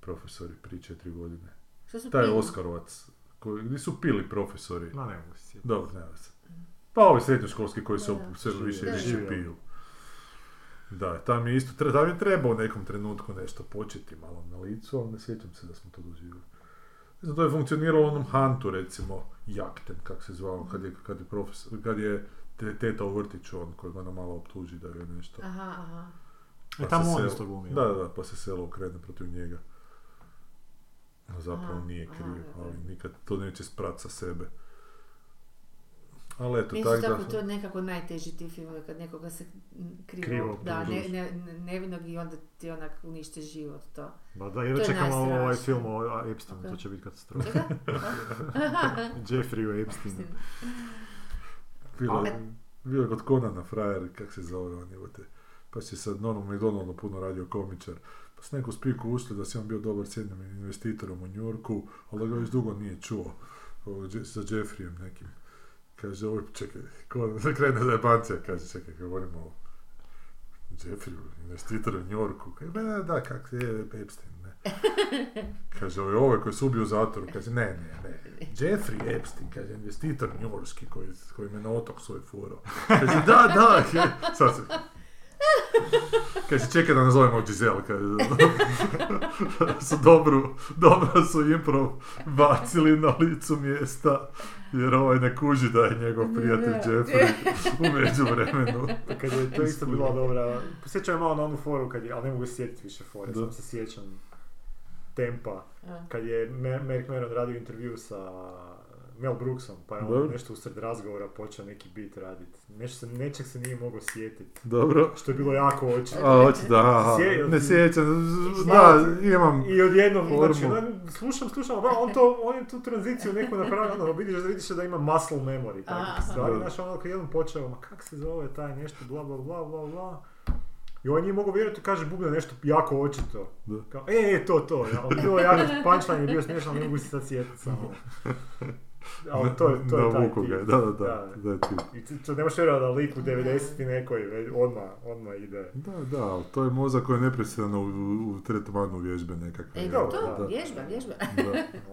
B: Profesori prije četiri godine.
A: Što su
B: Taj
A: pili?
B: Oskarovac, koji, gdje su pili profesori.
C: Ma ne mogu se sjetiti.
B: Dobro, ne veze. Pa ovi srednjoškolski koji se
A: Da, da.
B: sve više i
A: Da,
B: više
C: da.
B: piju. Da, tam je isto, tre- tam je trebao u nekom trenutku nešto početi malo na licu, ali ne sjećam se da smo to doživjeli. Ne znam, to je funkcioniralo u onom Hantu, recimo, Jakten, kak se zvao, kad je, kad je, profesor, kad je te- teta u vrtiću, on koji ga ona malo optuži da je nešto.
A: Aha, aha.
C: E,
B: Pa
C: tamo
B: se
C: on
B: selo-
C: isto glumi. jel?
B: Da, da, da, pa se selo okrene protiv njega. A Zapravo
A: Aha,
B: nije
A: aha,
B: kriv,
A: da, da.
B: ali nikad to neće sprat sa sebe. Ali eto,
A: Meni
B: tak
A: su tako to
B: da...
A: nekako najteži ti filmovi, kad nekoga se mm, krivo,
C: Krivo
A: da, ne,
C: optužiš.
A: ne, ne- nevinog i onda ti onak unište život to.
C: Ba, Pa da, jedva
A: To je
C: čekamo ovaj
A: najstrašnije.
C: film o a, Epsteinu, to
A: Ok.
C: će biti katastrofa.
A: Čega?
C: Jeffrey Epsteinu.
B: Bilo,
C: Ali-
B: bilo je kod Conana frajer, kak se zove on, jebote. Pa si sad Norman McDonaldom puno radio komičar. Pa s neku spiku ušli da si on bio dobar s jednim investitorom u Njorku, ali da ga još dugo nije čuo. Ovog Je- sa Jeffreyem nekim. Kaže, ovo, čekaj, Conan, krene za jebancija, kaže, čekaj, govorimo o Jeffreyu, investitoru u Njorku. Kaže, da, da, kak se je, Epstein, ne. Kaže, ovo je ovaj koji se ubio u zatvoru. Kaže, ne, ne, ne. Jeffrey Epstein, kaže, investitor njorski koji, koji me na otok svoj furo. Kaže, da, da, kaže, sad se... Kaže, čekaj da nazovemo Giselle, kaže, su dobru, dobro su improv bacili na licu mjesta, jer ovaj ne kuži da je njegov prijatelj
A: Da.
B: Jeffrey u međuvremenu.
C: Pa Kad je to isto
B: Iskudio.
C: bila dobra, sjećam je malo na onu foru kad je, ali ne mogu se sjetiti više fore,
B: Da.
C: samo se sjećam tempa.
A: A.
C: Kad je Mer- Merrick Meron radio intervju sa Mel Brooksom, pa je on
B: Dobro.
C: nešto usred razgovora počeo neki bit raditi. Nešto se, nečeg se nije mogao sjetiti,
B: Dobro.
C: što je bilo jako očito.
B: A, hoće da, aha,
C: Sjećam
B: ne
C: se.
B: sjećam, da,
C: Malo-
B: imam,
C: I odjednom,
B: Formu.
C: znači, on- slušam, slušam, ba, on, to, on je tu tranziciju neku napravio, ono, vidiš, da vidiš da ima muscle memory,
A: Aha.
C: tako stvari,
B: Da.
C: znaš, ono, kad je on počeo, ma kak se zove taj nešto, bla, bla, bla, bla, bla, i on nije mogao vjerovati, kaže, bubne nešto jako očito.
B: Da.
C: Kao, e, e, to, to, ja, ali bilo je jako, punchline je bio smiješan, ali ne mogu se sad sjetiti samo. Ali to je, to je taj
B: navuku ga je,
C: tip.
B: da, da, da, da je tip.
C: I ti- to ne možeš vjerovati da lik u 90-ti nekoj već odmah, odmah ide.
B: Da, da, ali to je mozak koji je neprestano u, u tretmanu vježbe nekakve.
A: E,
B: jel?
C: dobro,
A: to,
B: da.
A: vježba, vježba.
B: Da.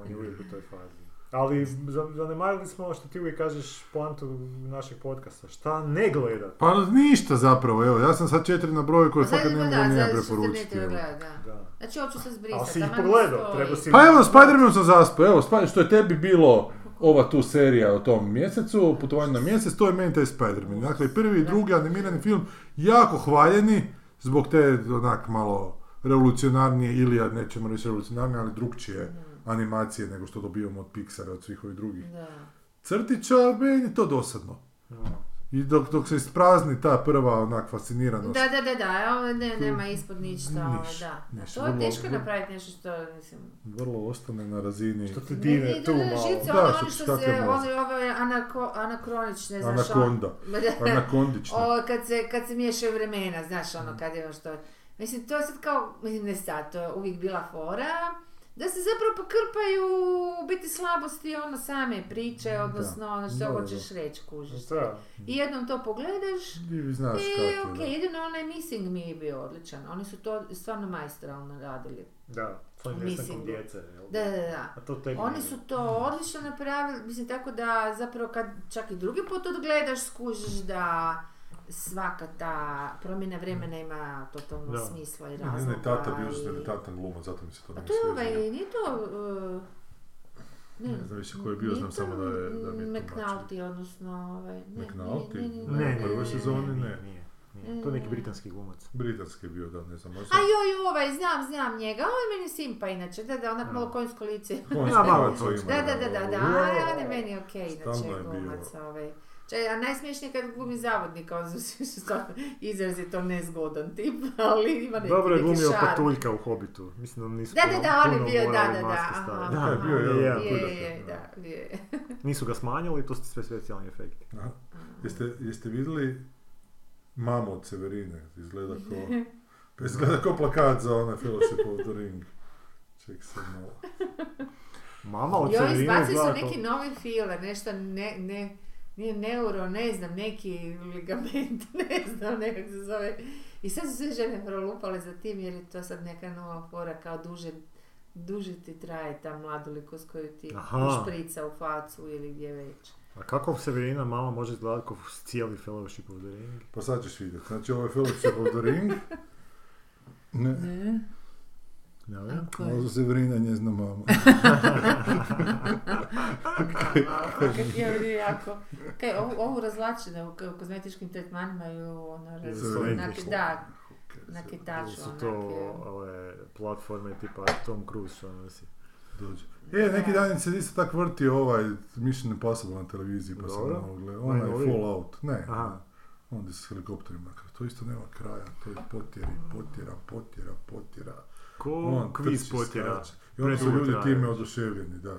C: On je uvijek u toj fazi. Ali za- zanemarili smo ono što ti uvijek kažeš poantu našeg podcasta. Šta ne gledat?
B: Pa no, ništa zapravo, evo, ja sam sad četiri na broju koje
A: A zato
B: fakat ne
A: Pa da,
B: mogu nijem
A: zato što se ne
B: preporučiti.
A: treba
B: evo.
A: gledat, da.
C: Da.
A: Znači, hoću se zbrisati.
C: Ali si ih
A: taman
C: pogledao,
A: stoji.
C: treba si...
B: Pa evo, Spider-Man sam zaspao, evo, Spi- što je tebi bilo ova tu serija o tom mjesecu, putovanje na mjesec, to je meni taj Spider-Man. Dakle, prvi i drugi animirani film, jako hvaljeni, zbog te onak malo revolucionarnije ili, ja nećemo reći revolucionarnije, ali drugčije animacije nego što dobivamo od Pixara, od svih ovih drugih
A: Da.
B: crtića, meni je to dosadno. I dok, dok se isprazni ta prva onak fasciniranost.
A: Da, da, da, da, ovo ne, nema ispod ništa, ovo,
B: Niš,
A: da.
B: niš,
A: to je
B: vrlo-
A: teško
B: vrlo-
A: napraviti nešto što, mislim,
B: Vrlo ostane na razini.
C: Što ti
A: Ne,
C: dine
A: ne,
C: tu
A: ne,
C: malo.
A: Žice,
B: Da,
A: ono,
B: što
A: ono
B: ti
A: što
B: skakne
A: se,
B: mozak.
A: ono, ovo je anako, anakronične, znaš, ono-
B: Anakonda.
A: Da.
B: Anakondično.
A: Ovo, kad se, kad se miješaju vremena, znaš,
B: Mm.
A: ono, kad je ono što... Mislim, to je sad kao, mislim, ne sad, to je uvijek bila fora, da se zapravo pokrpaju u biti slabosti ono same priče, odnosno ono
B: Da,
A: što
B: da,
A: hoćeš reći, kužiš.
C: Da.
A: I jednom to pogledaš,
B: Ti znaš
A: i
B: kako
A: ok,
B: je.
A: jedino onaj Missing mi je bio odličan. Oni su to stvarno majstralno radili.
C: Da. S ovim
A: Mislim.
C: nestankom djece. jel?
A: Da, da, da.
C: A to tebi
A: Oni
C: nije.
A: su to odlično napravili, mislim tako da zapravo kad čak i drugi put odgledaš skužiš da svaka ta promjena vremena ima totalno
C: Da.
A: smisla i
B: da. Ne,
A: razloga.
B: ne, tata
A: i-
B: bio što je tatan glumac, zato mi se to
A: Pa
B: ne
A: to je
B: sviđa.
A: ovaj, nije to... uh,
B: Ne znam više ko je bio,
A: nije
B: znam
A: to
B: samo da je- da mi je
A: McNulty, odnosno... Ovaj, ne, nije-
B: McNulty?
A: nije- nije-
B: Ne,
A: nije-
B: u prvoj
A: nije-
B: sezoni
A: nije.
B: ne.
C: Nije, nije, nije. To je neki britanski glumac.
B: Britanski je bio, da, ne znam, možda...
A: A joj, ovaj, znam, znam njega, on je meni simpa inače, da, da, onak
C: Da.
A: malo konjsko lice.
B: On
C: Ja, malo
B: to ima.
A: Da, da, da, da, da,
B: Ujo.
A: a, on je meni okej,
B: Stalno
A: inače,
B: je bio.
A: glumac, ovaj. Če, a najsmiješnije je kad glumi zavodnika, on zvuči stvarno izrazito nezgodan tip, ali ima neki,
C: Dobro je
A: neki
C: glumio
A: šarm.
C: patuljka u Hobitu. Mislim da nisu
A: Da, da, da, on
C: puno
A: je bio, da,
C: morali
A: da, da.
C: maske
A: aha,
C: staviti.
A: aha,
C: Da, bio je jedan
A: je,
C: puljak,
A: je,
C: da.
A: da, bio je.
C: Nisu ga smanjili, to su sve specijalni efekti.
B: Aha. Jeste, jeste vidjeli mamu od Severine? Izgleda ko... Pa izgleda ko plakat za onaj Fellowship of the Ring. Ček se malo.
C: Mama od
A: Joj,
C: Severine
A: izbacili
C: izgleda
A: su
C: kao-
A: neki novi filer, nešto ne, ne, nije neuro, ne znam, neki ligament, ne znam, nekak se zove. I sad su sve žene prolupale za tim jer je to sad neka nova fora kao duže, duže ti traje ta mladolikost koju ti
C: Aha.
A: šprica u facu ili gdje već.
C: A kako Severina mama može izgledati kao cijeli Fellowship of the Ring?
B: Pa sad ćeš vidjeti. Znači ovo je Fellowship of the Ring. Ne,
C: Ne vem.
B: ovo je Severina njezna mama.
A: Kak je ovdje jako. Kaj, ovu, ovu razlačene u k- kozmetičkim tretmanima i u ono, raz-
C: Zelenih
A: na-
C: nešto.
A: da, na
B: Ok,
A: kitaču,
C: su to
A: onak je.
C: ove platforme tipa Tom Cruise ono što nosi.
B: dođe. E, neki dan se isto tak vrti ovaj Mission Impossible na televiziji, pa sam
C: Dobro.
B: malo gledao. Onaj
C: Najnoviji?
B: Fallout. Ne,
C: Aha.
B: Onda s helikopterima, to isto nema kraja, to je potjeri, potjera, potjera, potjera.
C: Ko
B: On
C: kviz
B: trči,
C: potjera.
B: skače. I onda su
C: Predugo
B: ljudi
C: traje.
B: time oduševljeni, da.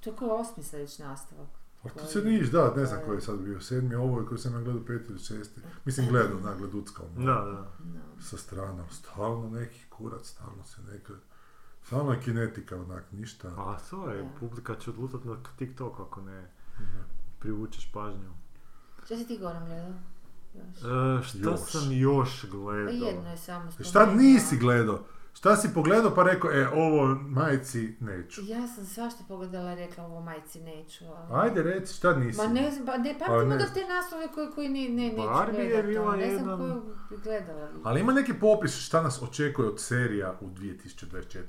A: To je kao osmi sad već nastavak.
B: A to
A: Koji?
B: se niš, da, ne znam
A: Koji?
B: koji je sad bio, sedmi, ovo je koji sam ja gledao peti ili šesti. Mislim, gledao, na, gleduckao.
C: Da, da.
A: No.
B: Sa strane, ali stalno neki kurac, stalno se neka... Stalno je kinetika, onak, ništa.
C: A to je,
A: Da.
C: publika će odlutat na TikTok ako ne privučeš pažnju.
A: Šta si ti Goran gledao? Još.
C: E, šta
B: Još.
C: sam još
A: Pa
C: gledao?
A: jedno je samo
B: E,
A: spomenuo.
B: Šta nisi gledao? Šta si pogledao pa rekao, e, ovo majci neću.
A: Ja sam svašta pogledala i rekla ovo majci neću. Ali...
B: Ajde, reci, šta nisi?
A: Ma ne znam, pa ne
B: Pa
A: pamtim
B: ne
A: onda
B: znam.
A: te naslove koji, koji ne, ne, neću
C: Barbie je
A: gledat, ali
C: bila
A: ne znam
C: jedan-
A: koju bi gledala.
B: Ali ima neki popis šta nas očekuje od serija u 2024.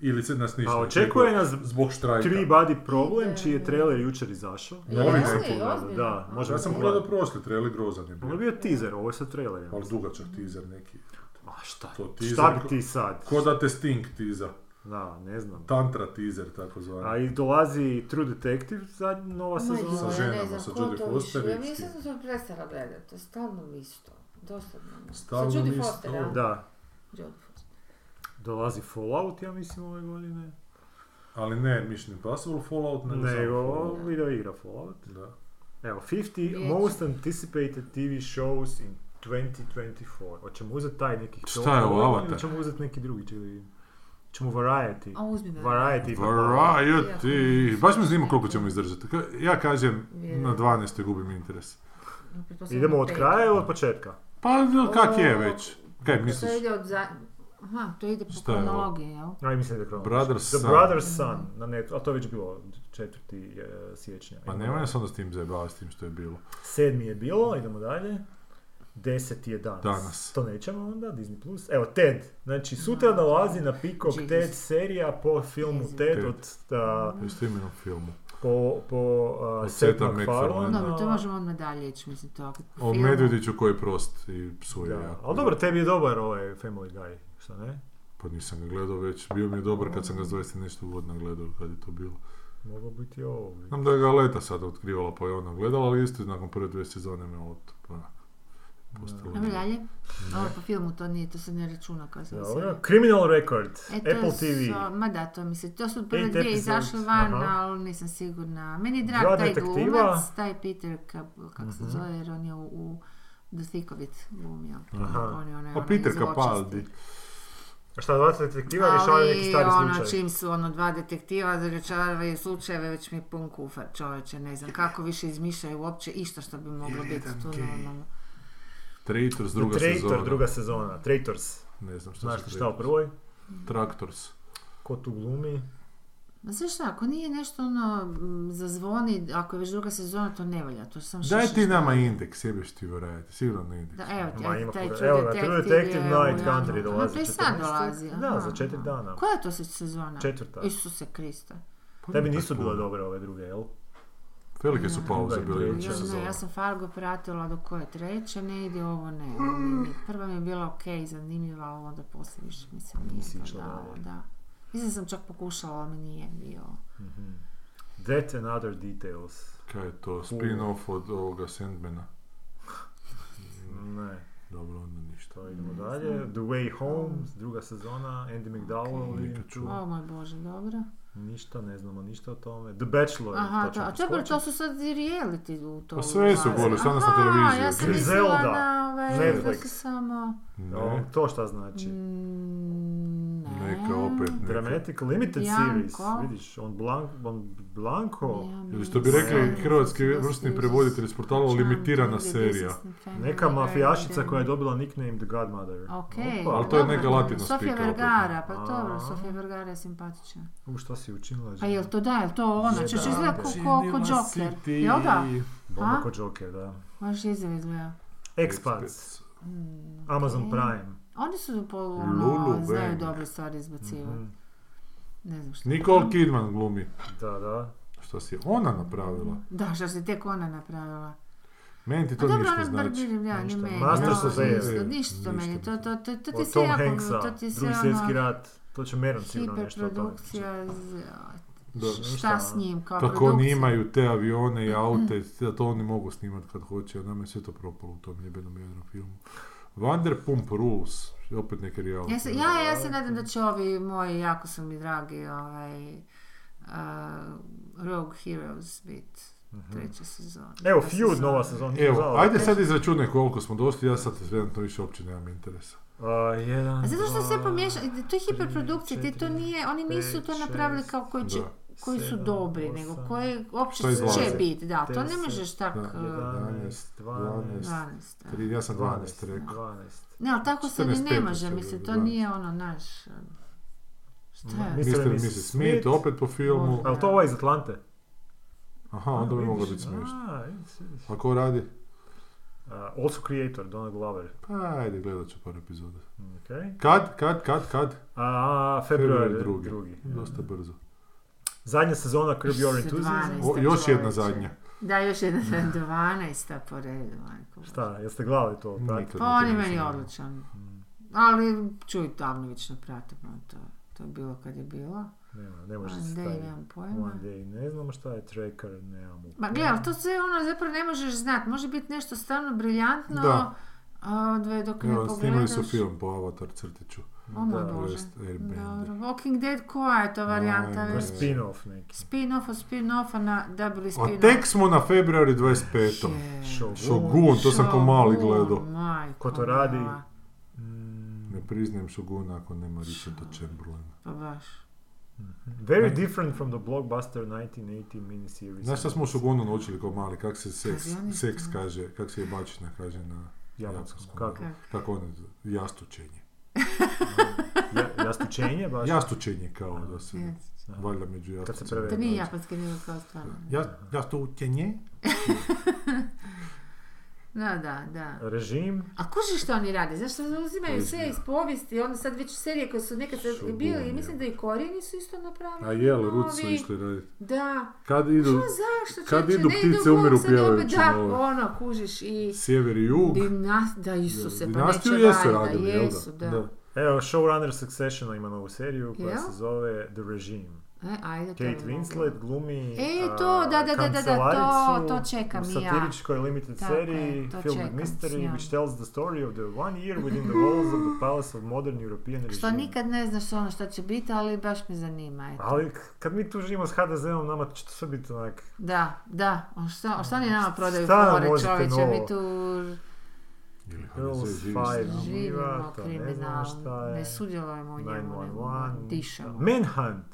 B: Ili se nas ništa
C: Pa
B: ne
C: očekuje nas
B: zbog štrajka.
C: Three Body Problem,
A: Ide.
C: čiji je trailer jučer izašao.
A: Ja,
B: Novi
A: ozbiljno,
B: neki,
C: da,
A: ozbiljno.
C: da,
A: A.
C: možemo
B: Ja sam
C: pogledat.
B: pogledao prošli trailer, grozan je
C: Ono je
B: bio.
C: bio teaser, ovo je sad trailer. ja
B: Ali
C: mislim.
B: dugačak teaser neki.
C: A šta?
B: To
C: Šta
B: teaser
C: bi
B: ko-
C: ti sad?
B: Ko da te Sting tiza.
C: Da, ne znam.
B: Tantra teaser, tako
C: A
D: Pa.
B: zvani.
C: i dolazi True Detective, zadnja nova
A: Ma joj,
C: sezona.
B: Sa ženama, sa
A: ko
B: Jodie
A: to
B: Foster
A: više-
B: i
A: Ja
B: s
A: mislim
B: kim.
A: da sam prestala gledat, to je stalno isto. Dosadno. mi je.
B: Stalno
A: sa Judy
B: isto.
A: Foster, a?
C: Da,
A: Judy Foster.
C: dolazi Fallout, ja mislim, ove godine.
B: Ali ne, Mission Impossible Fallout, nego, samo
C: Nego,
B: Fallout.
C: video igra Fallout.
B: Da.
C: Evo, 50
A: Riječ.
C: most anticipated TV shows in 2024. Hoćemo uzeti taj neki
D: Šta
C: film
D: je ovo,
C: ili
D: Avatar?
C: ćemo uzeti neki drugi, čekaj da vidim. Ćemo Variety.
A: A uzmi me.
C: Variety. ipak malo.
D: Variety. Baš me zanima koliko ćemo izdržati. Ka- Ja kažem, na
A: Vjerujem.
D: 12. gubim interes.
A: Pretpostavljam
C: Idemo od
A: pet.
C: kraja ili od početka?
D: Pa, no, kak je
A: O,
D: već? Kaj misliš?
A: To ide od za... Aha, to ide po
D: Šta je ovo?
A: kronologiji, jel?
C: Aj, mislim da je kronološki.
D: Brothers
C: The
D: Sun.
C: Brother's Son, na netu, a to je već bilo 4. e, siječnja.
D: Pa nema nas onda s tim zajebala, s tim što je bilo.
C: Sedmi je bilo, idemo dalje. Deseti je danas.
D: Danas.
C: To nećemo onda, Disney+. Plus. Evo, Ted. Znači, sutra dolazi na Peacock
A: Jesus.
C: Ted serija po filmu
A: Jezivo.
C: Ted
D: Ted.
C: od a,
D: Jeste imenom filmu.
C: po, po a,
D: Od
C: Seth
D: Setha
C: MacFarlane.
D: MacFarlane.
A: Dobro, to možemo odmah dalje ići, mislim to.
D: O
A: film.
D: Medvediću koji je prost i psuje
C: Da.
D: jako.
C: Ali dobro, tebi je dobar ovaj Family Guy, šta ne?
D: Pa nisam ga gledao već, bio mi je dobar kad sam ga s 20 i nešto godina gledao kad je to bilo.
C: Mogao biti i ovo.
D: Znam da je ga Leta sad otkrivala pa je ona gledala, ali isto nakon prve dvije sezone me od... Pa, postalo
A: Ajmo
D: nije.
A: dalje. Ovo po filmu to nije, to se ne računa kao sam E,
C: Dobro. Criminal Record,
A: to
C: Apple
A: su-
C: TV.
A: ma da, to mi se, to su prve
C: Eight
A: dvije
C: episodes,
A: izašle van,
C: aha.
A: ali nisam sigurna. Meni je drag
C: Dva
A: taj
C: detektiva.
A: glumac, taj Peter, Kap- kako se
C: Mhm.
A: zove, jer on je u, u The Thick of It glumio.
C: Aha.
A: On je onaj,
D: Pa
A: onaj
D: Peter
A: iz Očasti.
D: Capaldi.
C: A Šta, dva detektiva rješavaju neki
A: Ali
C: stari
A: ono,
C: slučaj.
A: čim su ono dva detektiva da rješavaju slučajeve, već mi je pun kufar čovječe, ne znam kako više izmišljaju uopće išta što bi moglo biti tu normalno.
D: Traitors, druga
C: Traitor,
D: sezona.
C: druga sezona. Traitors.
D: Ne znam šta
C: Znaš
D: su
C: li šta
D: Traitors.
C: u prvoj?
D: Traktors.
C: Ko tu glumi?
A: Ma znaš šta, ako nije nešto ono m, zazvoni, ako je već druga sezona, to ne valja, to sam
D: Daj ti nama indeks, jebeš ti variety, sigurno na indeks.
A: Da, evo ti,
C: Ma,
A: ajde,
C: ima
A: taj
C: koga-
A: True
C: evo ga, True
A: je
C: Detective Night
A: u
C: Country
A: januaru.
C: dolazi
A: Aha, to je sad
C: 14..
A: dolazi.
C: Da, za četiri dana.
A: Koja je to se sezona?
C: Četvrta.
A: Isuse Krista.
B: Pa
C: Tebi nisu bile dobre ove druge, jel?
D: Velike su
A: Ne.
D: pauze
C: Druga i
D: bile
C: treća.
D: iduće
A: Ja, ne,
D: sezone.
A: ja sam Fargo pratila do koje treće, ne ide ovo ne. ovo mi nije. Prva mi je bila ok, zanimljiva, ali onda poslije više mislim
C: Nisi
A: nije to
C: išla
A: dalo,
C: dalje.
A: da. Mislim da sam čak pokušala, ali mi nije bio.
C: That and Mhm. other details.
B: Kaj je to? Spin-off od ovoga Sandmana.
C: Ne,
B: Dobro, onda ništa.
C: to idemo dalje. The Way Home, druga sezona, Andy McDowell,
B: Nikad
C: vidim tu.
B: čuo.
A: O moj bože, dobro.
C: Ništa, ne znamo ništa o tome. The Bachelor,
A: Aha,
C: to
A: da,
C: ćemo
A: a dobro, to
C: skočiti.
A: su sad i reality u to.
B: Pa sve su
A: ulaze.
B: gore, sad nas na
A: Aha,
B: televiziji
A: ja sam
C: odgledaju.
A: mislila
C: Zelda,
A: na ovaj, da
C: Netflix.
A: su samo...
C: O,
B: Ne,
C: To šta znači?
A: Mm, ne.
B: neka opet neka.
C: Dramatic Limited
A: Janko.
C: Series, vidiš, on, blan, on Blanco,
A: Ja
B: Ili što bi
A: mislim-
B: rekli
C: Ne.
B: hrvatski
A: Mislim,
B: vrstni
A: mislim,
B: prevoditelj s portala
A: Čam,
B: limitirana
A: Family
B: serija.
A: Business and Family
C: neka mafijašica
A: Garden.
C: koja je dobila nickname The Godmother.
A: Ok,
C: Opa.
B: Ali to je
A: dobro,
B: neka
A: dobro.
B: latino
A: Sofia
B: spika opet.
A: Vergara, pa dobro,
C: A.
A: Sofia Vergara je simpatična.
B: Znači,
C: U, šta si učinila?
A: Pa jel to da, jel to ona? Ono, Češ
C: Jedan
A: izgleda ko,
B: znači,
A: ko, ko Joker, jel da?
C: Bomba
A: a?
C: ko Joker, da.
A: Možeš izgleda izgleda.
C: Expats, Amazon
A: ok.
C: Prime.
A: Oni su po, ono,
B: Lulu
A: znaju
B: Bang.
A: dobre stvari izbacivati.
C: Mhm.
A: Ne znam što.
B: Nicole Kidman glumi.
C: Da, da.
B: Što si je ona napravila?
A: Da, što se tek ona napravila.
B: Meni ti
A: Pa
B: to
A: dobro,
B: ništa
A: ona bar
B: znači.
A: bilim ja, ni
C: Ništa.
A: meni.
C: Masters
A: no,
C: of the Air.
A: ništa, Ništa
B: Ništa
A: meni, to, to, to, to ti
C: Od
A: se
C: Tom
A: jako, ono,
C: Hanksa,
A: to ti se
C: drugi svjetski
A: ono,
C: rat, to će Meron sigurno nešto o tome.
A: hiperprodukcija, z-
B: Da.
A: šta s njim kao
B: Kako oni
A: produkcija?
B: imaju te avione i aute, da to oni mogu snimati kad hoće, a nama je sve to propalo u tom jebenom jednom filmu. Vanderpump Rules, opet neke reality.
A: Ja se, ja, ja se nadam da će ovi moji, jako su mi dragi, ovaj, uh, Rogue Heroes biti treća sezona.
C: Mhm. Evo,
A: Ta
C: Feud,
A: sezona.
C: nova sezona.
B: Evo,
C: Zvala.
B: ajde sad izračunaj koliko smo došli, ja sad trenutno više uopće nemam interesa.
C: A, jedan,
A: A zato što se
C: dva,
A: pomiješa, to je hiperprodukcija, ti to
C: četiri,
A: nije, oni nisu
C: pet,
A: to napravili
C: šest,
A: kao koji, će,
B: Da.
A: koji su
C: sedam,
A: dobri,
C: osam,
A: nego koji uopće
B: Što izlazi.
A: će biti, da, to ne
C: Deset,
A: možeš tak...
B: da,
A: uh,
C: 11,
B: 12,
C: 12,
A: 12, da.
B: Tri, ja sam 12 rekao.
C: 12.
A: Ne, ali tako se ni
B: 14,
A: ne može,
B: 15,
A: mislim, to
B: 12.
A: nije ono, naš... Šta je?
C: Mislim-
B: Mr. i
C: Mrs.
B: Mrs. Smith,
C: Smith.
B: opet po filmu.
A: Može.
C: Ali to ovaj iz Atlante?
B: Aha, onda bi
C: A,
B: moglo
C: vidiš,
B: biti smiješno.
C: a, vidiš, vidiš.
B: A ko radi?
C: A, also creator, Donald Glover.
B: Pa, ajde, gledat ću par epizoda.
C: Okay.
B: Kad, kad, kad, kad?
C: A, februar
B: Februar drugi.
C: drugi. drugi.
B: Dosta brzo.
C: Zadnja sezona Curb Your Enthusiasm.
A: 12.
B: O, još jedna zadnja.
A: Da, još jedna, 12. po redu, majko. božja.
C: Šta, Hmm. jeste gledali to? Prati?
B: Nikad
A: Pa
B: mi to
A: on je
B: nisam
A: meni
B: gledao.
A: odličan. Ali čuj, Tavnović ne pratim, no, to, to je bilo kad je bilo.
C: Nema, ne može se
A: One day,
C: staviti.
A: nemam pojma.
C: One day, ne znamo šta je tracker, nemamo.
A: Ma gle, ali to sve ono zapravo ne možeš znati. Može biti nešto stvarno briljantno,
B: Da.
A: a, dve- dok ne
B: Evo,
A: pogledaš.
B: snimali su film po Avatar crtiću.
A: O moj
C: Da,
A: Bože.
B: Last Airbender.
A: Dobro. Walking Dead, koja je to varijanta?
B: Ajme.
C: To je
A: već?
C: spin-off neki.
A: Spin-off od spin-offa na, da bili
B: A
A: spin-off.
B: tek smo na februari 25.
A: Je.
C: Shogun.
B: Shogun, to sam ko mali gledao.
A: Majko
C: Ko to radi?
A: moja.
C: Mm,
B: Ne priznajem Shogun ako nema Richarda Chamberlaina.
A: Pa baš.
C: mhm. Very different from the blockbuster 1980 miniseries.
B: Znaš šta smo u Shogunu naučili kao mali? Kak se seks,
A: Kazi, oni su
B: seks
A: to-
B: kaže, kak se jebačina kaže na
C: Japonskom.
B: Japonskom.
C: Kako?
A: Kako?
B: Kako ono, jastučenje.
C: Ja, jastučenje baš?
B: Jastučenje kao da se,
A: Yes.
B: valjda među
C: Kad se
B: jastučenje.
C: prevede.
A: To nije japanski, nego kao stvarno.
B: Ja, jastučenje?
A: Da, da, da.
C: Režim,
A: A kužiš što oni rade? Zašto uzimaju sve iz povijesti, onda sad već serije koje su nekad
B: Shogun,
A: bile i
B: je.
A: mislim da i korijeni su isto napravili.
B: A znači? jel,
A: novi.
B: Ruci su išli raditi.
A: Da.
B: Kad
A: Što
B: idu
A: zašto?
B: kad
A: čovječe,
B: idu
A: ne
B: ptice,
A: Bog
B: umiru
A: sad opet,
B: pjevajući,
A: Da,
B: ono.
A: ono, kužiš i...
B: sjever i jug,
A: Dinas, da, Isuse, pa neće
B: dinastiju
A: valjda,
B: jesu radili, jel
A: jesu, da.
B: da? Da.
C: evo showrunner Successiona ima novu seriju koja
A: Jel?
C: se zove The Regime.
A: E, ajde, to
C: Kate
A: bi moglo.
C: Winslet glumi
A: E, to,
C: a,
A: da, da, da, da, da, to-
C: kancelaricu
A: to čekam
C: u
A: i ja.
C: satiričkoj limited
A: Tako je,
C: seriji
A: to
C: Filmed
A: čekam,
C: Mystery
A: sjajno.
C: which tells the story of the one year within the walls of the palace of modern European regime.
A: Što nikad ne znaš ono što će biti, ali baš me zanima, eto.
C: Ali k- kad mi tu živimo s HDZ-om, nama će to sve biti onak...
A: Da, da, o šta, o šta oni nama prodaju
C: Šta nam
A: fore
C: možete
A: čovječe,
C: novo?
A: mi tu
B: Ili
C: Girls
B: HDZ živi s
C: Five.
B: nama.
A: živimo
C: Živa, to ne
A: kriminal,
C: znam šta je.
A: ne sudjelujemo u njemu, nego
C: 911...
A: dišemo.
C: Manhunt!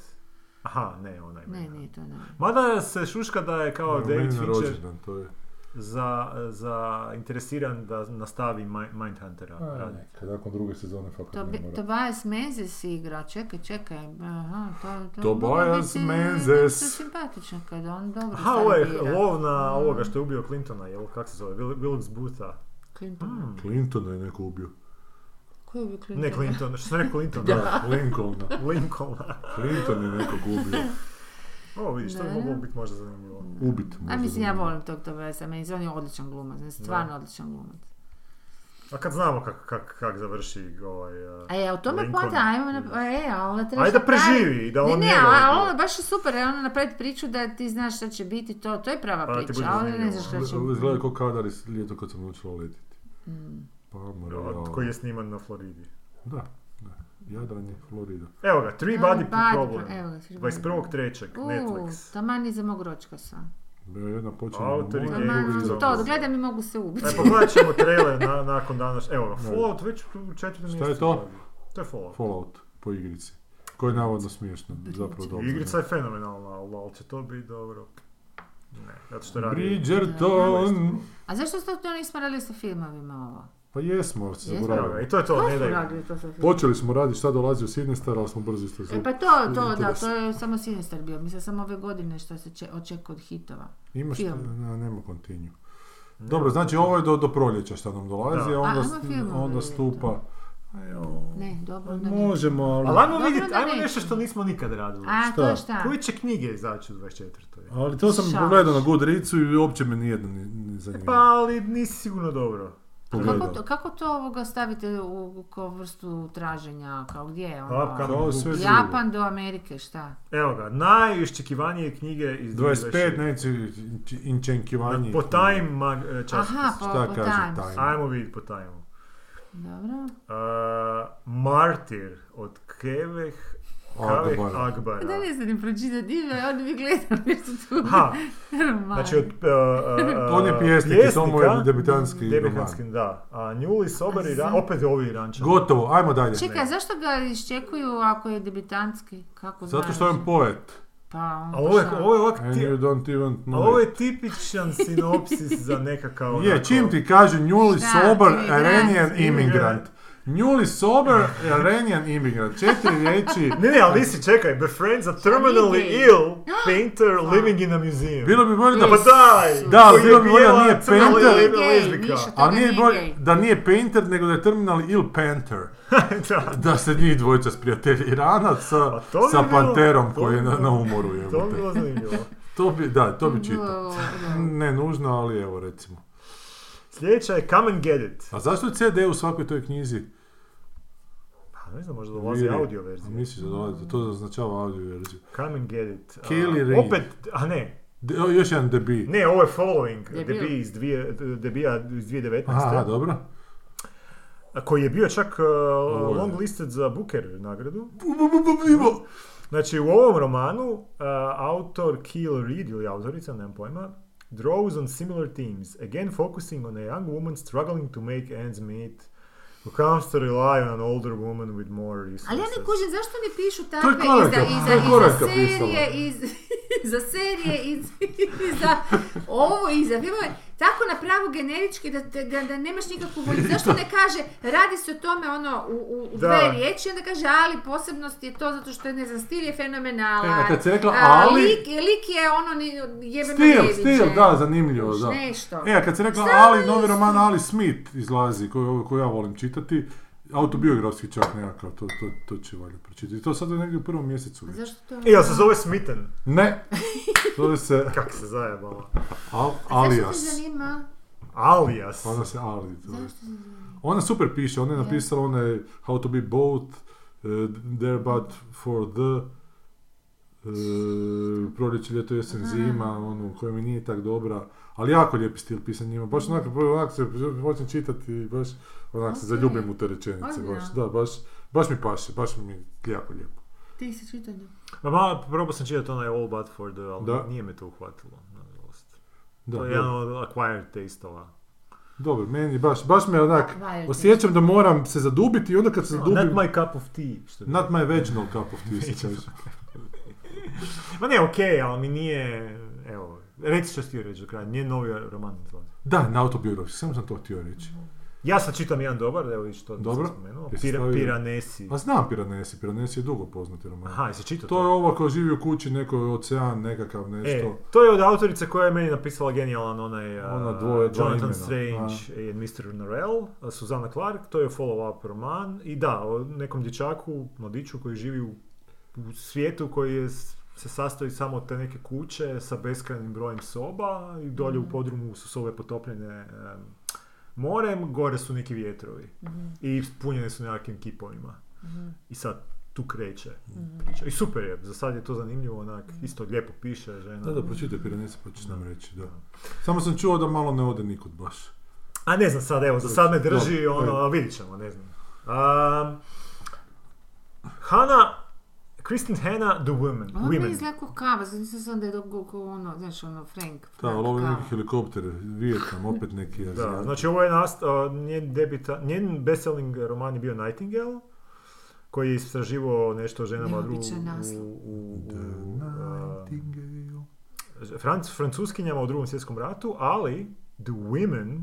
C: Aha, ne, onaj
A: Ne,
C: Manhunt.
A: nije to ne.
C: Mada se šuška da je kao
B: Evo,
C: David
B: meni je
C: Fincher
B: rođendan, to je.
C: za, za interesiran da nastavi Mi- Mindhuntera
B: A,
C: raditi.
B: nekad, nakon druge sezone fakat
A: To,
B: ne
A: bi,
B: mora.
A: Tobias Menzes igra, čekaj, čekaj, aha, to, to
B: Tobias
A: moglo biti e,
B: Menzies.
A: nešto simpatično kad on dobro
C: Aha, ovo je
A: salibira.
C: lov na
A: Mm.
C: ovoga što je ubio Clintona, jel, kak se zove, Will- Wilkes Bootha.
A: Clinton.
B: Clintona je neko ubio.
A: Ko je bio Clinton?
C: Ne Clinton, što sam rekao Clinton,
B: Da, Lincolna.
C: Lincolna.
B: Clinton je nekog ubio.
C: Ovo vidiš, to bi
A: Da.
C: moglo biti možda zanimljivo.
B: Ubit možda.
A: A mislim, ja
B: da.
A: Znači, volim tog Tobiasa Menzesa, on je odličan glumac, ne, stvarno odličan glumac.
C: A kad znamo kak, kak, kak završi ovaj... a,
A: A je, o tome
C: Lincoln.
A: poanta, ajmo, na, e, ali ona treba
C: Ajde da
A: napraviti-
C: preživi i da on
A: ne, ne,
C: njega
A: ali
C: ubije.
A: ali ovo je baš je super, je ono napraviti priču da ti znaš šta će biti, to, to je prava
C: Pa da ti
A: priča,
C: bude
A: ali ne
C: zanimljivo.
A: znaš šta će
B: Izgleda kao kadar iz ljeto kad sam naučila letiti.
A: Mm.
B: Pa morao.
C: Od- koji je sniman na Floridi.
B: Da, da. Jadran je Florida.
C: Evo ga, Three Body
A: Body
C: Problem.
A: Pro- pa evo ga, Three Body
C: 21.3.
A: U,
C: Netflix.
A: taman nisam mogao ročka sam.
B: Bio je jedna počinja na
C: Autor
B: moru,
C: je-
B: drugi
A: Taman,
C: drugi
B: za-
A: to,
C: zapis.
A: gledam i mogu se ubiti.
C: E, pogledat ćemo trailer na, nakon danas. Evo ga, Fallout već u četvrtom mjesecu.
B: Šta je to?
C: To je Fallout.
B: Fallout po igrici. Koja je navodno smiješna, zapravo dobro.
C: Igrica je fenomenalna, ali ali će to biti dobro. Ne, zato što radi...
B: Bridgerton!
A: A zašto ste to nismo radili sa filmovima ovo?
B: Pa jesmo, ali se
A: Jesmo.
C: Evo ga,
B: zaboravili.
C: I to je to, ne
A: smo
C: daj.
A: radili to sa filmovima?
B: Počeli smo raditi šta dolazi u Sidnestar, ali smo brzo isto
A: E pa to, to, da,
B: Interes.
A: to je samo Sinister bio. Mislim, samo ove godine što se če- očekuje od hitova.
B: Imaš,
A: Film.
B: ne, nema continue. Dobro, znači ovo je do, do proljeća što nam dolazi,
C: Da.
B: a onda,
A: A,
B: s-
A: ajmo filmove
B: onda
A: vidjeti.
B: stupa... Ajo.
A: Ne,
B: Pa
A: dobro, onda ne.
B: Možemo,
C: Ali
B: ali...
C: ajmo
A: Dobro
C: vidjeti,
A: da
C: ajmo
A: nećemo.
C: nešto što nismo nikad radili.
A: A, to
B: Šta?
A: je šta?
C: Koji će knjige izaći u 24.
B: Ali to sam
A: Šaš.
B: pogledao na Goodreadsu i uopće me nijedno ni, ni zanima.
C: Pa, ali nisi sigurno dobro.
A: Kako
B: pogledao.
A: to, kako to ovoga stavite u, kao vrstu traženja, kao gdje je ono?
C: Up, come
B: Kao
C: on,
B: sve drugo.
A: Japan do Amerike, šta?
C: Evo ga, najiščekivanije knjige iz
B: 25
C: 2026.
B: najci- inčenkivanji.
C: Po Time mag, e, časopis.
A: Aha, po,
B: Šta
A: po
B: kaže
A: Times.
B: Times?
C: Ajmo vidjeti po Time-u.
A: Dobro.
C: Uh, Martir od Keveh Kaveh
B: Agbar.
C: Agbara.
A: Pa Da li se ne pročita divno, ja onda bi gledala nešto tu.
C: Ha,
A: Normalno.
C: znači od uh, uh,
B: On je pjesnik, i to mu je
C: pjesnika,
B: debitanski
C: debitanski,
B: roman.
C: da. A Njuli Sober i Ra-
A: Sad.
C: opet ovi Irančani.
B: Gotovo, ajmo dalje.
A: Čekaj, zašto ga iščekuju ako je debitantski? Kako
B: Zato
A: znaš?
B: što je on poet.
A: Pa on
C: A ovo je,
A: šta?
C: ovo je ovak
B: And
C: ti-
B: you don't even
C: a
B: know
C: ovo
B: it.
C: je tipičan sinopsis za nekakav... onako-
B: Je, čim ti kaže Njuli
A: Šta,
B: Sober,
A: imigrant,
B: Iranian
C: imigrant.
B: immigrant. Njuli Sober, Iranian immigrant. Četiri riječi.
C: Ne, ne, ali nisi, čekaj, befriends a terminally
A: vidi?
C: ill painter living in a museum.
B: Bilo bi bolje da...
C: Pa daj!
B: Da, ali
C: koji
B: bilo
C: je
B: bi bolje da
C: bijela
B: nije
C: crna
B: painter.
C: le-
A: Nije gej,
C: lezbika.
A: ništa.
B: A nije
A: Toga nije
B: bolje
A: gay.
B: da nije painter, nego da je terminal ill panther.
C: Da.
B: Da se njih dvojica sprijatelji Iranac sa,
C: to bi
B: sa
C: bilo-
B: panterom
C: to
B: koji je
C: bi
B: na,
C: bilo-
B: na umoru. jebote.
C: To bi bilo zanimljivo.
B: To bi, da, to bi
A: Bilo je
B: čitao.
A: ovo,
B: Ne nužno, ali evo recimo.
C: Sljedeća je Come and Get It.
B: A zašto je CD u svakoj toj knjizi?
C: Pa, ne znam, možda dolazi
B: Viri.
C: audio
B: A
C: verzija.
B: Misliš da dolazi, to označava audio verziju.
C: Come and Get It. A,
B: Kelly Reed.
C: Opet, a ne,
B: De- o, još jedan debi.
C: ne, ovo je Following,
A: Debil.
C: debi iz dvije, debija iz 2019.
B: Aha, dobro.
C: a koji je bio čak uh,
B: je.
C: long listed za Booker nagradu.
B: Bu, bu, bu, bu, bu.
C: Znači, u ovom romanu uh, autor Keel Reed ili autorica, nemam pojma, draws on similar themes, again focusing on a young woman struggling to make ends meet, who comes to rely on an older woman with more resources.
A: Ali ja ne kužim, zašto ne pišu
B: je
A: takve i
B: Korenka-
A: za,
B: to je
A: i za, i
B: Korenka
A: za
B: pisala.
A: serije, i za, i za serije, i za, i za ovo, i za filmove, tako na pravu generički da, te- da, da nemaš nikakvu volju. Zašto ne kaže, radi se o tome ono u, u, u
C: Da.
A: dve riječi, onda kaže, ali posebnost je to zato što je, ne znam, stil je fenomenalan.
B: E, kad si rekla,
A: a,
B: ali-
A: Lik, lik je ono ni- jebeno
B: Stil,
A: ljevičar.
B: stil, da, zanimljivo, da.
A: Nešto.
B: E, a kad se rekla
A: Samo
B: Ali, novi
A: isto.
B: roman Ali Smith izlazi, koju, koju ja volim čitati, autobiografski čak nekakav, to, to, to će valjda pročitati. I to sad je negdje u prvom mjesecu. već.
A: Zašto to?
C: E, jel se zove Smitten?
B: Ne, zove se
C: Kak se zajebala.
A: A
B: Al-
A: Zašto te
B: Alias.
A: zanima?
C: Alias.
B: Ona se Ali zove. Ona super piše, ona je
A: Je.
B: napisala ona je How to be both, uh, there but for the, uh, proljeće, ljeto, jesen, zima, ono, koja mi nije tak dobra, ali jako lijepi stil pisan njima, baš onako, onako se počnem čitati, i baš onako se
A: Ok.
B: zaljubim u te rečenice, baš, da,
A: Ozbiljno?
B: baš, baš mi paše, baš mi je jako lijepo.
A: Ti si čitanje.
C: Ma, ma, probao sam čitati onaj All But For The, ali
B: Da.
C: nije me to uhvatilo, nažalost.
B: Da,
C: to je
B: dobro.
C: jedan od acquired taste-ova.
B: dobro, meni baš, baš me onak,
A: Acquired
B: osjećam da moram se zadubiti i onda kad se
C: Not
B: zadubim,
C: my cup of tea. Što bi-
B: not my vaginal cup of tea, se kaže.
C: Ma ne, okej, ali mi nije... Evo, reći što ti reći do kraja, nije novi roman izlazi.
B: Da, na autobiografiji, samo sam to htio reći.
C: Ja sad čitam jedan dobar, evo i što nisam
B: Dobro.
C: spomenuo.
B: Jesi
C: Pira-
B: stavio?
C: Piranesi.
B: A Pa znam Piranesi, Piranesi je dugo poznati roman.
C: Aha, jesi čitao to?
B: To je ovo ko živi u kući, neko ocean, nekakav
C: E,
B: nešto.
C: to je od autorice koja je meni napisala genijalan onaj uh,
B: Ona dvoje- dva imena.
C: Jonathan Strange and Mr. Norrell, uh, Suzanna Clark, to je follow-up roman i da, o nekom dječaku, mladiću koji živi u, u svijetu koji je, s- se sastoji samo od te neke kuće sa beskrajnim brojem soba i dolje u podrumu su sobe potopljene um, morem, gore su neki vjetrovi. I punjeni su nekakvim kipovima.
A: Mhm.
C: I sad tu kreće priča. I super je, za sad je to zanimljivo, onak,
A: Mhm.
C: isto lijepo piše žena.
B: Da, da, pročitaj Piranesi pa ćeš nam reći, da. Samo sam čuo da malo ne ode nikud baš.
C: A ne znam sad, evo, za sad me drži,
B: Dobro,
C: ono,
B: ajde.
C: a vidit ćemo, ne znam. Um, Hana, Kristin Hanna, The Women.
A: Ono mi
C: women.
A: izgleda kao kava, znači sam sam da je do- ko- ko ono, znaš ono, Frank.
B: Da,
A: Frank
B: ali ovo je
A: kava.
B: neki helikopter, Vijetnam, opet neki
C: Da,
B: Azijat.
C: znači ovo je nast, a, njen, debita, njen bestselling roman je bio Nightingale, koji je istraživao nešto o ženama u,
A: Neobičan naslov.
C: u, u,
B: The
C: u, a,
B: Nightingale.
C: Franc, francuskinjama u drugom svjetskom ratu, ali The Women,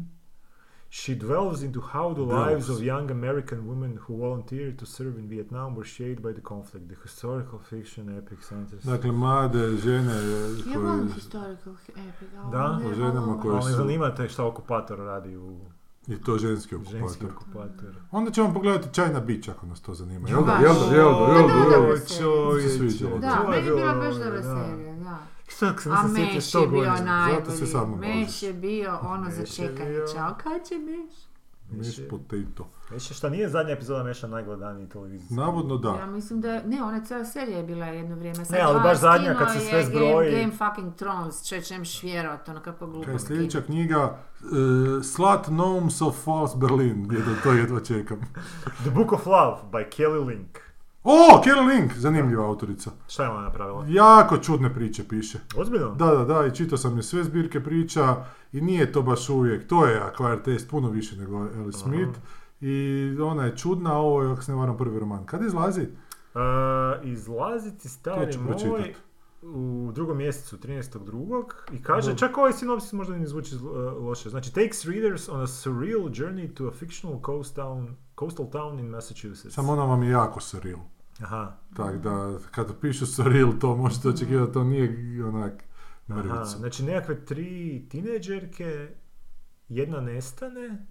C: she dwells into how the
B: Dwells.
C: lives of young American women who volunteered to serve in Vietnam were shaped by the conflict, the historical fiction, epic centers.
B: Dakle, mlade žene e,
A: Ja volim
B: koje...
A: historical epic, ali ono-
C: Da,
A: ne
B: o ženama
A: volim-
B: koje-
C: Ali me
B: su-
C: zanima te šta okupator radi u
B: I to ženski
C: ženski
B: okupator.
C: okupator.
B: Onda ćemo pogledati China Beach ako nas to zanima. Jel da,
A: Baš. Pa
B: jel da, jel da, jel da,
C: Pa
B: jel da.
A: Dobro se
C: čovječe,
B: sviđalo.
A: Da,
C: to je
A: meni je bila
C: bilo
A: baš
C: dobro,
A: dobra
C: da.
A: serija, da.
C: Šta se
A: A
C: nisam sjetio
A: Meš
C: što
A: je bio
C: godine.
B: Zato se
A: najbolji.
B: samo
A: Meš
B: božiš.
A: je bio ono za
C: Meš je
A: čekanje.
C: bio-
A: Čao, kad će Meš?
B: Miš potato.
C: Već je šta nije zadnja epizoda Meša najgledaniji televizijski?
B: Navodno
A: Ja
B: da.
A: mislim da je, ne, ona cijela serija je bila jedno vrijeme. Sad
C: Ne, ali
A: ova
C: baš zadnja
A: skinuo
C: kad se
A: je
C: sve zbroji.
A: Game, game fucking Thrones, čovječe, nemš vjerovat, ono kako glupo.
B: Kaj, sljedeća knjiga e, Slut Gnomes of False Berlin. Jedno, to jedva čekam.
C: The Book of Love by Kelly Link.
B: O, Carol Link, zanimljiva autorica.
C: Šta je ona napravila?
B: Jako čudne priče piše.
C: Ozbiljno?
B: Da, da, da, i čitao sam je sve zbirke priča i nije to baš uvijek, to je Acquired Taste puno više nego Ellie Smith i ona je čudna, a ovo je, ako se ne varam, prvi roman. Kad izlazi?
C: E, izlaziti
B: To
C: stari
B: ću
C: moj
B: pročitat.
C: u drugom mjesecu 13.2. i kaže,
B: Dobro.
C: čak ovaj sinopsis možda i ne zvuči zlo- e, loše. Znači, takes readers on a surreal journey to a fictional coast town, coastal town in Massachusetts.
B: Samo ona vam je jako surreal.
C: Aha.
B: Tak da, kad pišu surreal, to možete očekivati, to nije onak
C: Aha,
B: mrvica.
C: znači nekakve tri tineđerke, jedna nestane,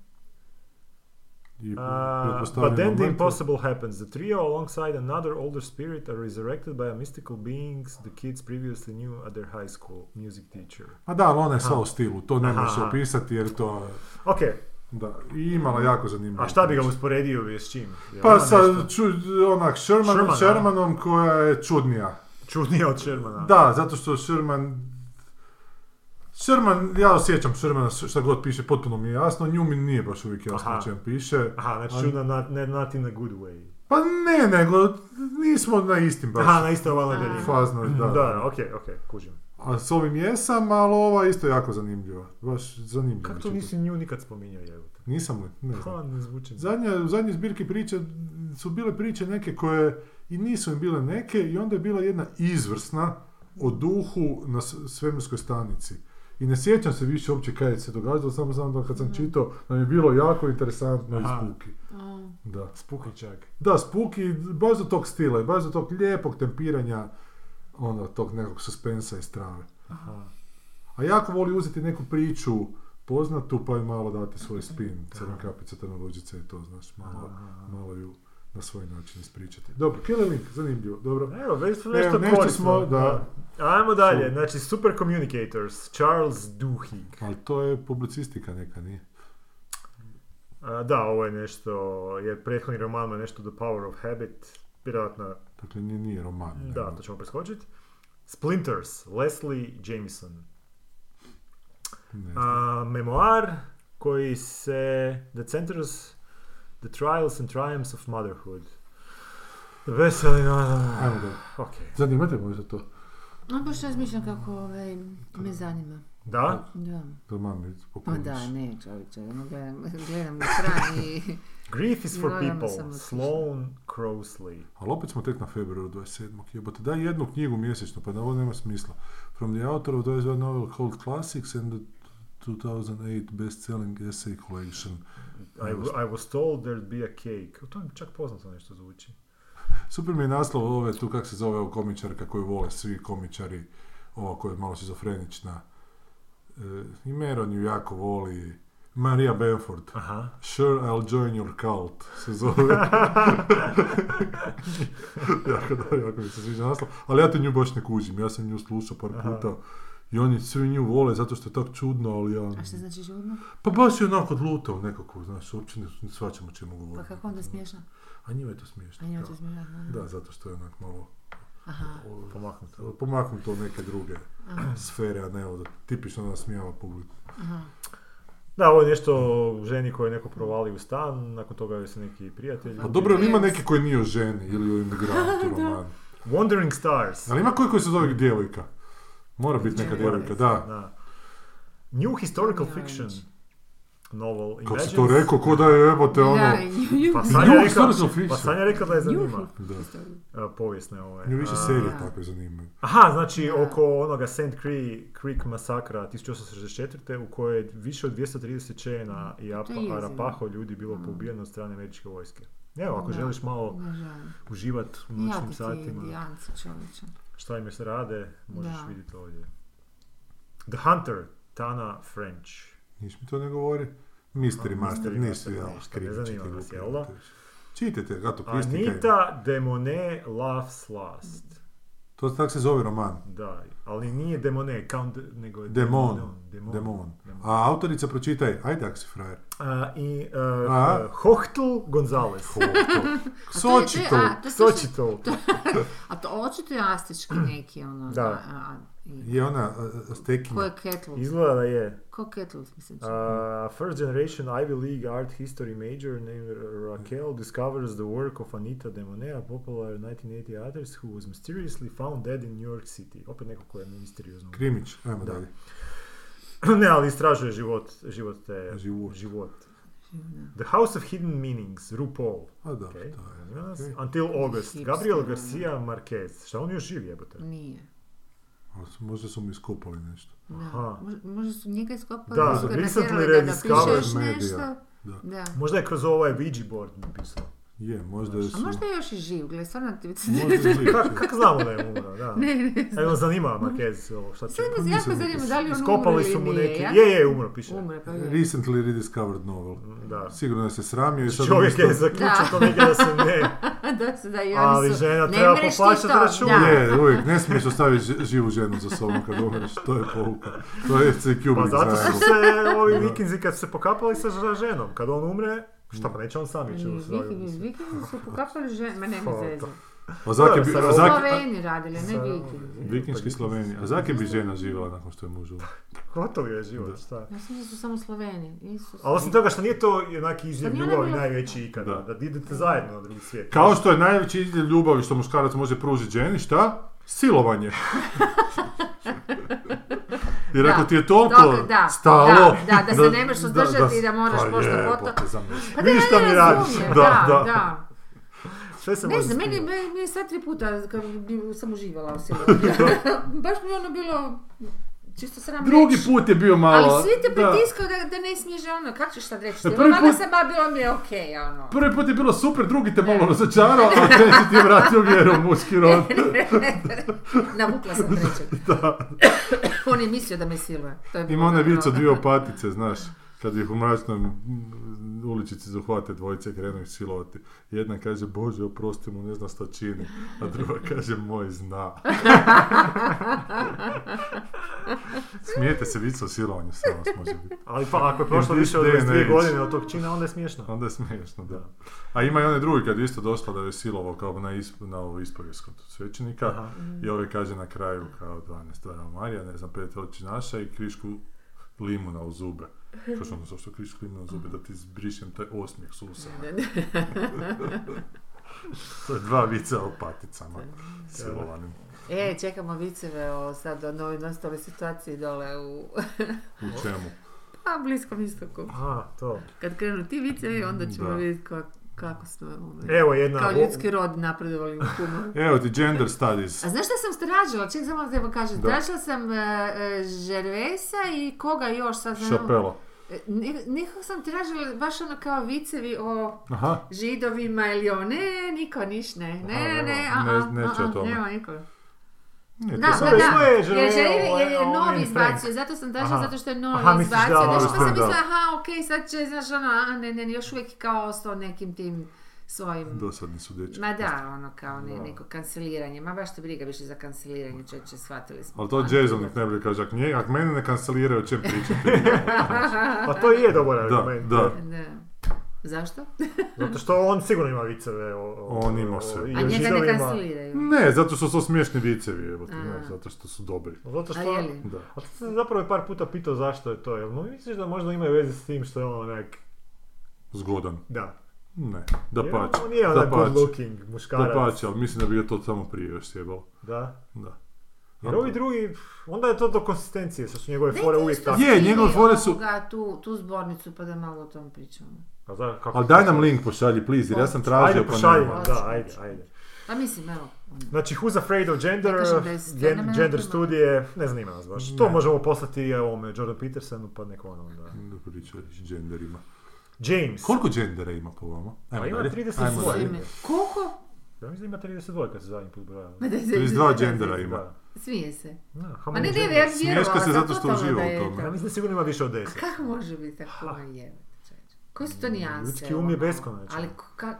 B: I
C: a, pa
B: pretpostavljamo
C: but then the
B: mrtvo.
C: impossible happens. The trio alongside another older spirit are resurrected by a mystical beings the kids previously knew at their high school music teacher.
B: Ma da, ali ona je sva u stilu, to ne
C: Aha,
B: može
C: aha.
B: opisati jer to...
C: Ok,
B: Da, i imala jako zanimljivo.
C: a šta bi ga usporedio bi s čim? Je
B: Pa
C: ona
B: sa
C: nešto
B: ču, onak Sherman,
C: Sherman, da.
B: Shermanom koja je čudnija.
C: Čudnije od Shermana.
B: Da, zato što Sherman... Sherman, ja osjećam Shermana šta god piše, potpuno mi je jasno, nju mi nije baš uvijek jasno
C: Aha.
B: o čem piše.
C: Aha,
B: Ali-
C: znači čudna, not, ne, not in a good way.
B: Pa ne, nego nismo na istim baš
C: Aha, na istoj valnoj daljini.
B: fazno, da.
C: Da, da, ok, ok, kužim.
B: A s ovim jesam, ali ova je isto jako zanimljiva. Baš zanimljiva.
C: Kako to
B: čitam.
C: nisi nju nikad spominjao, jebote?
B: Nisam li? Ne znam.
C: Pa, ne zvuči.
B: Zadnja, u zadnjoj zbirki priče su bile priče neke koje i nisu im bile neke i onda je bila jedna izvrsna o duhu na s- svemirskoj stanici. I ne sjećam se više uopće kaj je se događalo, samo znam da kad sam čitao da mi je bilo jako interesantno i
C: Mhm. Aha.
B: spuki.
A: Mm.
B: Da.
C: Spuki čak.
B: da, spuki, baš do tog stila i baš do tog lijepog tempiranja onda tog nekog suspensa i strave.
C: Aha.
B: A jako voli uzeti neku priču poznatu pa je malo dati svoj spin. Crna kapica, crna luđica i to, znaš, malo, malo ju na svoj način ispričati. Dobro, Killer Link, zanimljivo, dobro.
C: Evo, već smo
B: Evo,
C: nešto,
B: nešto
C: korisno.
B: smo, da.
C: Ajmo dalje, znači Super Communicators, Charles Duhigg.
B: Ali to je publicistika neka, nije?
C: A, da, ovo je nešto, je prethodni roman je nešto The Power of Habit, vjerojatno,
B: Dakle, nije, nije roman.
C: da,
B: nego-
C: to ćemo preskočiti. Splinters, Leslie Jameson.
B: ne znam.
C: A, memoar koji se The Centers, The Trials and Triumphs of Motherhood. Veseli na...
B: Ajmo da,
C: Ok.
B: zanima te možda to.
A: No, baš razmišljam kako ovaj, me zanima.
C: Da?
A: Da.
B: Roman mi
A: Pa
B: pokloniš.
A: da, ne, čovječe, ono gledam, gledam ekran i...
C: Grief is for
A: Gledala sam
C: people,
A: odlično.
C: Sloan Crossley.
B: Ali opet smo tek na februaru 27. Jebote, daj jednu knjigu mjesečno, pa da ovo nema smisla. From the author of 22 novel called Classics and the 2008 best-selling essay collection.
C: I, w- I was told there'd be a cake. O, to mi čak poznato nešto zvuči.
B: Super mi je naslov ove tu, kak se zove, ova komičarka koju vole svi komičari, ova koja je malo šizofrenična. E, I Meron ju jako voli. Maria Benford.
C: Aha.
B: Sure, I'll join your cult, se zove. jako, da, jako mi se sviđa naslov. Ali ja te nju baš ne kužim, ja sam nju slušao par
C: Aha.
B: puta I oni svi nju vole zato što je tako čudno, ali ja...
A: A što znači žurno?
B: Pa baš je onako odlutao nekako, znaš, uopće ne, ne shvaćam o čemu
A: Pa
B: govorim.
A: kako onda smiješno?
B: A njima je to smiješno.
A: A njima
B: da.
A: to smiješno. da.
B: Da, zato što je onak malo
A: Aha.
B: o,
C: Pomaknuti.
B: pomaknuto u neke druge sfere, a ne od tipično nasmijava publiku.
A: Aha.
C: Da, ovo je nešto o ženi koju je neko provali u stan, nakon toga joj se neki prijatelj...
B: Pa dobro, ali ima neki koji nije o ženi ili o imigrantu roman.
C: Wandering Stars.
B: Ali ima koji koji se zove djevojka. Mora biti neka djevojka, da.
C: New Historical
A: Ja,
C: Fiction.
A: znači.
C: Novel.
B: Kako
C: Imagines.
B: si to rekao, ko da je jebote ono...
A: Da, i-
C: Pa
B: New
C: Sanja, je rekla,
B: Historical Fiction.
C: pa Sanja je rekla da je zanima.
B: Da.
C: Uh, povijesne ove.
B: Nju više
C: A,
B: serije
A: da.
B: takve zanimaju.
C: Aha, znači
A: Da.
C: oko onoga St. Cree Creek masakra 1864. u kojoj je više od 230 čejena i
A: Mm. To je jezivo.
C: Apa- Arapaho ljudi
B: Mm.
C: bilo poubijeno od strane američke vojske. Evo, ako
A: Da.
C: želiš malo
A: Ne želim.
C: uživat u noćnim
A: Jadni ti
C: satima,
A: indijanci čovječe.
C: šta im se rade, možeš
A: Da.
C: vidjeti ovdje. The Hunter, Tana French.
B: Niš mi to ne govori. Mystery Master,
C: Mystery
B: nisi
C: Master,
B: ja
C: ništa,
B: kriv.
C: ne zanima
B: čitaj
C: nas,
B: Luka,
C: jel da?
B: brate. Čitajte, gato, Christie Kane.
C: Anita Demone Loves Last.
B: To tako se zove roman.
C: Da, ali nije Demone, Count, nego je
B: Demon.
C: Demon.
B: Demon.
C: Demon.
B: A autorica pročitaj, ajde ak si frajer.
C: A, I
B: A?
C: uh, Hochtel Gonzalez.
A: to je- to je-
B: Sočito.
A: a, to je
C: Što
A: slušaj-
C: će to?
A: A to očito je astički neki ono.
C: Da.
A: a- a- i-
B: Je ona stekinja.
A: Ko je Kettle?
C: Izgleda da je.
A: Ko Kettle mislim.
C: Uh, first generation Ivy League art history major named Raquel discovers the work of Anita Demone, a popular 1980 artist who was mysteriously found dead in New York City. Opet neko koje je misteriozno.
B: Krimić, ajmo
C: Da.
B: dalje.
C: ne, ali istražuje život, život te...
B: Život.
C: The House of Hidden Meanings, RuPaul.
B: A da,
C: Okay.
B: Pa to je.
C: zanima nas.
B: okej.
C: Until August,
A: Hipster,
C: Gabriel
A: ono.
C: Garcia Marquez. Šta on još živi, jebote?
A: Nije.
B: Ali su- Možda su mi iskopali nešto.
A: Da.
C: Aha.
A: Mo- Možda su njega iskopali.
C: Da,
A: su ga
C: recently
A: natjerali da- da
C: rediscovered
A: pišeš
B: media.
A: nešto.
B: Da.
A: Da.
C: Možda je kroz ovaj Ouija board napisao.
B: Je, možda su...
A: A možda je još i živ, gle, stvarno ti
B: možda je živ.
C: Kako kak znamo da je umro, da.
A: Ne, ne, znam.
C: Evo, zanima Marquez ovo šta će.
A: Sad nas
B: nisam
A: jako zanima da li on
C: Iskopali
A: umro
C: su mu
A: ili nije.
C: neki,
A: Ja-
C: je, je, umro, piše.
A: Umre, pa je.
B: Recently rediscovered novel.
C: Da.
B: Sigurno je se sramio i sad...
C: Čovjek
B: umjesto-
C: je zaključio to negdje da se ne,
A: da, se da i oni
C: ali
A: su-
C: žena
A: Ne
C: treba
A: mreš ti
C: poplaćati
A: to,
C: račun.
A: da.
B: Je, uvijek, ne smiješ ostaviti ži- živu ženu za sobom kad umreš, to je pouka. To je C.
C: Pa
B: Kubrick
C: zato su
B: zajebo.
C: se ovi vikinzi kad su se pokapali sa ž- ženom, kad on umre, šta pa neće on sam ići u
A: Vikingi, vikingi su pokapali žene, ma nema
C: Pa,
A: veze.
B: A zake bi,
C: Dobro,
B: a
C: sad-
B: zake,
A: Sloveni radili, ne vikingi.
C: Pa
B: vikinški Sloveni, a zake bi žena živjela nakon što je muž umro?
C: Gotovo je život, šta.
A: Ja sam da su samo Sloveni, Isus.
C: A osim toga što nije to jednak izljev
A: Pa nije
C: ljubavi
A: bilo-
C: najveći ikada,
B: Da.
C: da idete zajedno na drugi svijet.
B: Kao što je najveći izljev ljubavi što muškarac može pružiti ženi, šta? Silovanje. Jer ako
A: Da,
B: ti je toliko
A: dobro, da,
B: stalo...
A: da, da, da se ne možeš uzdržati i da moraš
B: pa
A: pošto
B: jebote,
A: poto-
B: zamisli.
A: Pa da,
B: Vidiš
A: ja
B: šta
A: ne
B: mi radiš.
A: razumijem,
B: Da, da.
A: da.
C: Sve se
A: Ne
C: može
A: znam, meni,
C: skrivati.
A: meni je sad tri puta kad bi- sam uživala u selu. Baš mi je ono bilo čisto sram
B: Drugi
A: reći.
B: put je bio malo...
A: Pa Ali svi te
B: da.
A: pritiskaju da, da ne smiješ ono, kako ćeš sad reći?
B: E,
A: Prvi
B: prvi put-
A: sam babila, mi je okej, ono.
B: Prvi put je bilo super, drugi te malo razočarao, a treći ti je vratio vjeru u muški rod.
A: Navukla sam trećeg. On je mislio da me siluje. To je bilo
B: Ima onaj
A: dobro.
B: vic od dvije opatice, znaš, kad ih u mračnoj mm, uličici zahvate dvojice i krenu ih silovati. Jedna kaže, Bože, oprosti mu, ne zna šta čini. A druga kaže, moj zna. Smijete se vic o silovanju, samo vas može biti.
C: Ali pa ako je prošlo
B: This
C: više od
B: day and
C: 22
B: age.
C: godine od tog čina, onda je smiješno.
B: Onda je smiješno, da. A ima i onaj drugi kad je isto došla da ju je silovao kao na, isp, na ovu ispovijest kod svećenika.
C: Aha.
A: Mm.
B: I ovaj kaže na kraju kao 12 dana Marija, ne znam, pet oči naša i krišku limuna u zube. Kaže ono, zašto krišku limuna u zube, da ti zbrišem taj osmijeh susa. to je dva vica o paticama, silovanim.
A: E, čekamo viceve o sad o novoj nastale situaciji dole u
B: U čemu?
A: pa, bliskom istoku.
C: Aha, to.
A: Kad krenu ti vicevi, onda ćemo
B: Da.
A: vidjeti ka- kako smo ovaj,
C: Evo jedna...
A: kao ljudski rod napredovali u humoru.
B: Evo ti gender studies.
A: A znaš šta sam stražila? Ček, samo da vam kažem.
B: Da.
A: Stražila sam e, e, Žervesa i koga još sad znam.
B: Šapela.
A: E, ne- Nekako sam tražila baš ono kao vicevi o
B: Aha.
A: židovima ili o ne, niko niš ne, ne,
B: nema,
A: ne,
B: ne-
A: a, a,
B: neće o
A: a, a,
B: tome.
A: nema niko. Da,
B: Ne, to
A: da,
B: sam-
C: sve
A: da,
C: svoje
A: jer,
C: žele,
A: želi-
C: ovaj,
A: jer je
C: ovaj
A: novi
C: Frank.
A: izbacio, zato sam tražila,
C: Aha.
A: zato što je novi
C: Aha, misliš da
A: izbacio,
C: je
A: znaš pa
C: ovaj
A: sam
B: Frank, da.
A: mislila, aha, okej, sad će, znaš, ono, a ne, ne, još uvijek kao ostao nekim tim svojim...
B: Dosadni su dečki.
A: Ma da, ono kao ne,
C: Da.
A: neko kanceliranje. Ma baš te briga više za kanceliranje, čovječe, shvatili smo.
B: Ali to
A: Ono.
B: Jason nek najbolje kaže, ako, nje, ako mene ne kanceliraju, o čem pričati?
C: Pa to i je dobar
B: da,
C: argument.
B: da.
A: Da. Zašto?
C: Zato što on sigurno ima viceve. O, o,
B: On ima
C: o-
B: sve.
C: i
A: A
C: o
A: njega ne
C: židovima.
A: kanceliraju.
B: Ne, zato što su smiješni vicevi, evo ti,
A: A.
B: znaš, zato što su dobri.
C: Zato
A: A
C: što...
A: je li?
B: Da.
C: A to sam zapravo i par puta pitao zašto je to, jel mu misliš da možda ima veze s tim što je on onak,
B: Zgodan.
C: da.
B: Ne, da
C: Jer
B: pače.
C: On nije
B: Da
C: onak good
B: pače.
C: looking muškarac.
B: Da pače, ali mislim da bi ga to samo prije još sjebalo.
C: Da.
B: Da.
C: Jer ovi drugi, pf, onda je to do konsistencije, što su njegove
A: Daj
C: fore
A: ti
C: uvijek
A: nešto
C: tako.
B: Je,
A: snimi
B: njegove fore su-
A: ovoga, tu, tu zbornicu pa da malo o tom pričamo.
C: A za- pa kako-
B: Ali daj nam link pošalji, please, jer ja sam tražio
C: Ajde,
B: pa
C: pošalji
B: nema.
C: nam, da, ajde, ajde.
A: Pa mislim, evo. ono.
C: Znači, Who's Afraid of Gender,
A: Ne kažem da je
C: gen-
A: fenomenalno
C: gender
A: tema.
C: studije, ne zanima nas baš. To
B: Ne.
C: možemo poslati ovome Jordan Petersonu, pa neko ono onda.
B: Da priča genderima.
C: James.
B: Koliko gendera ima po vama?
C: Pa ima
B: dalje.
C: 32.
B: Ajmo dalje.
A: Ime. Koliko?
C: Ja mislim da ima 32 kad se zadnji put brojao.
B: 32 gendera ima.
C: Da.
A: Smije se.
C: Da,
A: Ma
C: how many
A: ne, ne,
C: genders?
A: ja
B: Smiješka
A: vjerovala
B: se
A: da
B: zato što
A: totalno
B: uživa
A: da
B: u
A: je
B: tome.
C: Ja
A: to.
C: mislim da sigurno ima više od 10.
A: Kako može biti tako puno jebati, čovječe? Koje su to nijanse?
C: Ljudski um je
A: ono?
C: beskonačan.
A: Ali ko- ka-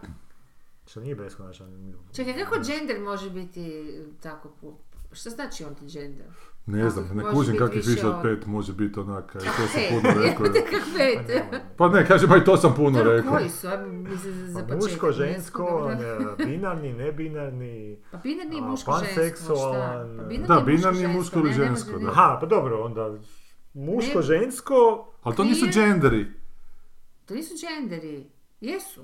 C: Što nije beskonačan.
A: Čekaj,
C: Pa
A: kako gender može biti e, tako pu- Šta znači on ti gender?
B: Ne znam, ne
A: Može
B: kužim
A: biti
B: kakvih
A: više
B: više od
A: od-
B: pet može biti onaka, to sam
A: Pet,
B: puno rekao.
A: jebote, kak
C: Pa
A: pet?
C: nemoj.
B: Pa ne, kažem, pa i to sam puno
A: Dobro,
B: rekao.
A: koji su? Ajme, mislim, za
C: Pa
A: početak.
C: muško, žensko,
A: dobro.
C: ne, binarni, nebinarni.
A: Pa binarni je
C: A,
A: muško, žensko, šta?
C: panseksualan,
A: Pa
B: Da,
A: je
B: binarni je muško ili
A: ne, ne može
B: žensko,
A: biti.
B: da.
C: Aha, pa dobro, onda muško,
A: Ne.
C: žensko,
B: Ali to nisu
A: Queer.
B: genderi.
A: To nisu genderi. Jesu.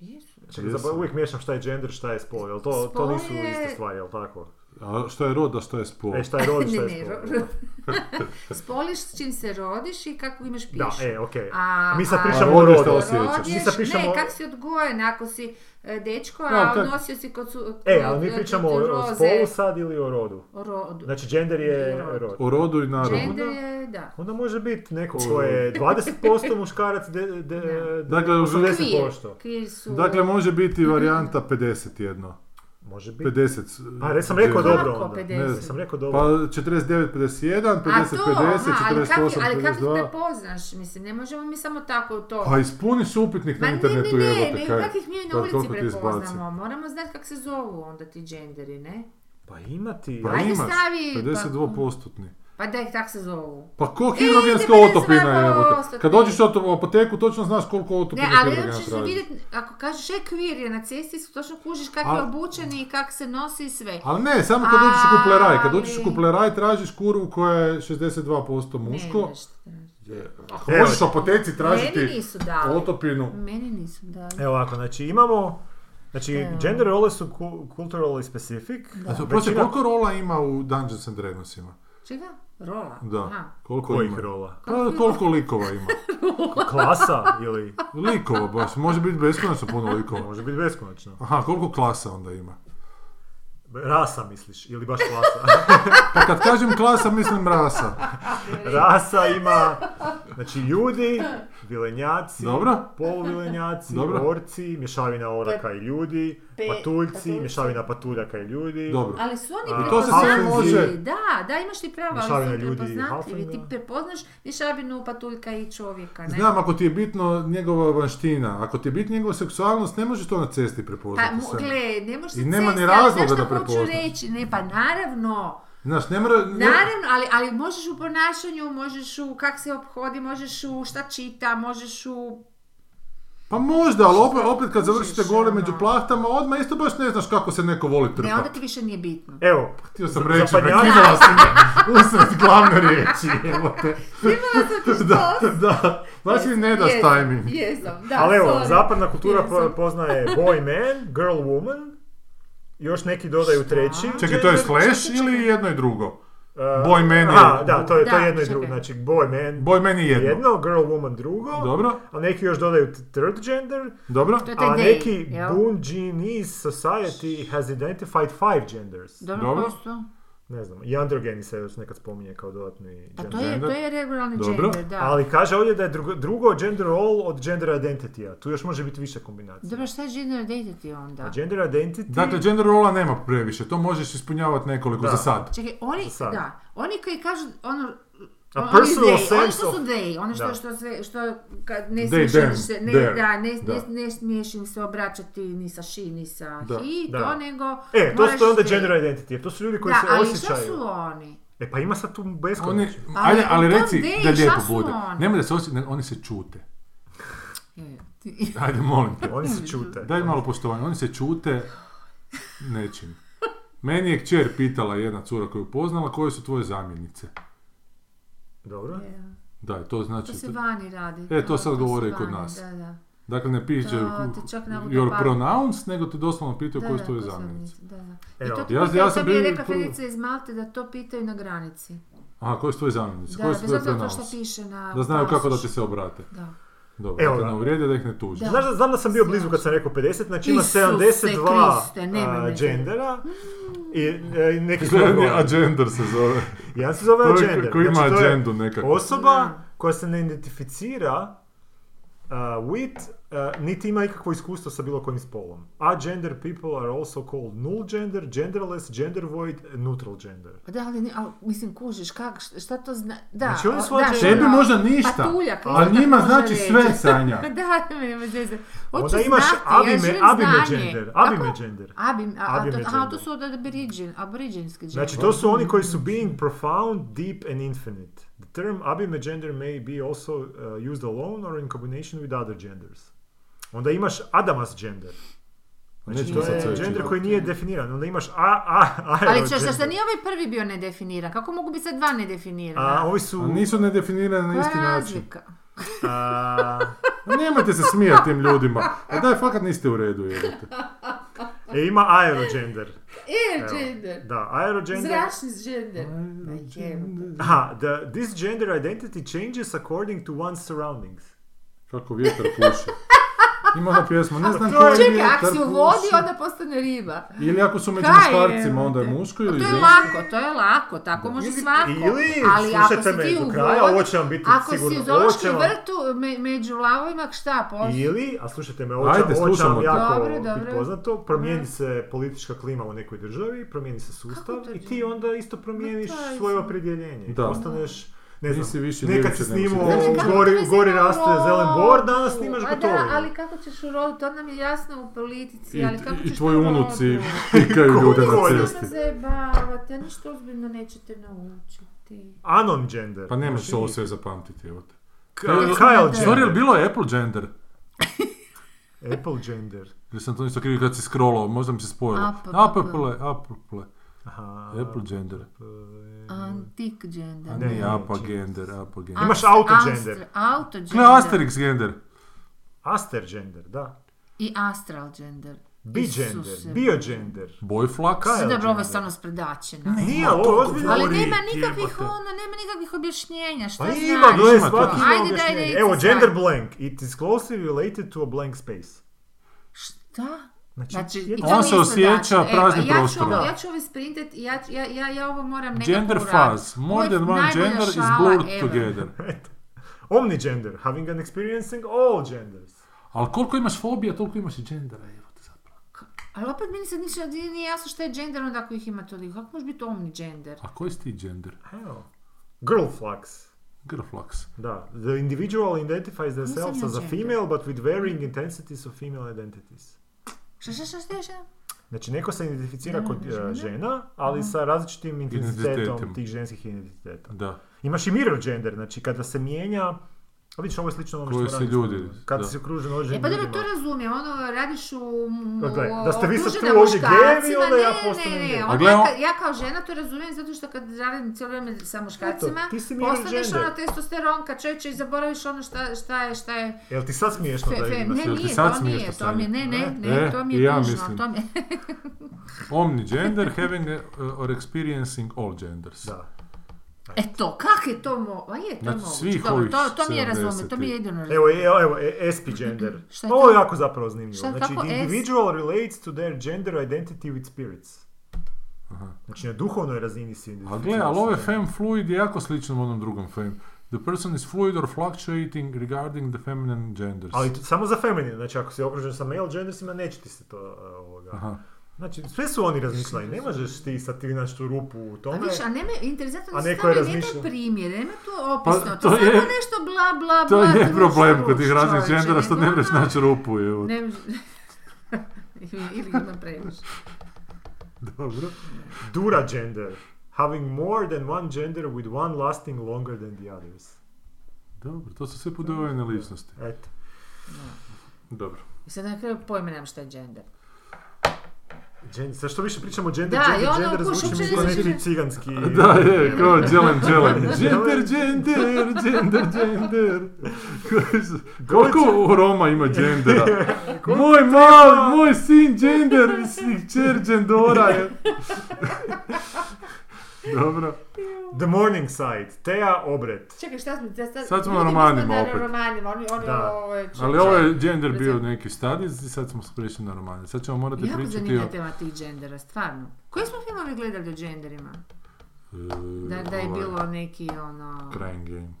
A: Jesu.
C: Čekaj,
B: Jesam.
C: zapravo uvijek miješam šta je gender, šta je spol, jel to, to
A: Spol
C: nisu
A: je-
C: iste stvari, jel tako?
B: A što je rod, a što je spol?
C: E, šta je rod, šta
A: Ne,
C: je
A: ne,
C: spol?
A: ro- Spoliš s čim se rodiš i kako imaš pišu.
C: Da, e, okej.
A: A-
C: Mi sad
A: a-
C: pričamo
B: A
C: o
B: rod je
C: rodu.
B: šta osjećaš?
A: Rod
C: Mi
A: je-
C: sad pričamo...
A: Ne, kak si odgojen ako si e, dečko,
B: Da,
A: a
B: ali kak-
A: odnosio si kod su...
C: E, ali
A: kod-
C: mi pričamo o,
A: kod
C: o
A: roze.
C: spolu sad ili o rodu?
A: O rodu.
C: Znači, gender je
A: I rod.
C: rod.
B: O rodu i narodu.
A: Gender je, da.
C: Onda može biti neko ko je 20% muškarac, de, de, de,
B: Dakle, u
C: 80%.
A: Queer su... Mhm.
B: Dakle, može biti varijanta 51.
C: Može biti.
B: 50...
C: A, Pa, sam rekao
A: Kako
C: dobro onda.
A: pedeset?
B: Ne
C: Sam rekao
B: Pa
C: dobro.
B: 49, 51, 50, 50,
A: aha, ali
B: 48,
A: kako, ali kako ti
B: 52.
A: te poznaš? Mislim, ne možemo mi samo tako to...
B: Pa ispuni se upitnik
A: Ma
B: na
A: ne,
B: internetu,
A: ne,
B: jebote,
A: ne, ne,
B: kaj-
A: kakvih mi
B: pa
A: na ulici
B: koliko ti izbaci?
A: prepoznamo. Moramo znati kako se zovu onda ti genderi, ne?
C: Pa imati...
B: Pa
A: Ajde,
B: imaš,
A: stavi, pa-
B: 52%-postotni.
A: Pa da ih tako se zovu.
B: Pa ko
A: E,
B: hirogenska
A: ide
B: otopina
A: 52%
B: jebote? Kad dođeš u oto- u apoteku, točno znaš koliko otopina
A: Ne, ali
B: hirogena
A: onda ćeš
B: traži.
A: vidjeti, ako kažeš e queer je na cesti, točno kužiš kak
B: Ali-
A: je obučen i kak se nosi i sve.
B: Ali ne, samo kad dođeš u kupleraj. Kad dođeš u
A: Ali-
B: kupleraj tražiš kurvu koja je 62%
A: Ne,
B: muško.
A: nešto traži.
B: Ako možeš u apoteci
A: Meni
B: tražiti
A: nisu Mm. dali.
B: otopinu.
A: Meni nisu dali.
C: Evo ovako, znači imamo... Znači, gender roles su ku- culturally specific.
B: A to, prosim,
C: Većina-
B: koliko rola ima u Dungeons and Dragonsima?
A: Čega? Rola. Aha.
B: Da, koliko
C: Kojih
B: ima?
C: rola?
B: Pa, koliko likova ima?
C: Klasa ili...
B: Likova baš, može biti beskonačno puno likova.
C: Može biti beskonačno.
B: Aha, koliko klasa onda ima?
C: Rasa misliš, ili baš klasa.
B: Pa kad kažem klasa, mislim rasa.
C: Rasa ima, znači ljudi, vilenjaci,
B: Dobro.
C: poluvilenjaci,
B: Dobro.
C: orci, mješavina oraka i ljudi,
E: Pe-
C: patuljci,
E: patuljci.
C: mješavina patuljaka i ljudi.
B: Dobro.
A: Ali su oni
C: A,
B: to se sve
A: prepoznatljivi.
B: može-
A: Da, da, imaš ti pravo, ali
C: Mješavina
A: su
C: ljudi i
A: prepoznatljivi. Ti
C: Halflinga.
A: prepoznaš mješavinu patuljka i čovjeka, ne?
B: Znam, ako ti je bitno njegova vanština, ako ti je bitna njegova seksualnost, ne možeš to na cesti prepoznati.
A: Pa, mu-
B: sve.
A: gle, ne možeš
B: I
A: se
B: nema ni
A: cesti, ali
B: razloga
A: znaš
B: da
A: šta hoću
B: prepoznaš.
A: reći? Ne, pa naravno.
B: Znaš, ne mora... ne-
A: Naravno, ali, ali možeš u ponašanju, možeš u kak se obhodi, možeš u šta čita, možeš u...
B: Pa možda, ali opet, opet kad završite
A: Kužiš,
B: gole
A: ono.
B: među plahtama, odmah isto baš ne znaš kako se neko voli
A: Ne,
B: trpati.
A: onda ti više nije bitno.
C: Evo,
B: Htio sam reći,
C: zapadnjak-
B: prekinula si me usred glavne riječi, evo te. da, da, baš mi ne daš
A: Jesam,
B: timing.
A: Jesam, da,
C: ali evo,
A: sorry.
C: zapadna kultura
A: Jer sam-
C: poznaje boy man, girl woman, još neki dodaju treći.
B: Čekaj, to je
C: gender.
B: slash ili jedno i drugo?
C: Uh,
B: boy man je-
C: aha, da, to je, to
A: Da,
C: je jedno i drugo,
A: čekaj.
C: znači boy man
B: Boj meni je jedno.
C: jedno, girl woman drugo,
B: Dobro,
C: a neki još dodaju third gender,
B: dobro.
A: To je taj
C: A
A: day,
C: neki
A: jel?
C: Bunjinese society has identified five genders.
A: Dobro,
B: Dobro.
A: koji su to?
C: Ne znam, i androgeni se još nekad spominje kao dodatni
A: Pa
C: gender.
A: to je, to je regularni
B: Dobro.
A: gender, da.
C: Ali kaže ovdje da je drugo, drugo gender role od gender identity-a. Tu još može biti više kombinacija.
A: Dobro, šta je gender identity
B: Pa
A: onda?
C: A gender identity...
B: Dakle, gender rola nema previše, to možeš ispunjavati nekoliko
C: Da.
B: za sad.
A: Čekaj, oni,
C: Za sad.
A: da, oni koji kažu, ono,
C: A
A: On- oni
C: personal
A: they, Ono
C: sense
A: što
C: of...
A: su they, ono što,
C: Da.
A: što, sve, što kad ne
B: They,
A: smiješ
B: them,
A: se, ne,
B: there.
A: da, ne, ne-
B: Da.
A: ne smiješ im se obraćati ni sa she, ni sa
B: Da.
A: he,
C: Da.
A: to nego
C: E, to, su- to je onda
A: moraš
C: gender identity, jer to su ljudi koji
A: da,
C: se
A: ali šta
C: osjećaju.
A: su oni?
C: E, pa ima sad tu
B: Oni,
C: beskonačno.
B: ali, ali
A: u tom
B: reci
A: day
B: da lijepo
A: šta su
B: bude.
A: oni?
B: Nemoj da se osjeti, oni se čute.
A: E, ti-
B: Ajde, molim te.
C: Oni
A: Mm,
C: se čute.
B: Daj malo poštovanja, oni se čute nečim. Meni je kćer pitala jedna cura koju je poznala koje su tvoje zamjenice.
C: Dobro.
B: Da, to znači...
A: To se vani radi.
B: E, to sad govore
A: se
B: i kod
A: vani,
B: nas.
A: Da, da.
B: dakle, ne piše
A: To ti čak navode
B: your
A: par-
B: pronouns, nego te doslovno pitaju
A: Da,
B: koje
A: da,
B: su tvoje
A: to sam
B: zamjenice.
A: mislila, Da, da. I
C: Evo,
A: to, ti
B: ja-
A: pitaju-
B: ja
A: to
B: sam
A: mi je
B: bio
A: rekla
B: prvo-
A: Felica iz Malte da to pitaju na granici.
B: Aha, koje su tvoje zamjenice?
A: Da,
B: koje su
A: bez
B: tvoje
A: obzira to što
B: pronouns?
A: piše na...
B: Da znaju kako da ti
A: pasošu.
B: se obrate.
A: Da.
B: Dobro,
C: Evo
B: da te
C: ga.
B: ne uvrijede da ih ne tuži.
A: Da.
C: Znaš da znam da sam bio blizu kad sam rekao 50, znači ima
A: Isuse
C: 72
A: Kriste, nemoj
C: a,
A: me zajebati.
C: gendera i e, i neki su
B: Gledanje
C: odgovorni.
B: agender se zove.
C: Jedan se zove
B: To je
C: agender.
B: ko- ko ima
C: znači, to je
B: agendu nekakvu.
C: Osoba
A: Da.
C: koja se ne identificira uh, with, uh, niti ima ikakvo iskustvo sa bilo kojim spolom. Agender people are also called null gender, genderless, gender void, neutral gender.
A: Pa da, ali, ne- ali mislim, kužiš, kak, šta to zna... Da,
C: Znači, oni
A: o-
C: su
A: da,
C: očajni.
A: što-
B: Tebi možda ništa,
A: patuljak,
B: a
A: isto
B: njima
A: tako
B: znači
A: može
B: sve
A: reći.
B: sanja.
A: Pa da, nema veze. Hoću
C: Onda imaš
A: znati, ja
C: abime,
A: želim
C: abime
A: znanje.
C: gender.
A: Kako?
C: Abime gender.
A: Abim, a, a,
C: Abime
A: to, aha,
C: gender.
A: to su od aborigin, aboriginski gender.
C: Znači, to su oni koji su being profound, deep and infinite. The term abime gender may be also uh, used alone or in combination with other genders. Onda imaš Adamas gender. Znači,
B: Nećemo
C: to
B: sad sve
C: je gender
B: čitati.
C: koji nije definiran. Onda imaš a, a, aero
A: ali češ, šta
C: gender.
A: nije ovaj prvi bio nedefiniran? Kako mogu biti sad dva nedefinirana?
C: A, ovi su...
B: A Nisu nedefinirane na
A: Koja
B: isti
A: je
C: znači.
B: način.
A: razlika?
C: A,
B: A Nemojte se smijati tim ljudima. A daj, fakat niste u redu, jebote.
C: e, ima aerogender.
A: Air
C: Evo.
A: E, gender.
C: Da, aerogender.
A: Zračni gender. Ma Pa jebote.
C: Aha, the, this gender identity changes according to one's surroundings.
B: Kako vjetar puše. Ima ona pjesma, ne znam
C: to
B: koji
C: je-
A: Pa Čekaj,
B: vjetar
A: ako si u vodi,
B: puše.
A: onda postane riba.
B: Ili ako su među
A: Kaj je,
B: muškarcima, onda je
A: jebote?
B: muško
A: Pa
B: ili
A: to je
B: žensko.
A: lako, to je lako, tako može
C: Ili-
A: svako.
C: Ili,
A: ali ako
C: slušajte
A: si ti
C: me
A: u
C: do kraja,
A: vodi-
C: ovo će vam biti
A: Ako
C: sigurno.
A: si u
C: ovo
A: zoološkom
C: će vam-
A: vrtu me- među lavovima, šta pa postoji?
C: Ili, a slušajte me, ovo će,
B: Ajde,
C: ovo će
B: slušamo
C: vam
B: te.
C: jako
A: Dobro,
C: bit
A: dobro.
C: poznato, promijeni
A: Ne.
C: se politička klima u nekoj državi, promijeni se sustav
A: Kako to
C: i ti
A: je?
C: onda isto promijeniš
A: Ma to je
C: svoje
A: sve.
C: opredjeljenje.
B: Da.
C: Postaneš, ne znam,
B: Nisi više
C: nekad
B: ljevičar,
C: si
B: nego si
C: snimao
B: desničar.
A: Znači, kako
C: gori,
A: to vezano
C: gori
A: u
C: raste
A: rodu?
C: zelen bor, danas snimaš
A: A
C: gotovo.
A: Da, ali kako ćeš u rodu, to nam je jasno u politici,
B: I,
A: ali kako ćeš
B: i tvoji
A: u rodu?
B: unuci pikaju ljude na
C: Kako?
B: cesti.
A: zajebavate, ništa ozbiljno nećete naučiti.
C: Anon gender.
B: Pa ne možeš
C: Znači,
B: ovo sve zapamtiti, evo te.
C: Ka-
B: Ka-
C: Kyle
A: Da.
B: Sorry, jel
C: gender.
B: bilo je Apple gender?
C: Apple gender.
B: Ili sam to isto krivi kad si scrollao, možda mi se spojilo.
A: Apple.
B: Apple, Apple,
C: Aha.
B: Apple gender.
A: Antik gender.
B: A
C: Ne,
B: ne,
C: ne,
B: Apa
C: čekaj.
B: gender, Apa gender.
C: Imaš
A: Amster-
C: autogender.
A: Amster- autogender.
B: Gle, Asterix gender.
C: Aster gender, da.
A: I astral gender. Isuse.
C: Bigender, biogender.
B: Boyflux.
C: Kaj
A: Sve
C: je?
A: dobro, ovo je stvarno spredačina.
C: Nije, ali ovo je ozbiljno.
A: Ali
B: Govori,
A: nema nikakvih,
B: jebote.
A: ono, nema nikakvih objašnjenja, šta
C: Pa
A: znači?
C: ima, gle,
B: Ima to.
C: svaki ima
A: Ajde, daj,
C: objašnjenje.
A: daj,
C: Evo,
A: sad.
C: gender blank. It is closely related to a blank space.
A: Šta?
C: Znači,
A: Znači,
C: jedno-
A: i to
B: On
A: mi
B: se
A: isto
B: osjeća
A: dačno. E,
B: praznim
A: pa ja ću
B: prostorom.
A: ovo- Ja ću ovo sprintat i ja, ću- ja, ja, ja ovo moram nekako
B: Gender
A: uradit.
B: fuzz.
A: Ovo
B: More
A: je
B: than one
A: najbolja
B: gender is
A: šala
B: blurred
A: ever.
B: together.
C: Eto. Omnigender, having and experiencing all genders.
B: Ali koliko imaš fobija, toliko imaš i gendera, evo te zapravo.
A: Ali opet meni sad ništa nije nije jasno šta je gender onda ako ih ima toliko. Kako može biti omni gender?
B: A koji si ti gender?
C: Evo. Girl flux.
B: Girlflux.
C: Da. The individual identifies themselves
A: ja
C: as a
A: gender.
C: female, but with varying intensities of female identities.
A: Šta, šta, šta, šta, šta?
C: Znači, neko se identificira
A: Da,
C: kod e,
A: žena.
C: žena, ali sa različitim intenzitetom
B: Identitetom.
C: tih ženskih identiteta.
B: Da.
C: Imaš i mirror gender, znači kada se mijenja, a vidiš ovo je slično onome
B: Koji
C: što
B: se
C: radimo.
B: ljudi,
C: Kada
B: da.
C: si okružen određenim
A: E pa dobro,
C: ljudima.
A: to razumijem, ono, radiš u... u
C: Gle, da ste vi sad
A: okružena
C: tu ovdje
A: muškarcima,
C: gevi, onda ja
A: ne, ne,
C: postanem
A: ne,
C: gej.
A: ono,
B: A gle,
A: ja,
B: on-
A: ka- ja kao žena to razumijem zato što kad radim cijelo vrijeme sa muškarcima,
C: Eto, ti si mirror
A: postaneš
C: gender.
A: ono testosteronka, čovječe, i zaboraviš ono šta, šta je, šta je...
C: Jel ti sad smiješno
A: Fe,
C: da
A: fe,
C: je
A: ne,
B: jel ti
A: nije,
B: sad
A: to
B: smiješ
A: nije,
B: to
A: to mi je, ne, ne, ne,
B: E,
A: to mi
B: i
A: je
B: ja
A: tužno,
B: mislim.
A: to mi je...
B: Omni gender, having uh, or experiencing all genders.
C: Da.
A: E to, kak je to mo... A je to
B: Znači,
A: moguće,
B: svih
A: dobro,
B: ovih
A: to, to mi je razumio, to mi
B: 70-ih.
A: je jedino razumio.
C: Evo, evo, evo e- SP gender.
A: Šta je
C: Ovo je
A: to?
C: jako zapravo zanimljivo.
A: Šta,
C: znači,
A: kako
C: the
A: S?
C: individual relates to their gender identity with spirits.
B: Aha.
C: Znači, na duhovnoj razini si
B: A
C: identificiran
B: gle, ali
C: sa
B: ovo je
C: ženom.
B: fem fluid je jako slično onom drugom fem. The person is fluid or fluctuating regarding the feminine genders.
C: Ali to- samo za feminine, znači ako si okružen sa male gendersima, neće ti se to e, ovoga,
B: Aha.
C: Znači, sve su oni razmišljali, ne možeš ti sad ti naći tu rupu u
A: A
C: tome.
A: viš, a nema, interesantno
C: A
A: da se
C: neko je
A: tamo ne
C: razmišljao.
A: da primjer, nema tu opisno, to,
B: Pa, to
A: samo
B: je-
A: nešto bla bla
B: To
A: bla.
B: je
A: druš,
B: problem kod
A: druš,
B: tih raznih
A: čovječe,
B: gendera, što ne znači-
A: nego
B: mreš
A: ono-
B: naći rupu, evo.
A: Ne mreš- Ili ima previše.
B: Dobro.
C: Dura gender. Having more than one gender with one lasting longer than the others.
B: Dobro, to su sve podojene ličnosti.
C: Eto.
B: Dobro.
A: I sad na kraju pojma nemam šta je gender.
C: Gen, sad što više pričamo o gender,
A: Da, i
C: gender,
A: ono, kuš,
C: gender, zvuči
A: uopće
C: mi kao
A: ne
C: neki
A: zvuči-
C: ciganski...
B: Da, je, kao dželen, dželen. Gender, gender, gender, gender. Koji su- Koliko u Roma ima gendera? Moj mal, moj sin gender, mislim, kćer gendora je. Dobro.
C: The Morning Side, Teja Obret.
F: Čekaj, šta smo... Sad,
B: Sad smo na
F: ljudi, mi
B: romanima
F: na
B: opet.
F: romanima, oni, oni
C: Da.
F: ovo je...
B: Ali ovo je gender bio neki stadij i sad smo prešli na romane. Sad ćemo morati
A: Jako
B: pričati o... e,
A: zanimljiva tema tih gendera, stvarno. Koji smo filmove gledali o genderima?
B: e,
A: Da, da je
B: ovaj,
A: bilo neki ono...
B: Crying Game.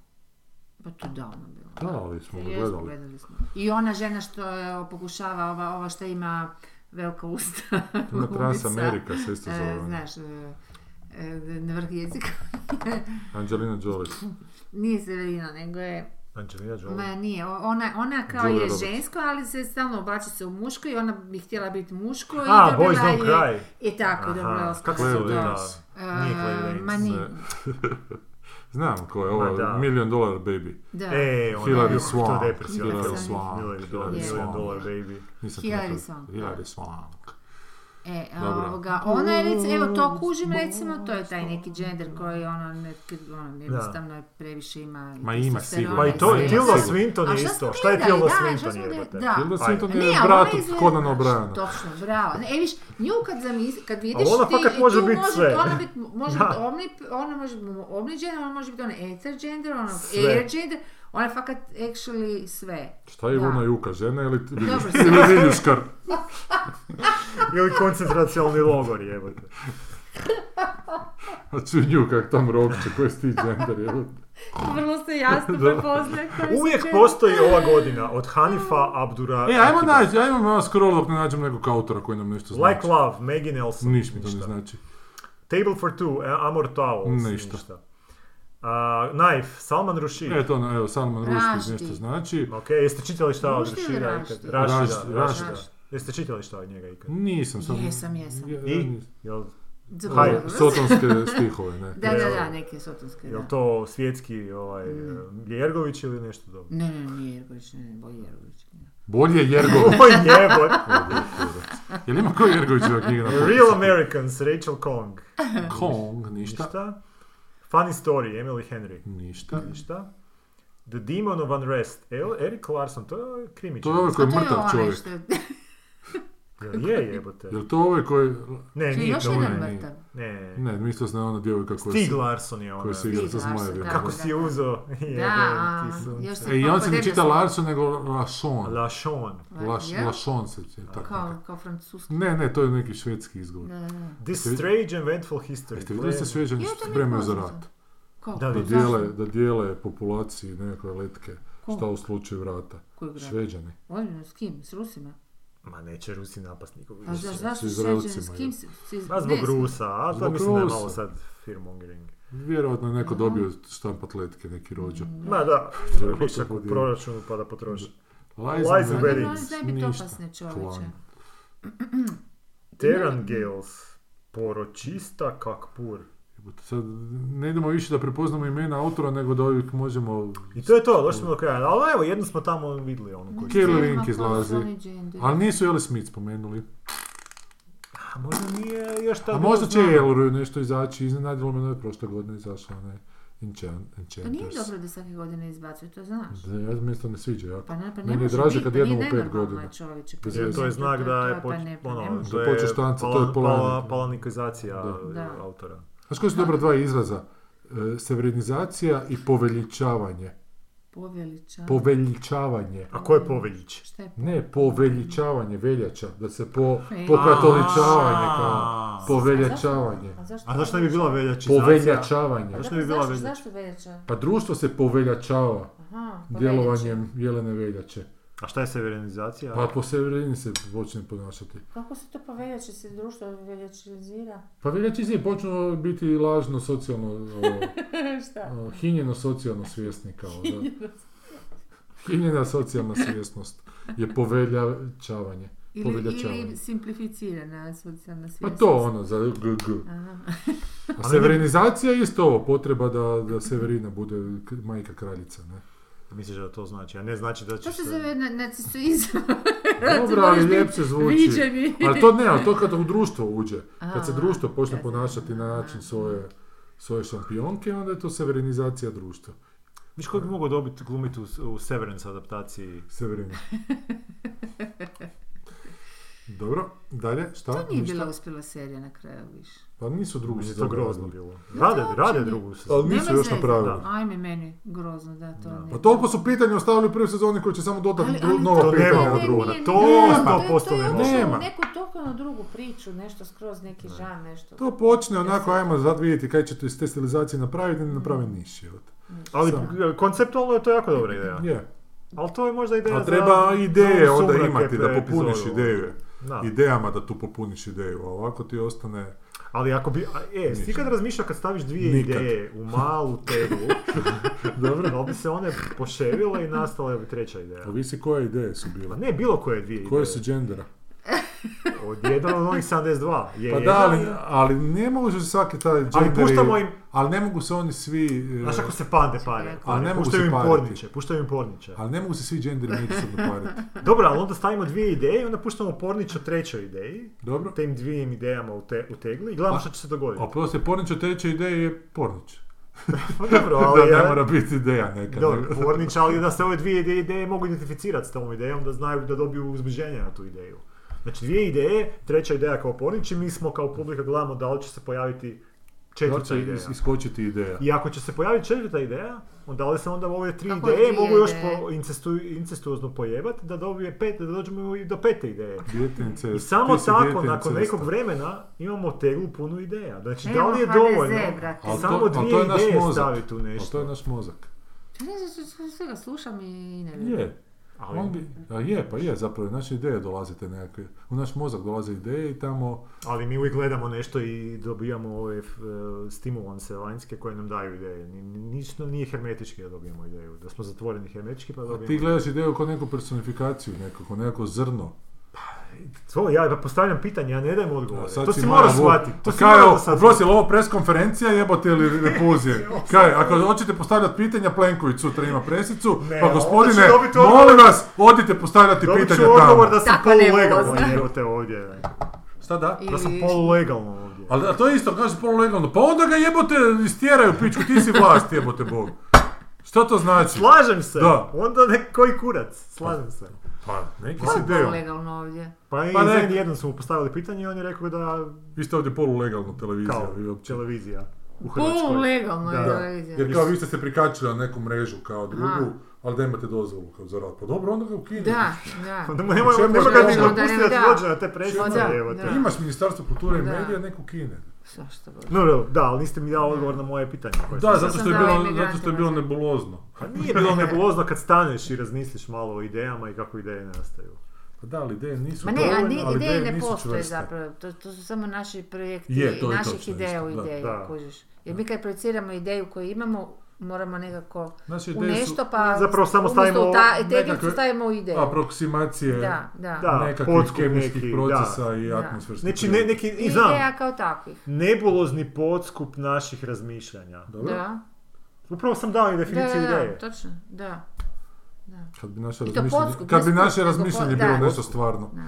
A: Pa to davno bilo.
B: Da, ali smo ga
A: Jesmo,
B: gledali.
A: smo. I ona žena što je pokušava, ova, ova što ima velika usta.
B: Ima
A: glumica,
B: Trans Amerika, sve se
A: e,
B: zove. ona.
A: Znaš, e, e, na vrh jezika.
B: Angelina Jolie.
A: Nije Severina, nego je...
C: Angelina Jolie.
A: Ma nije, o- ona, ona kao
B: Julia
A: je
B: Roberts.
A: žensko, ali se stalno oblači se u muško i ona bi htjela biti muško
C: A,
A: i dobila
C: Boys Don't
A: je...
C: Cry.
A: I tako,
C: Aha,
A: dobro, je
C: kako
A: ostalo
C: se
B: Claire
A: to.
B: Danes.
A: E,
C: Nije Claire Danes.
A: Ma nije,
B: Ne. Znam ko je
C: Ma
B: ovo,
C: da.
B: Million Dollar Baby.
A: da.
C: E, ona
B: Hillary
C: je
B: Swank.
C: to depresivno.
B: Hillary
A: Hillary
B: Swank.
C: Hillary Dollar,
A: Hillary
C: Million
A: Swank.
C: Dollar Baby.
B: Nisam
A: Hillary
B: to-
A: Swank, da.
B: Hillary Swank.
A: E,
B: Dobro.
A: ovoga, ona je recimo, evo to kužim recimo, to je taj neki gender koji ono, ne, ono jednostavno je previše ima i
B: Ma ima,
A: testosterona
B: sigurno.
C: Pa i to,
B: Ne,
C: i
A: svega.
C: Tilda
B: sigurno.
C: Swinton
A: A
C: je
A: šta
C: isto.
A: smo
C: Šta je
A: gledali?
C: Tilda
A: Da, šta
C: Swinton
A: smo
C: jebote?
A: gledali? Da.
B: Hilda
C: Ajde.
B: Swinton
A: Ne,
B: je
A: ali
B: brat
A: ona
B: od
A: izgleda-
B: Conan O'Briana.
A: Točno, bravo. Ne, e, viš, nju kad, zamis, kad vidiš
C: ona
A: ti,
C: fakat
A: i
C: može
A: tu
C: bit
A: može,
C: sve.
A: Ona, bit, može
C: Da.
A: bit omni, ona može bit omniđena, ona može ono, biti ona ethergender, ona
C: Sve.
A: airgender, ona je fakat actually sve.
B: Šta je
A: Da.
B: Ivona Juka, žena ili
A: Dobro,
B: ili viljuškar?
C: Ili koncentracijalni logor jebote.
B: A čuj nju Znači, kak tam rokče, koji si ti gender, jel?
A: Vrlo se jasno
B: Da.
A: prepoznaje koji su
C: Uvijek
A: gender.
C: postoji ova godina od Hanifa Abdura.
B: E, ajmo naći, ajmo malo scroll dok ne nađem nekog autora koji nam nešto znači.
C: Like Love, Maggie Nelson.
B: Niš mi to ne znači.
C: Table for Two, e, Amor Towels.
B: Ništa.
C: A, Knife, Salman Rushdie.
B: E, to, ono, evo, Salman Rushdie
A: Rushdie.
B: nešto znači.
C: Ok, jeste čitali šta od
A: Rushdie ili
C: Rušida
A: Rašti?
C: ikad? Rašida,
B: Rašti,
C: Rašida.
A: Rašti.
C: Jeste čitali šta od njega ikad?
B: Nisam sam...
A: Jesam, jesam.
B: Je-
C: I? Jel,
A: Zaboravila
B: Ovo,
A: sam.
B: Sotonske stihove, ne.
A: Da, da, da, neke sotonske,
C: jel
A: da.
C: to svjetski ovaj, Ljergović ili nešto dobro?
A: Ne, ne, nije Jergović, ne, ne, bolje Jergović.
B: Bolje Jergović.
C: Oj jebot!
B: Jel ima koji Jergovićeva knjiga na
C: Real Americans, Rachel Kong.
B: Kong, ništa.
C: Ništa. Funny Story, Emily Henry.
B: Ništa.
C: Ništa. The Demon of Unrest, El, Eric Larson, to je krimić.
B: To je ovaj koji je
A: A to
B: mrtav
A: onaj
B: čovjek.
A: što je-
C: Jel je jebote?
B: Jel to ovaj koji...
A: Čekaj,
C: Ne, E, nije
A: još
C: to
A: jedan
C: onaj.
B: nije.
A: mrtav.
C: Ne,
B: Ne, mislio sam na ona djevojka koja
C: Stig
B: se-
C: Larson je ona.
B: koja se igra sa
A: Stig Larson,
B: zmajevi.
A: da.
C: ono, Kako si je uzo?
A: Da, još sam
B: E, i on
A: pa
B: se ne
A: deblja
B: čita
A: sam.
B: Larson, nego Lashon.
C: Lashon.
B: Laš,
A: Ja?
B: Lashon se čita. tako.
A: Kao, kao francuski.
B: Ne, ne, to je neki švedski izgovor.
A: Da, da, da.
C: This
B: Jeste vi-
C: strange and eventful history.
B: Jeste vidjeli ste Šveđani
A: Ja,
B: što
A: to mi
B: se
A: je
B: spremaju za
A: poznato.
B: rat?
A: Kao, pa
C: Da,
B: Da
C: vidim.
B: dijele, da dijele populaciji nekakve letke. Šta u slučaju rata?
A: Koji grad?
B: Šveđani.
A: Ozbiljno, s kim? S Rusima?
C: Ma neće Rusi napast nikog
A: A
C: više.
A: za, zašto
B: s
A: šećerni?
B: Izraelcima,
A: S kim?
B: je.
A: si- si-
C: A zbog
A: ne, s-
C: Rusa, a to
B: Zbog
C: mislim da je
B: Rusa.
C: malo sad firmongering.
B: Vjerojatno je neko dobio štampat letke, neki rođo.
A: Mhm.
C: Ma da,
B: Treba
C: višak u
B: podijeliti.
C: proračunu pa da potroši.
B: Liza
C: Liza
A: Oni
C: Bedding.
A: oni znaju biti
B: ništa.
A: opasne čovječe.
B: Klan.
C: Teran Gales, poročista kakpur.
B: Jebote, Sad ne idemo više da prepoznamo imena autora, nego da uvijek možemo...
C: I to je to, došli smo do kraja. Ali evo, jednu smo tamo vidjeli ono, onu koju.
B: Kelly
A: Nema
B: Link
A: koji su
B: izlazi.
A: oni gender.
B: Ali nisu Eli Smith spomenuli.
C: A možda nije još tako.
B: A možda će i Elroy nešto izaći, iznenadilo me da je prošle godine izašla onaj Enchant,
A: Pa nije
B: Enchanters.
A: dobro da svake godine izbacuju, to znaš.
B: Da, ja meni se to ne sviđa jako.
A: Pa ne, pa ne
B: Meni je
A: može
B: draže
A: biti,
B: kad
A: pa nije
B: jednom u pet
A: nenormalno,
B: godina.
A: čovječe,
B: Bez
A: pa
B: veze.
C: To je znak
A: to-
C: da je
A: to- pa ne-
C: poč-
A: pa ne
C: ono,
A: može.
C: da
B: počne
C: je
B: štanca, to je
C: pala-
B: pola-
C: pala- palanikozacija
B: Da.
C: e,
A: Da.
C: autora.
B: Znaš koji su dobra dva izraza? E, severinizacija i poveličavanje.
A: Poveliča.
B: Poveličavanje.
C: A ko je Poveljić?
A: Šta je
B: Ne, poveličavanje, veljača. Da se po,
A: E.
B: pokatoličavanje kao.
C: A.
B: Poveljačavanje.
A: A zašto?
C: A zašto ne bi bila veljačizacija?
B: Poveljačavanje.
C: Zašto ne bi bila
A: Zašto-
C: veljača?
A: Zašto veljača?
B: Pa društvo se poveljačava
A: Aha, pa veljača.
B: djelovanjem Jelene Veljače.
C: A šta je severinizacija?
B: Pa po severini se počne ponašati.
G: Kako se to po veljači se društvo veljačizira?
B: Pa veljačizi počnu biti lažno socijalno, ovo,
G: Šta?
B: o, hinjeno socijalno svjesni kao da. Hinjena socijalna svjesnost je poveljačavanje.
A: Ili,
B: Poveljačavanje.
A: ili simplificirana socijalna svijest.
B: Pa to ono, za gg.
A: Aha.
B: A severinizacija je isto ovo, potreba da, da Severina bude k- majka kraljica, ne?
C: Misliš da to znači? A ne znači da
A: To
C: će
A: se
C: se...
A: zove na- nacistoizam.
B: Dobro, ali lijep se zvuči.
A: Viđeni.
B: Ali to ne, ali to kad u društvo uđe. Kad se
A: A,
B: društvo počne
A: kad-
B: ponašati na način svoje, svoje šampionke, onda je to severinizacija društva.
C: Viš koji bi mogao dobiti glumiti u, u Severance adaptaciji?
B: Severina. Dobro, dalje, šta?
A: To nije
B: Ništa?
A: bila uspjela serija na kraju više.
B: Pa nisu drugi
C: Meni je to
B: sezonu
C: grozno
B: radili.
C: bilo. Rade,
A: uopće
C: rade
A: nije.
C: drugu sezonu.
B: Ali Pa nisu
A: Nema
B: još
A: veze.
B: napravili.
A: Ajme meni, grozno da to.
C: Da.
A: ne-
B: Pa toliko su pitanja ostavili u prvoj sezoni koji će samo dodati
A: Ali-
B: dru-
A: ali
B: nova
C: to
B: pitanja
C: nema.
B: na
C: Ne,
B: druga.
C: ne,
G: nije,
C: To
G: nije,
C: sto
G: to je-
C: posto
G: To
C: ne
G: je
A: ono
B: može.
G: otišlo
B: Nema.
G: u neku totalno drugu priču, nešto skroz neki žan, nešto.
B: To počne onako, ajmo sad vidjeti kaj će to iz te stilizacije napraviti, ne naprave niš, jel te.
C: Ali
B: Samo.
C: g- konceptualno je to jako dobra ideja.
B: Je.
C: Ali to je možda ideja
B: A
C: za-
B: treba
C: za
B: ideje
C: ovu
B: onda
C: sumrak
B: imati, da
C: epizodu.
B: popuniš ideje.
C: Da.
B: Idejama da tu popuniš ideju, a ovako ti ostane...
C: Ali ako bi... a, E, jesi ti kad razmišljao kad staviš dvije
B: Nikad.
C: ideje u malu teglu,
B: Dobro.
C: da bi se one poševile i nastala bi treća ideja.
B: Ovisi koje ideje su
C: Ma
B: bile.
C: Pa ne, bilo koje dvije
B: Pa Koje
C: ideje.
B: su gendera.
C: Od jedan od onih 72 je
B: Pa
C: jedan,
B: da, ali, ali ne mogu se svaki taj gender...
C: ali puštamo im...
B: Ali ne mogu se oni svi... e,
C: Znaš ako se pande pare,
A: A
B: ne mogu
C: puštaju
B: se
C: im
B: pariti.
C: porniče, puštaju im porniče.
B: Ali ne mogu se svi genderi međusobno pariti.
C: Dobro, ali onda stavimo dvije ideje i onda puštamo porniče trećoj ideji,
B: Dobro? Pa-
C: tim dvijim idejama u, te, u tegli i gledamo
B: A-
C: što će se dogoditi.
B: A poslije porniča teče ideje je pornič.
C: Pa dobro,
B: Da,
C: ali...
B: ne
C: ja-
B: mora biti ideja neka.
C: Dobro, pornič, ali da se ove dvije ideje, ideje mogu identificirati s tom idejom, da znaju da dobiju uzbuđenje na tu ideju. Znači dvije ideje, treća ideja kao pornič i mi smo kao publika gledamo da li će se pojaviti
B: Da
C: četvrta
B: će
C: ideja.
B: Znači, is- iskočiti ideja.
C: I ako će se pojaviti četvrta ideja, onda li se onda ove tri
A: Kako
C: ideje
A: dvije
C: mogu još
A: ideje?
C: po incestu, incestuozno pojebati da dobije pet, da dođemo i do pete ideje.
B: Dijete incest,
C: I samo
B: ti si
C: tako,
B: dijete
C: nakon
B: incesta.
C: nekog vremena, imamo teglu punu ideja. Znači, da
A: Evo
C: li je
A: HDZ,
C: dovoljno
A: brate.
B: Ali to-
C: samo
B: ali to
C: dvije
B: je naš
C: ideje
B: mozak.
C: staviti u
B: Ali to je
C: nešto?
B: naš mozak.
A: Ne znam, sve- sve- sve ga slušam i ne vjerujem.
B: Je.
C: Ali-
B: On bi, a je, pa je, zapravo, naše ideje dolaze te nekakve. U naš mozak dolaze ideje i tamo...
C: Ali mi uvijek gledamo nešto i dobijamo ove f- e, stimulanse vanjske koje nam daju ideje. Ni- ni- Ništa nije hermetički da dobijemo ideju. Da smo zatvoreni hermetički pa
B: Ti
C: dobijemo.
B: gledaš ideju kao neku personifikaciju, nekako, nekako zrno.
C: Svoj, ja pa postavljam pitanje, ja ne dajem odgovore.
B: A sad
C: To
B: si
C: si
B: Maja
C: moraš
B: Vu-
C: shvatiti.
B: Pa
C: To si
B: kaj,
C: moraš
B: ovo,
C: da sad
B: oprosti, jel ovo preskonferencija jebote ili repuzije? Kaj, ako hoćete postavljati pitanja, Plenković sutra ima presicu,
C: Ne,
B: pa
C: onda ću
B: shvatiti. gospodine,
C: dobiti odgovor-
B: molim vas, odite postavljati
C: Dobit ću
B: pitanja tamo.
C: odgovor da sam
A: Tako
C: polulegalno
A: nervozna.
C: jebote ovdje.
B: Šta da?
A: Ili-
C: Da sam polulegalno ovdje.
B: Ali a to je isto, kaže polulegalno, pa onda ga jebote istjeraju pičku, ti si vlast jebote Bog. Šta to znači?
C: Slažem se!
B: Da.
C: Onda nek koji kurac, slažem se.
B: Pa, neki
A: Ko
B: si
A: je
B: deo.
A: legalno ovdje?
C: Pa i
B: Pa ne.
C: za jednom smo mu postavili pitanje i on je rekao da
B: Vi ste ovdje polulegalno televizija.
C: kao
B: i uopće.
C: televizija
A: Polu
C: u Hrvatskoj.
A: legalno
B: Да.
C: Da,
A: je
C: da.
A: televizija.
B: Jer kao vi ste se prikačili na neku mrežu kao drugu,
A: Aha.
B: ali da imate dozvolu kao za rad. Pa dobro, onda ga ukinite.
A: Da, da.
C: Onda mu nemoj,
B: Čemu
C: nemoj
B: je
C: ga
B: ovo?
C: ni dopustiti da ti
A: Da.
C: dođe na te
A: Da,
C: predstave, evo te.
A: da.
B: Imaš Ministarstvo kulture i
A: Da.
B: medija, neko kine.
A: Zašto bi?
C: No, no, da, ali niste mi dao odgovor na moje pitanje. koje
B: Da,
C: sam-
B: zato
A: sam
B: što, je
A: dala
B: bilo, zato što
A: imigrantima.
B: je bilo nebulozno.
A: znači.
C: Pa nije bilo nebulozno kad staneš i razmisliš malo o idejama i kako ideje nastaju.
B: Pa da, ali ideje nisu
A: Ma ne, a
B: dovoljne,
A: ni-
B: ali
A: ideje ne
B: nisu
A: postoje
B: čvrste.
A: zapravo. To, to su samo naši projekti
B: Je,
A: i
B: to je
A: naših
B: točno
A: ideja u
B: isto, da,
A: ideju,
C: da.
A: kužiš. Jer mi kad projeciramo ideju koju imamo, moramo nekako
B: Naše
A: u
B: ideje
A: nešto, pa
C: Zapravo samo
A: umjesto
C: stavimo
A: u ta, teglicu
B: nekakve-
A: stavimo u ideju.
B: su aproksimacije
A: Da, da.
B: да.
C: Da.
B: nekakvih
C: podskup
B: kemijskih
C: neki,
B: procesa i
A: Da.
B: atmosferskih
C: Znači, ne,
B: prilika.
C: neki, i
A: I
C: znam,
A: ideja kao takvih.
C: nebulozni podskup naših razmišljanja.
B: Dobro?
A: Da.
C: Upravo sam dao i
A: Da,
C: definiciju
A: da, da,
C: ideje.
A: točno, da.
B: Kad bi naše
A: I to
B: razmišljanje,
A: podskup,
B: kad
A: ne
B: bi
A: skup,
B: naše
A: nego
B: razmišljanje
A: pod-
B: bilo
A: da.
B: nešto stvarno.
A: da.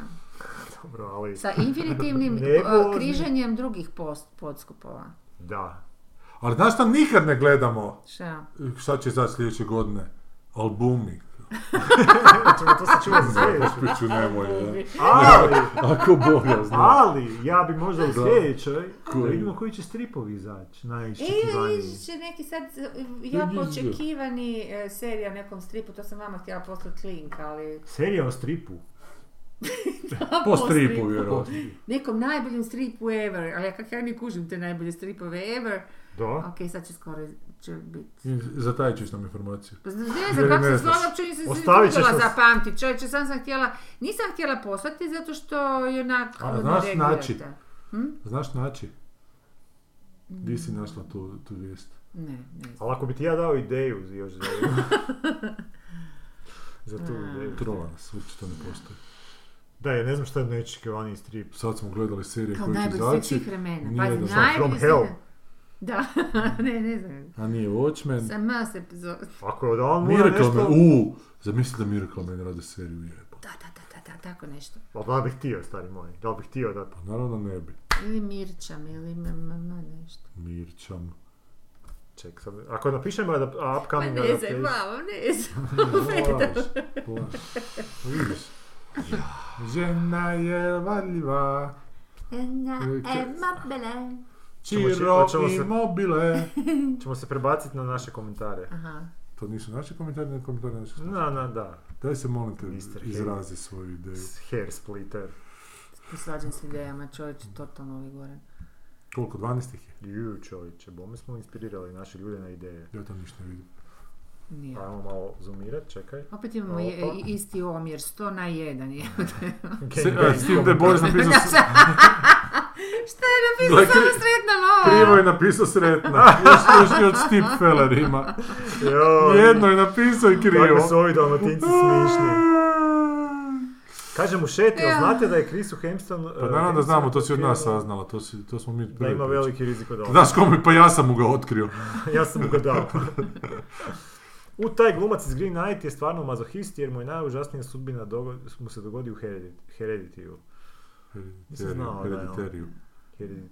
C: Dobro, ali...
A: Sa infinitivnim
C: Nebulozni.
A: eh, križanjem drugih post, podskupova.
C: Da.
B: Ali znaš šta nikad ne gledamo?
A: Šta?
B: Šta će izaći sljedeće godine? Albumi.
C: Čemo Znači, to se čuva za sljedeću.
B: Piću nemoj, ne?
C: Ali,
B: Ako Boga zna.
C: ali, ja bi možda u
B: Da.
C: sljedećoj, da
B: Koji?
C: vidimo koji će stripovi izaći,
G: E,
C: najiščekivaniji.
G: ići će neki sad
A: e,
G: eh,
B: Vidi,
G: jako
B: vidi.
G: očekivani eh, serija o nekom stripu, to sam vama htjela poslati link, ali...
C: Serija o stripu.
B: Po stripu, vjerojatno.
G: Nekom najboljem stripu ever, ali ja kak ja ne kužim te najbolje stripove ever.
C: Da.
G: Ok, sad će skoro
A: će biti.
B: I zatajit ćeš nam informaciju.
A: Pa znam, ne
B: Jer
A: znam kako
B: ne
A: se
B: znaš.
A: zvala, uopće nisam se
C: Ostavit ćeš
A: uspjela
C: nas.
A: zapamtiti. Čovječe, sam sam htjela, nisam htjela poslati zato što je onak...
B: A,
A: ono,
B: znaš
A: reagirate.
B: naći. Pa Znaš naći? Di
A: Mm.
B: si našla tu, tu vijest?
A: Ne, ne znam.
C: Ali ako bi ti ja dao ideju još za, za tu ideju.
B: Trova nas, uopće to ne postoji.
C: Da, ja ne znam što je neočekivani strip.
B: Sad smo gledali serije
A: Kao
B: koje će
A: najbolji svih
B: izaći,
A: svih vremena.
B: nije
A: Pazi,
B: da sam
A: najbolji
C: From
A: svih-
C: Hell.
A: Da, ne, ne znam.
B: a nije Watchmen.
A: Sa M se zove.
C: Ako je da on mora
B: Miracle
C: nešto...
B: Man, uuu, zamisli da Miracle Man rade seriju jebo.
A: Da, da, da, da, da, tako nešto.
C: Pa da li bih htio, stari moj. Da li bih htio da...
B: Pa naravno ne bi.
A: Ili Mirčam, ili m, m, m, nešto.
B: Mirčam.
C: Ček, sad... Ako napišemo da a
A: Pa
C: upcoming
A: ne znam,
C: adaptation...
A: mamo, ne znam.
B: Plaš, plaš. Pa Vidiš? Žena je valjiva,
A: Ena,
B: Čekaj.
A: ema, bele.
C: Čemo se-
B: čiro
C: hoćemo se-
B: i mobile.
C: Ćemo se prebaciti na naše komentare.
A: Aha.
B: To nisu naši komentari, ne komentari naši.
C: Na, na, da.
B: Daj se molim te
C: Mr. Hayes.
B: izrazi svoju ideju.
C: Hair splitter.
A: Slađem se idejama, čovječe, totalno ovih gore.
B: Koliko, 12 ih je?
C: Ju, čovječe, bome smo inspirirali naše ljude na ideje. Pa,
B: Ja to ništa ne vidim.
A: Nije.
C: Ajmo malo zoomirat, čekaj.
A: Opet imamo je,
C: Opa.
A: i- isti omjer, 100 na 1 je.
B: Se, e, s tim da je Boris napisao... s-
A: Šta je napisao
B: Gle,
A: samo
B: kri-
A: sretna lova?
B: Krivo je napisao sretna. Još, još i od Stipfeller ima. Jedno je napisao i krivo.
C: Kako su ovi dalmatinci smišni. Kaže mu šetio,
A: Ja.
C: znate da je Chrisu eh, Hemston...
B: Pa naravno da znamo, to si od nas saznala, to, si, to smo mi
C: Da
B: prvi
C: ima
B: pričali.
C: veliki rizik od ovoga.
B: Znaš kome, pa ja sam mu ga otkrio.
C: ja sam mu ga dao. U taj glumac iz Green Knight je stvarno mazohist jer mu je najužasnija sudbina dogo- mu se dogodi u Heredit- Hereditiju. Nisam
B: Herediteriju,
C: znao da je on.
B: Herediteriju.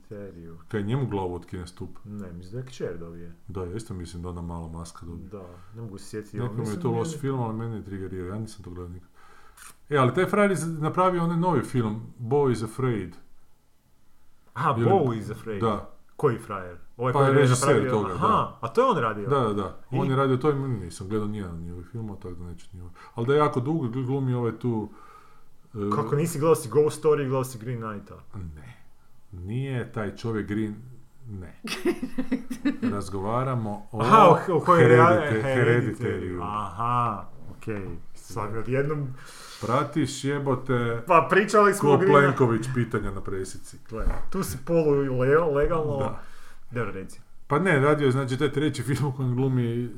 C: Hereditiju.
B: Kaj njemu glavu otkine stup?
C: Ne, mislim da je kćer dobije.
B: Da, ja isto mislim da ona mala maska dobije.
C: Da, ne mogu se sjetiti. ali
B: Nekome je
C: mislim
B: to
C: da
B: loš film, ali mene je triggerio, ja nisam to gledao nikad. E, ali taj frajer je z- napravio onaj novi film, Boy is Afraid.
C: A,
B: Ili-
C: Bowie is afraid.
B: Da,
C: Koji frajer? Ovaj
B: Pa
C: koji
B: je
C: je
B: režiser
C: napravio-
B: toga,
C: Aha,
B: da.
C: a to je on radio?
B: da, da, da. On
C: I-
B: je radio to i meni nisam gledao nijedan njegov film, tako da neću ni ovaj. Ali da je jako dugo gl- glumi ovaj tu... e,
C: Kako nisi gledao si Ghost Story, gledao si Green Knighta.
B: Ne. Nije taj čovjek Green... Ne. Razgovaramo o...
C: Aha, o, o kojoj
B: Heredite-
C: herediteriju.
B: Herediteriju.
C: Aha, okej. Sad mi odjednom...
B: Pratiš jebote
C: Pa pričali smo o
B: ko
C: Green Knight.
B: Plenković pitanja na presici.
C: Gle, tu si polu le- legalno...
B: Da.
C: Dobro, reci.
B: Pa ne, radio je znači taj treći film u kojem glumi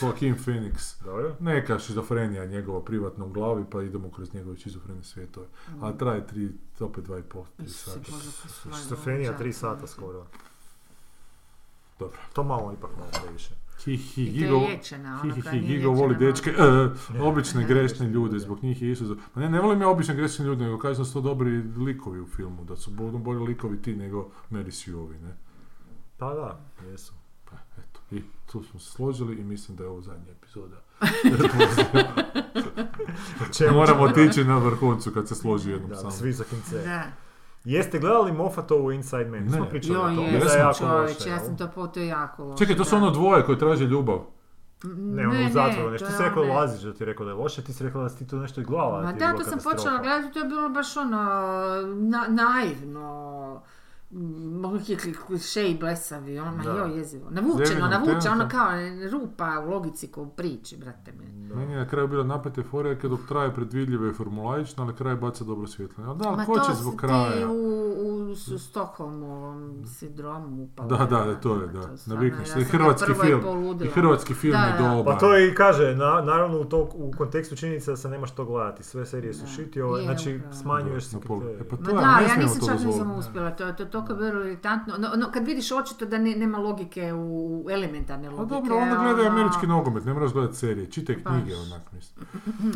B: Joaquin Phoenix.
C: Dobro.
B: Neka šizofrenija njegova privatna u glavi, pa idemo kroz njegove šizofrene svijetove.
A: Mhm.
B: A traje tri, opet dva i pol, tri
A: Isuse
B: sata.
A: Bože, pa su valjda
C: Šizofrenija
A: ovi
C: 3
A: časni.
C: sata skoro.
B: Dobro.
C: To malo ipak malo previše.
B: Hi-hi,
A: I to
B: Gigo,
A: je liječena, ona
B: hi, hi,
A: koja
B: hi,
A: nije
B: Gigo voli
A: liječena, ono.
B: dečke, e, obične
A: Ne.
B: grešne ljude, zbog njih je Isus. Ma ne, ne volim ja obične grešne ljude, nego kažem da su to dobri likovi u filmu, da su budu bolji likovi ti nego Mary Sue-ovi, ne?
C: Pa da, jesu.
B: Pa, eto, i tu smo se složili i mislim da je ovo zadnja epizoda. Moramo otići na vrhuncu kad se složi jednom
C: Da,
B: samo.
C: svi za kince.
A: Da.
C: Jeste gledali Moffatovu Inside Man?
B: Ne.
C: Smo pričali
A: Jo,
C: o tome.
A: je,
B: jesmo,
C: Da je jako
A: čovječ,
C: loše,
A: ja
C: jel?
A: sam to po, to je jako loše.
B: Čekaj, to su
A: da.
B: ono dvoje koje traže ljubav.
A: M,
C: Ne, ono u zatvoru,
A: to
C: nešto
A: je
C: si rekao
A: one-
C: Lazić da ti je rekao da je loše, ti si rekao da si ti to nešto i glava.
A: Ma
C: ti
A: da,
C: je bila
A: to sam
C: katastrofa.
A: počela gledati, to je bilo baš ono, na, naivno, mogu še i blesavi, ono, ma
C: Da.
A: joj jezivo. Navučeno,
B: Zemljinom
A: navučeno, ono
B: tenkom.
A: kao rupa u logici ko u priči, brate mi.
B: Meni je na kraju bila napete fora, jer kad dok traje predvidljiva i formulaična, ali kraj baca dobro svjetlo. Da, ali
A: Ma
B: ko
A: to
B: će
A: si
B: zbog
A: ti
B: kraja?
A: u, u s- Stockholmu, ovom sindromu ono, upala.
B: Da, da, da, to je,
A: Ma, stvarno,
B: da. Navikneš se.
A: ono, ja
B: I
A: sam na
B: Hrvatski
A: prvoj
B: film. I
A: poludila.
B: hrvatski film
A: Da,
B: je
A: da.
B: dobar.
C: Pa to i kaže, na- naravno u, to, u kontekstu činjenica da se nema što gledati, sve serije su shitty, ove,
A: je,
C: znači
A: upravo.
C: smanjuješ
B: Na
C: se
B: pol-
C: kriterije.
B: E, pa
A: Ma
B: To ja
A: da,
B: ne
A: ja
B: smijemo
A: nisam
B: to
A: čak nisam
B: dozvoliti.
A: uspjela, to, to je toliko bilo iritantno. No, no, kad vidiš očito da ne- nema logike u u elementarne
B: Pa
A: logike.
B: dobro, onda gledaj
A: ono-
B: američki nogomet, ne moraš gledati serije, čitaj
A: Baš.
B: knjige onak mislim.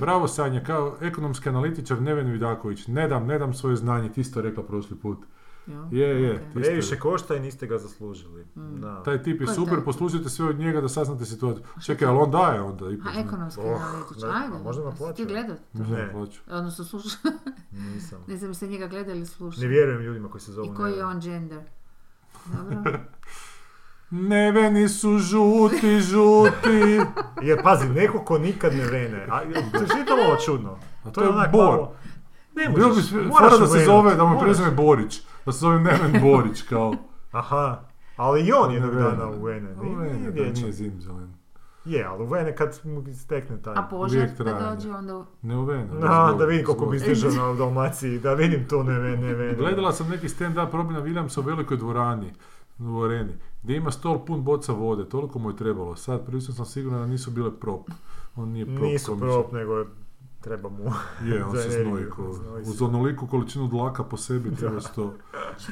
B: Bravo Sanja, kao ekonomski analitičar Neven Vidaković, ne dam, ne dam svoje znanje, ti si to rekla prošli put.
A: Jo.
B: Je, je,
A: Ok.
B: ti si to
C: Previše košta i niste ga zaslužili.
H: Mm.
C: Da.
B: Taj tip je
A: Ko je
B: super,
A: taj?
B: poslušajte sve od njega da saznate situaciju. Čekaj, ali on daje onda ipak.
A: A ekonomski
C: Oh,
A: analitičar,
C: ne,
A: ajde.
C: a možda ga
A: jesi
C: plaća.
A: Ti gledao?
B: Ne,
C: Ne.
B: hoću.
A: Odnosno slušao,
C: Nisam.
A: ne znam jeste njega gledali ili slušao.
C: Ne vjerujem ljudima koji se zovu
A: I koji je
C: Neven.
A: on gender. Dobro.
B: Neveni su žuti, žuti.
C: Jer pazi, neko ko nikad ne vene. A, to je što ovo čudno.
B: A
C: To je onak
B: Bor.
C: malo... Ne
B: Bilo bi
C: možeš,
B: sve-
C: moraš
B: fora da se
C: uvenut,
B: zove, da mu
C: moraš.
B: prezime Borić. Da se zove Neven Borić, kao.
C: Aha, Ali i on jednog
B: Vene.
C: dana u Vene,
B: U
C: nije,
B: Vene,
C: nije
B: da,
C: vječan.
B: nije zimzelen.
C: Je, ali u Vene kad mu stekne taj...
H: A požar
B: Uvijek
H: kad
B: traje.
H: dođe onda... u-
B: Ne u Vene.
C: Da,
B: zbog-
C: da vidim koliko
B: zbog- E,
C: bi izdržao na Dalmaciji, da vidim to ne Vene, ne Vene.
B: Gledala sam neki stand-up Robina Williamsa u velikoj dvorani, u areni, gdje ima stol pun boca vode, toliko mu je trebalo. Sad, prilično sam siguran da nisu bile prop. On nije prop.
C: Nisu
B: komičar.
C: prop, nego je- treba mu.
B: Je, on
C: za
B: se
C: energiju,
B: znoji ko...
C: znoji se.
B: Uz onoliku količinu dlaka po sebi trebaš to
H: Nije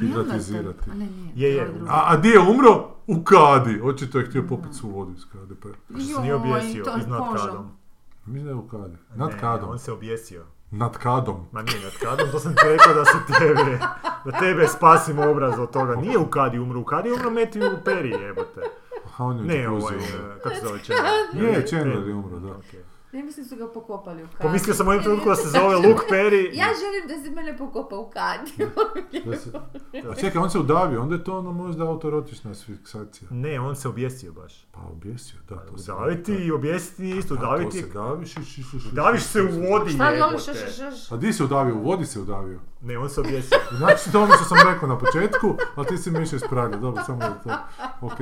H: on
B: hidratizirati.
H: vrtan. A ne, nije.
C: Je, je.
H: ovo drugo.
B: A, a di je umro? U kadi. Očito je htio popiti svu vodu iz kade. Pa,
C: Što se nije
H: Joj,
C: objesio
H: to je
C: iznad
H: kožom.
C: kadom.
B: mislim da je u kadi. Nad
C: Ne,
B: kadom.
C: On se objesio.
B: Nad kadom.
C: Ma nije nad kadom, to sam ti rekao da se tebe, da tebe spasim obraz od toga. Nije u kadi umru, u kadi je umro meti u peri jebote.
B: Aha, on je u
C: Ne ovaj,
B: džakuzi umro.
C: eh, kako se zove Chandler?
B: Je, Chandler je umro, da.
C: Okej.
A: Ne mislim su ga pokopali u kadi.
C: Pomislio sam u jednom trenutku da se zove Luke Perry.
A: Ja želim da se mene pokopa u kadi.
B: Da se- A čekaj, on se udavio, onda je to ono možda autorotična asfiksacija.
C: Ne, on se objesio baš.
B: Pa objesio, da, to se-
C: Udaviti i objesiti nije isto,
B: Da, to
C: udaviti.
B: se daviš i šiš, šiš, šiš,
C: Daviš se u
B: šiš, šiš.
C: vodi
A: Šta li ovo
C: jebote.
B: A di se udavio? U vodi se udavio.
C: Ne, on se objesio.
B: Znači to je ono što sam rekao na početku, ali ti si mi više ispravio. Dobro, samo da to. Ok.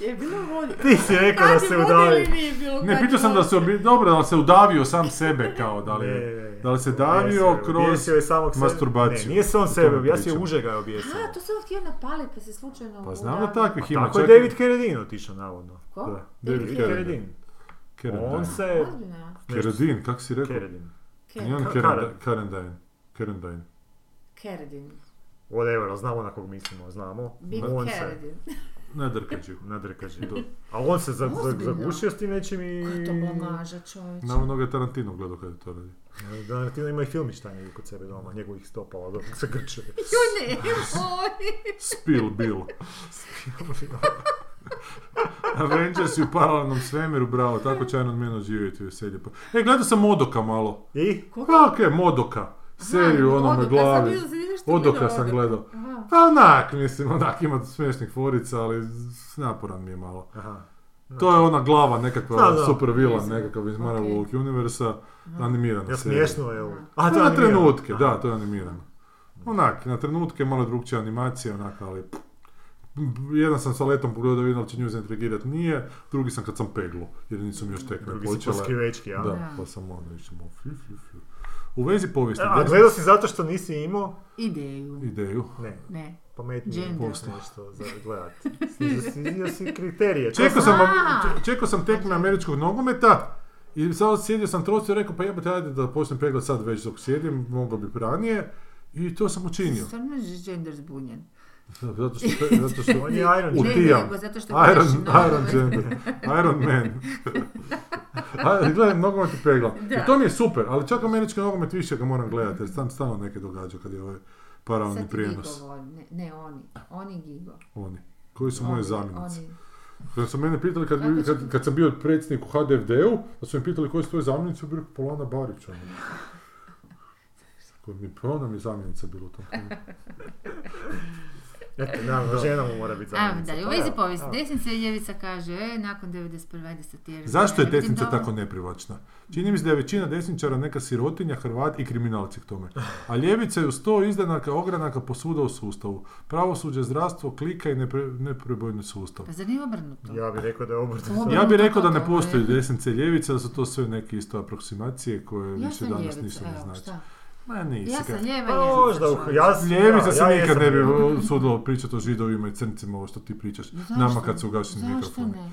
A: Je bilo vodi.
C: Ti si rekao da se udavi.
A: Nije bilo
B: Ne,
A: kad
B: pitao sam da
A: vode?
B: se obi... Dobro, da li se udavio sam sebe kao, da li,
C: Ne,
B: je-
C: ne, ne.
B: da li se
C: Objesio
B: davio
C: je,
B: kroz...
C: objesio je samog sebe.
B: masturbaciju.
C: Ne, nije se on
B: O
C: sebe
B: tome
C: objasio,
B: pričam.
C: uže ga je objesio.
A: A, to sam htio napalit pa se slučajno...
B: Pa znam da
A: udavi.
B: takvih ima.
C: Tako je
B: čak i-
C: David Carradine otišao, navodno.
A: Ko?
B: Da,
A: David
B: David Carradine. Carradine.
C: On se...
A: Ozbiljno, ja.
B: Carradine, kako si rekao?
C: Carradine.
B: Nije on
C: Ka-
B: Carradine. Carradine. Carradine.
A: Keredin.
C: Whatever, ali znamo na kog mislimo, znamo.
A: Big
C: on se
A: Keredin.
B: Ne drkađu.
C: nadrkaži. A on se za, za,
A: Ozbiljno?
C: zagušio s tim nečim i...
A: Koja je to blamaža čovječe.
B: Na onoga je Tarantino gledao kada je to radi.
C: Da, ti ima i filmić taj negdje kod sebe doma, njegovih stopala dok se grče.
A: Ju ne, moj.
B: Spill Bill. Avengers i u paralelnom svemiru, bravo, tako čajno od mene živjeti veselje. E, gledao sam Modoka malo.
C: I?
B: Kako je Modoka? Seriju
A: Aha,
B: onome
A: Odoka, sam
B: glavi.
A: vidjela, sam vidjela što je
B: Odoka
A: bilo
B: sam
A: Odoka.
B: gledao.
A: Aha.
B: Pa onak, mislim, onak ima smiješnih forica, ali s- naporan mi je malo.
C: Aha.
B: To je ona glava nekakva
C: Znači. Da, da.
B: super vila,
A: Mislim,
B: nekakav iz Marvel
A: okej.
B: okay. Universa, animirana
C: Ja
B: serija.
C: smiješno je ovo.
B: A,
C: A,
B: to je na
C: animirano.
B: trenutke, da, to je animirano. Onak, na trenutke, malo drugčija animacija, onak, ali... pff, Jedan sam sa letom pogledao da vidim li će nju zaintrigirat nije, drugi sam kad sam peglo, jer nisu mi još tekme
C: Drugi si
B: počele.
C: poskivečki, ja?
B: Da, pa sam ono išao malo fiu, fiu, fiu. U vezi povijesti,
C: E, A
B: gdje-
C: gledao si zato što nisi imao?
H: Ideju.
B: ideju.
C: Ne,
H: Ne.
C: pametnije
H: Gender.
C: posla nešto za gledat. Snizio si- Snizio si kriterije. To
B: Čekao sam,
H: A!
B: če- čekao sam tekme američkog nogometa i sad sjedio sam trosio i rekao pa jebote ajde da počnem pregled sad već dok sjedim, mogao bi ranije. I to sam učinio.
H: Stvarno je gender zbunjen.
B: Zato što, zato što
C: On je Iron
B: U
H: Ne,
B: ti-
C: Man.
B: Utijam.
A: pa
H: nego zato što
B: Iron,
H: gledaš nogomet.
B: Iron Gender, Iron Man. A, Gledam nogomet i pegla. I to mi je super, ali čak američki nogomet više ga moram gledati, jer sam stalno neke događa kad je ovaj
A: Sad
B: paralelni
A: ti
B: prijenos.
A: Gigo voli. Ne, ne oni. Oni Gigo.
B: Oni. Koji su moje
A: Oni-
B: zamjenici?
A: oni.
B: Kad su mene pitali, kad, bi- kad, kad sam bio predsjednik u HDFD-u, da su me pitali koji su tvoje zamjenici, ja bih rekao Polana Barić. ono. Koji mi, pa ona mi je zamjenica bila u tom. trenutku.
C: Eto, naravno, žena mu mora biti
H: A,
C: zamjenica.
H: da, u
C: pa
H: vezi
C: evo.
H: povijesti. Desnica i ljevica kaže, e, nakon 91. ajde satira.
B: Zašto je
H: Ne, vidim
B: desnica
H: dobro.
B: tako neprivlačna? Čini mi se da je većina desničara neka sirotinja, Hrvat i kriminalci k tome. A ljevica je uz sto izdanaka, ogranaka posvuda u sustavu. Pravosuđe, zdravstvo, klika i nepre, neprebojni sustav.
H: Pa zar nije obrnuto?
C: Ja bih rekao da je obrnuto.
H: Obrnuto
B: Ja bih rekao da
H: kako
B: ne
H: je.
B: postoji desnica i ljevica, da su to sve neke isto aproksimacije koje
H: Ja
B: više
H: sam
B: danas
H: ljevica,
B: ništa ne
H: evo,
B: znači.
H: šta?
B: Ma nisi
H: Ja
B: ga.
H: sam ljeva,
C: Pa
H: ljevica
C: možda, u-
H: čovječe.
C: ja sam...
B: Ljevica
C: ja-
B: se
C: ja
B: nikad
C: jesam
B: ne bi
C: ljevica.
B: sudilo pričati o židovima i crncima, ovo što ti pričaš.
H: Zašto?
B: Nama kad su ugašeni
H: Zašto
B: mikrofoni.
H: ne?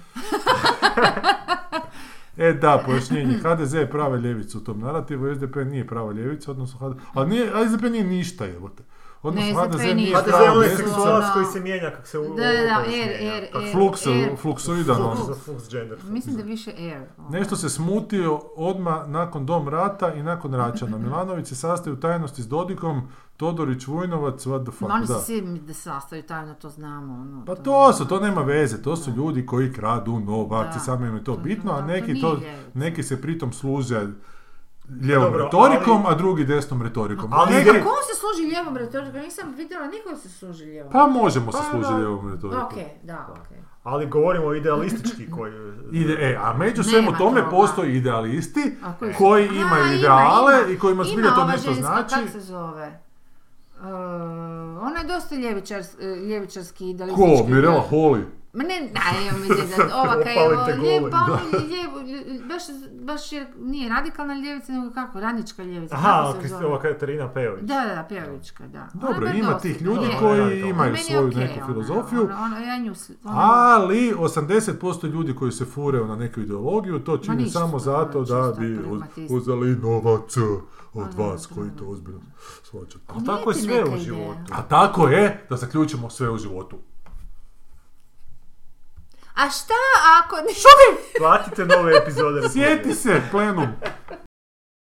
B: E da, pojašnjenje. HDZ je prava ljevica u tom narativu, SDP nije prava ljevica, odnosno HDZ... A nije, a SDP nije ništa, jebote.
H: Ne,
B: Odnosno
H: SDP
B: HDZ
H: nije
B: nije
H: ništa.
C: Znate,
H: Pravo
C: za onaj
H: desnica.
C: seksualac
H: Ono-
C: koji se mijenja kak se... u-
H: Da, da, da,
C: kako se
H: er,
C: mijenja.
H: er,
C: Kak-
H: er.
B: Flux,
H: Er-
B: fluksoidan
C: Flux-
B: ono.
C: Flux gender.
H: Mislim da više air. ono.
B: Nešto se smutio odmah nakon dom rata i nakon Račana. Milanović se sastaje u tajnosti s Dodikom, Todorić, Vujnovac, what the fuck,
H: Ma oni
B: da.
H: se svi da sastaju tajno, to znamo. Ono,
B: Pa to su, to nema veze, to su ljudi koji kradu novac
H: Da.
B: i samo im je to
H: To-
B: bitno,
H: da,
B: a
H: to
B: neki,
H: nije
B: to,
H: ljevica.
B: neki se pritom služe ljevom
C: Dobro,
B: retorikom, a drugi desnom retorikom.
C: Ali-
H: pa
B: Neki-
A: Ko se služi ljevom retorikom? Nisam vidjela nikog se služi ljevom.
B: pa možemo se
C: Pa
B: služiti
C: da.
B: ljevom retorikom.
A: Ok, da, ok.
C: Ali govorimo idealistički koji...
B: Ide, e, a među
H: Nema
B: svemu tome
H: toga.
B: postoje idealisti
H: A koji-
B: E. koji
A: A,
B: imaju
A: ima,
B: ideale
A: ima.
B: i kojima
A: Ima
B: zbilja to
A: ova
B: nešto
A: ženska,
B: znači.
A: Kako se zove? Uh, Uh, ona je dosta ljevičars, ljevičarski idealistički.
B: Ko? Mirela Holly?
A: Ma ne, ne, evo mi se sad, ovaka je,
C: Opalite
A: o,
C: golem,
A: lijepa, ono, lijevo, lje- baš, baš je, nije radikalna ljevica, nego kako, radnička ljevica.
C: Aha,
A: kako se
C: Krist-
A: zove?
C: ova Katarina Pejović.
A: Da, da, da, pejovička, da. Ona
B: Dobro,
A: baš
B: ima
A: dosta,
B: tih ljudi
A: je.
B: koji
C: Meni je
B: imaju
A: Meni je
B: svoju
A: okej ono,
B: neku
A: ona,
B: filozofiju,
A: Ona, ona, ja nju, s- ona,
B: ali 80% ljudi koji se fure na neku ideologiju to čini
A: ništa,
B: samo
A: to
B: zato
A: je
B: da
A: čisto
B: bi
A: pragmatizam. Ono,
B: uzeli novac
A: A,
B: od
A: da,
B: vas
A: da,
B: koji
A: da.
B: to ozbiljno shvaćate.
C: Ali tako
A: Pa
C: je
A: ti
C: sve
A: neka
C: u
A: ideja.
C: životu.
B: A tako je da zaključimo sve u životu.
A: A šta ako... Šuti!
C: Platite nove epizode.
B: Sjeti se, plenum!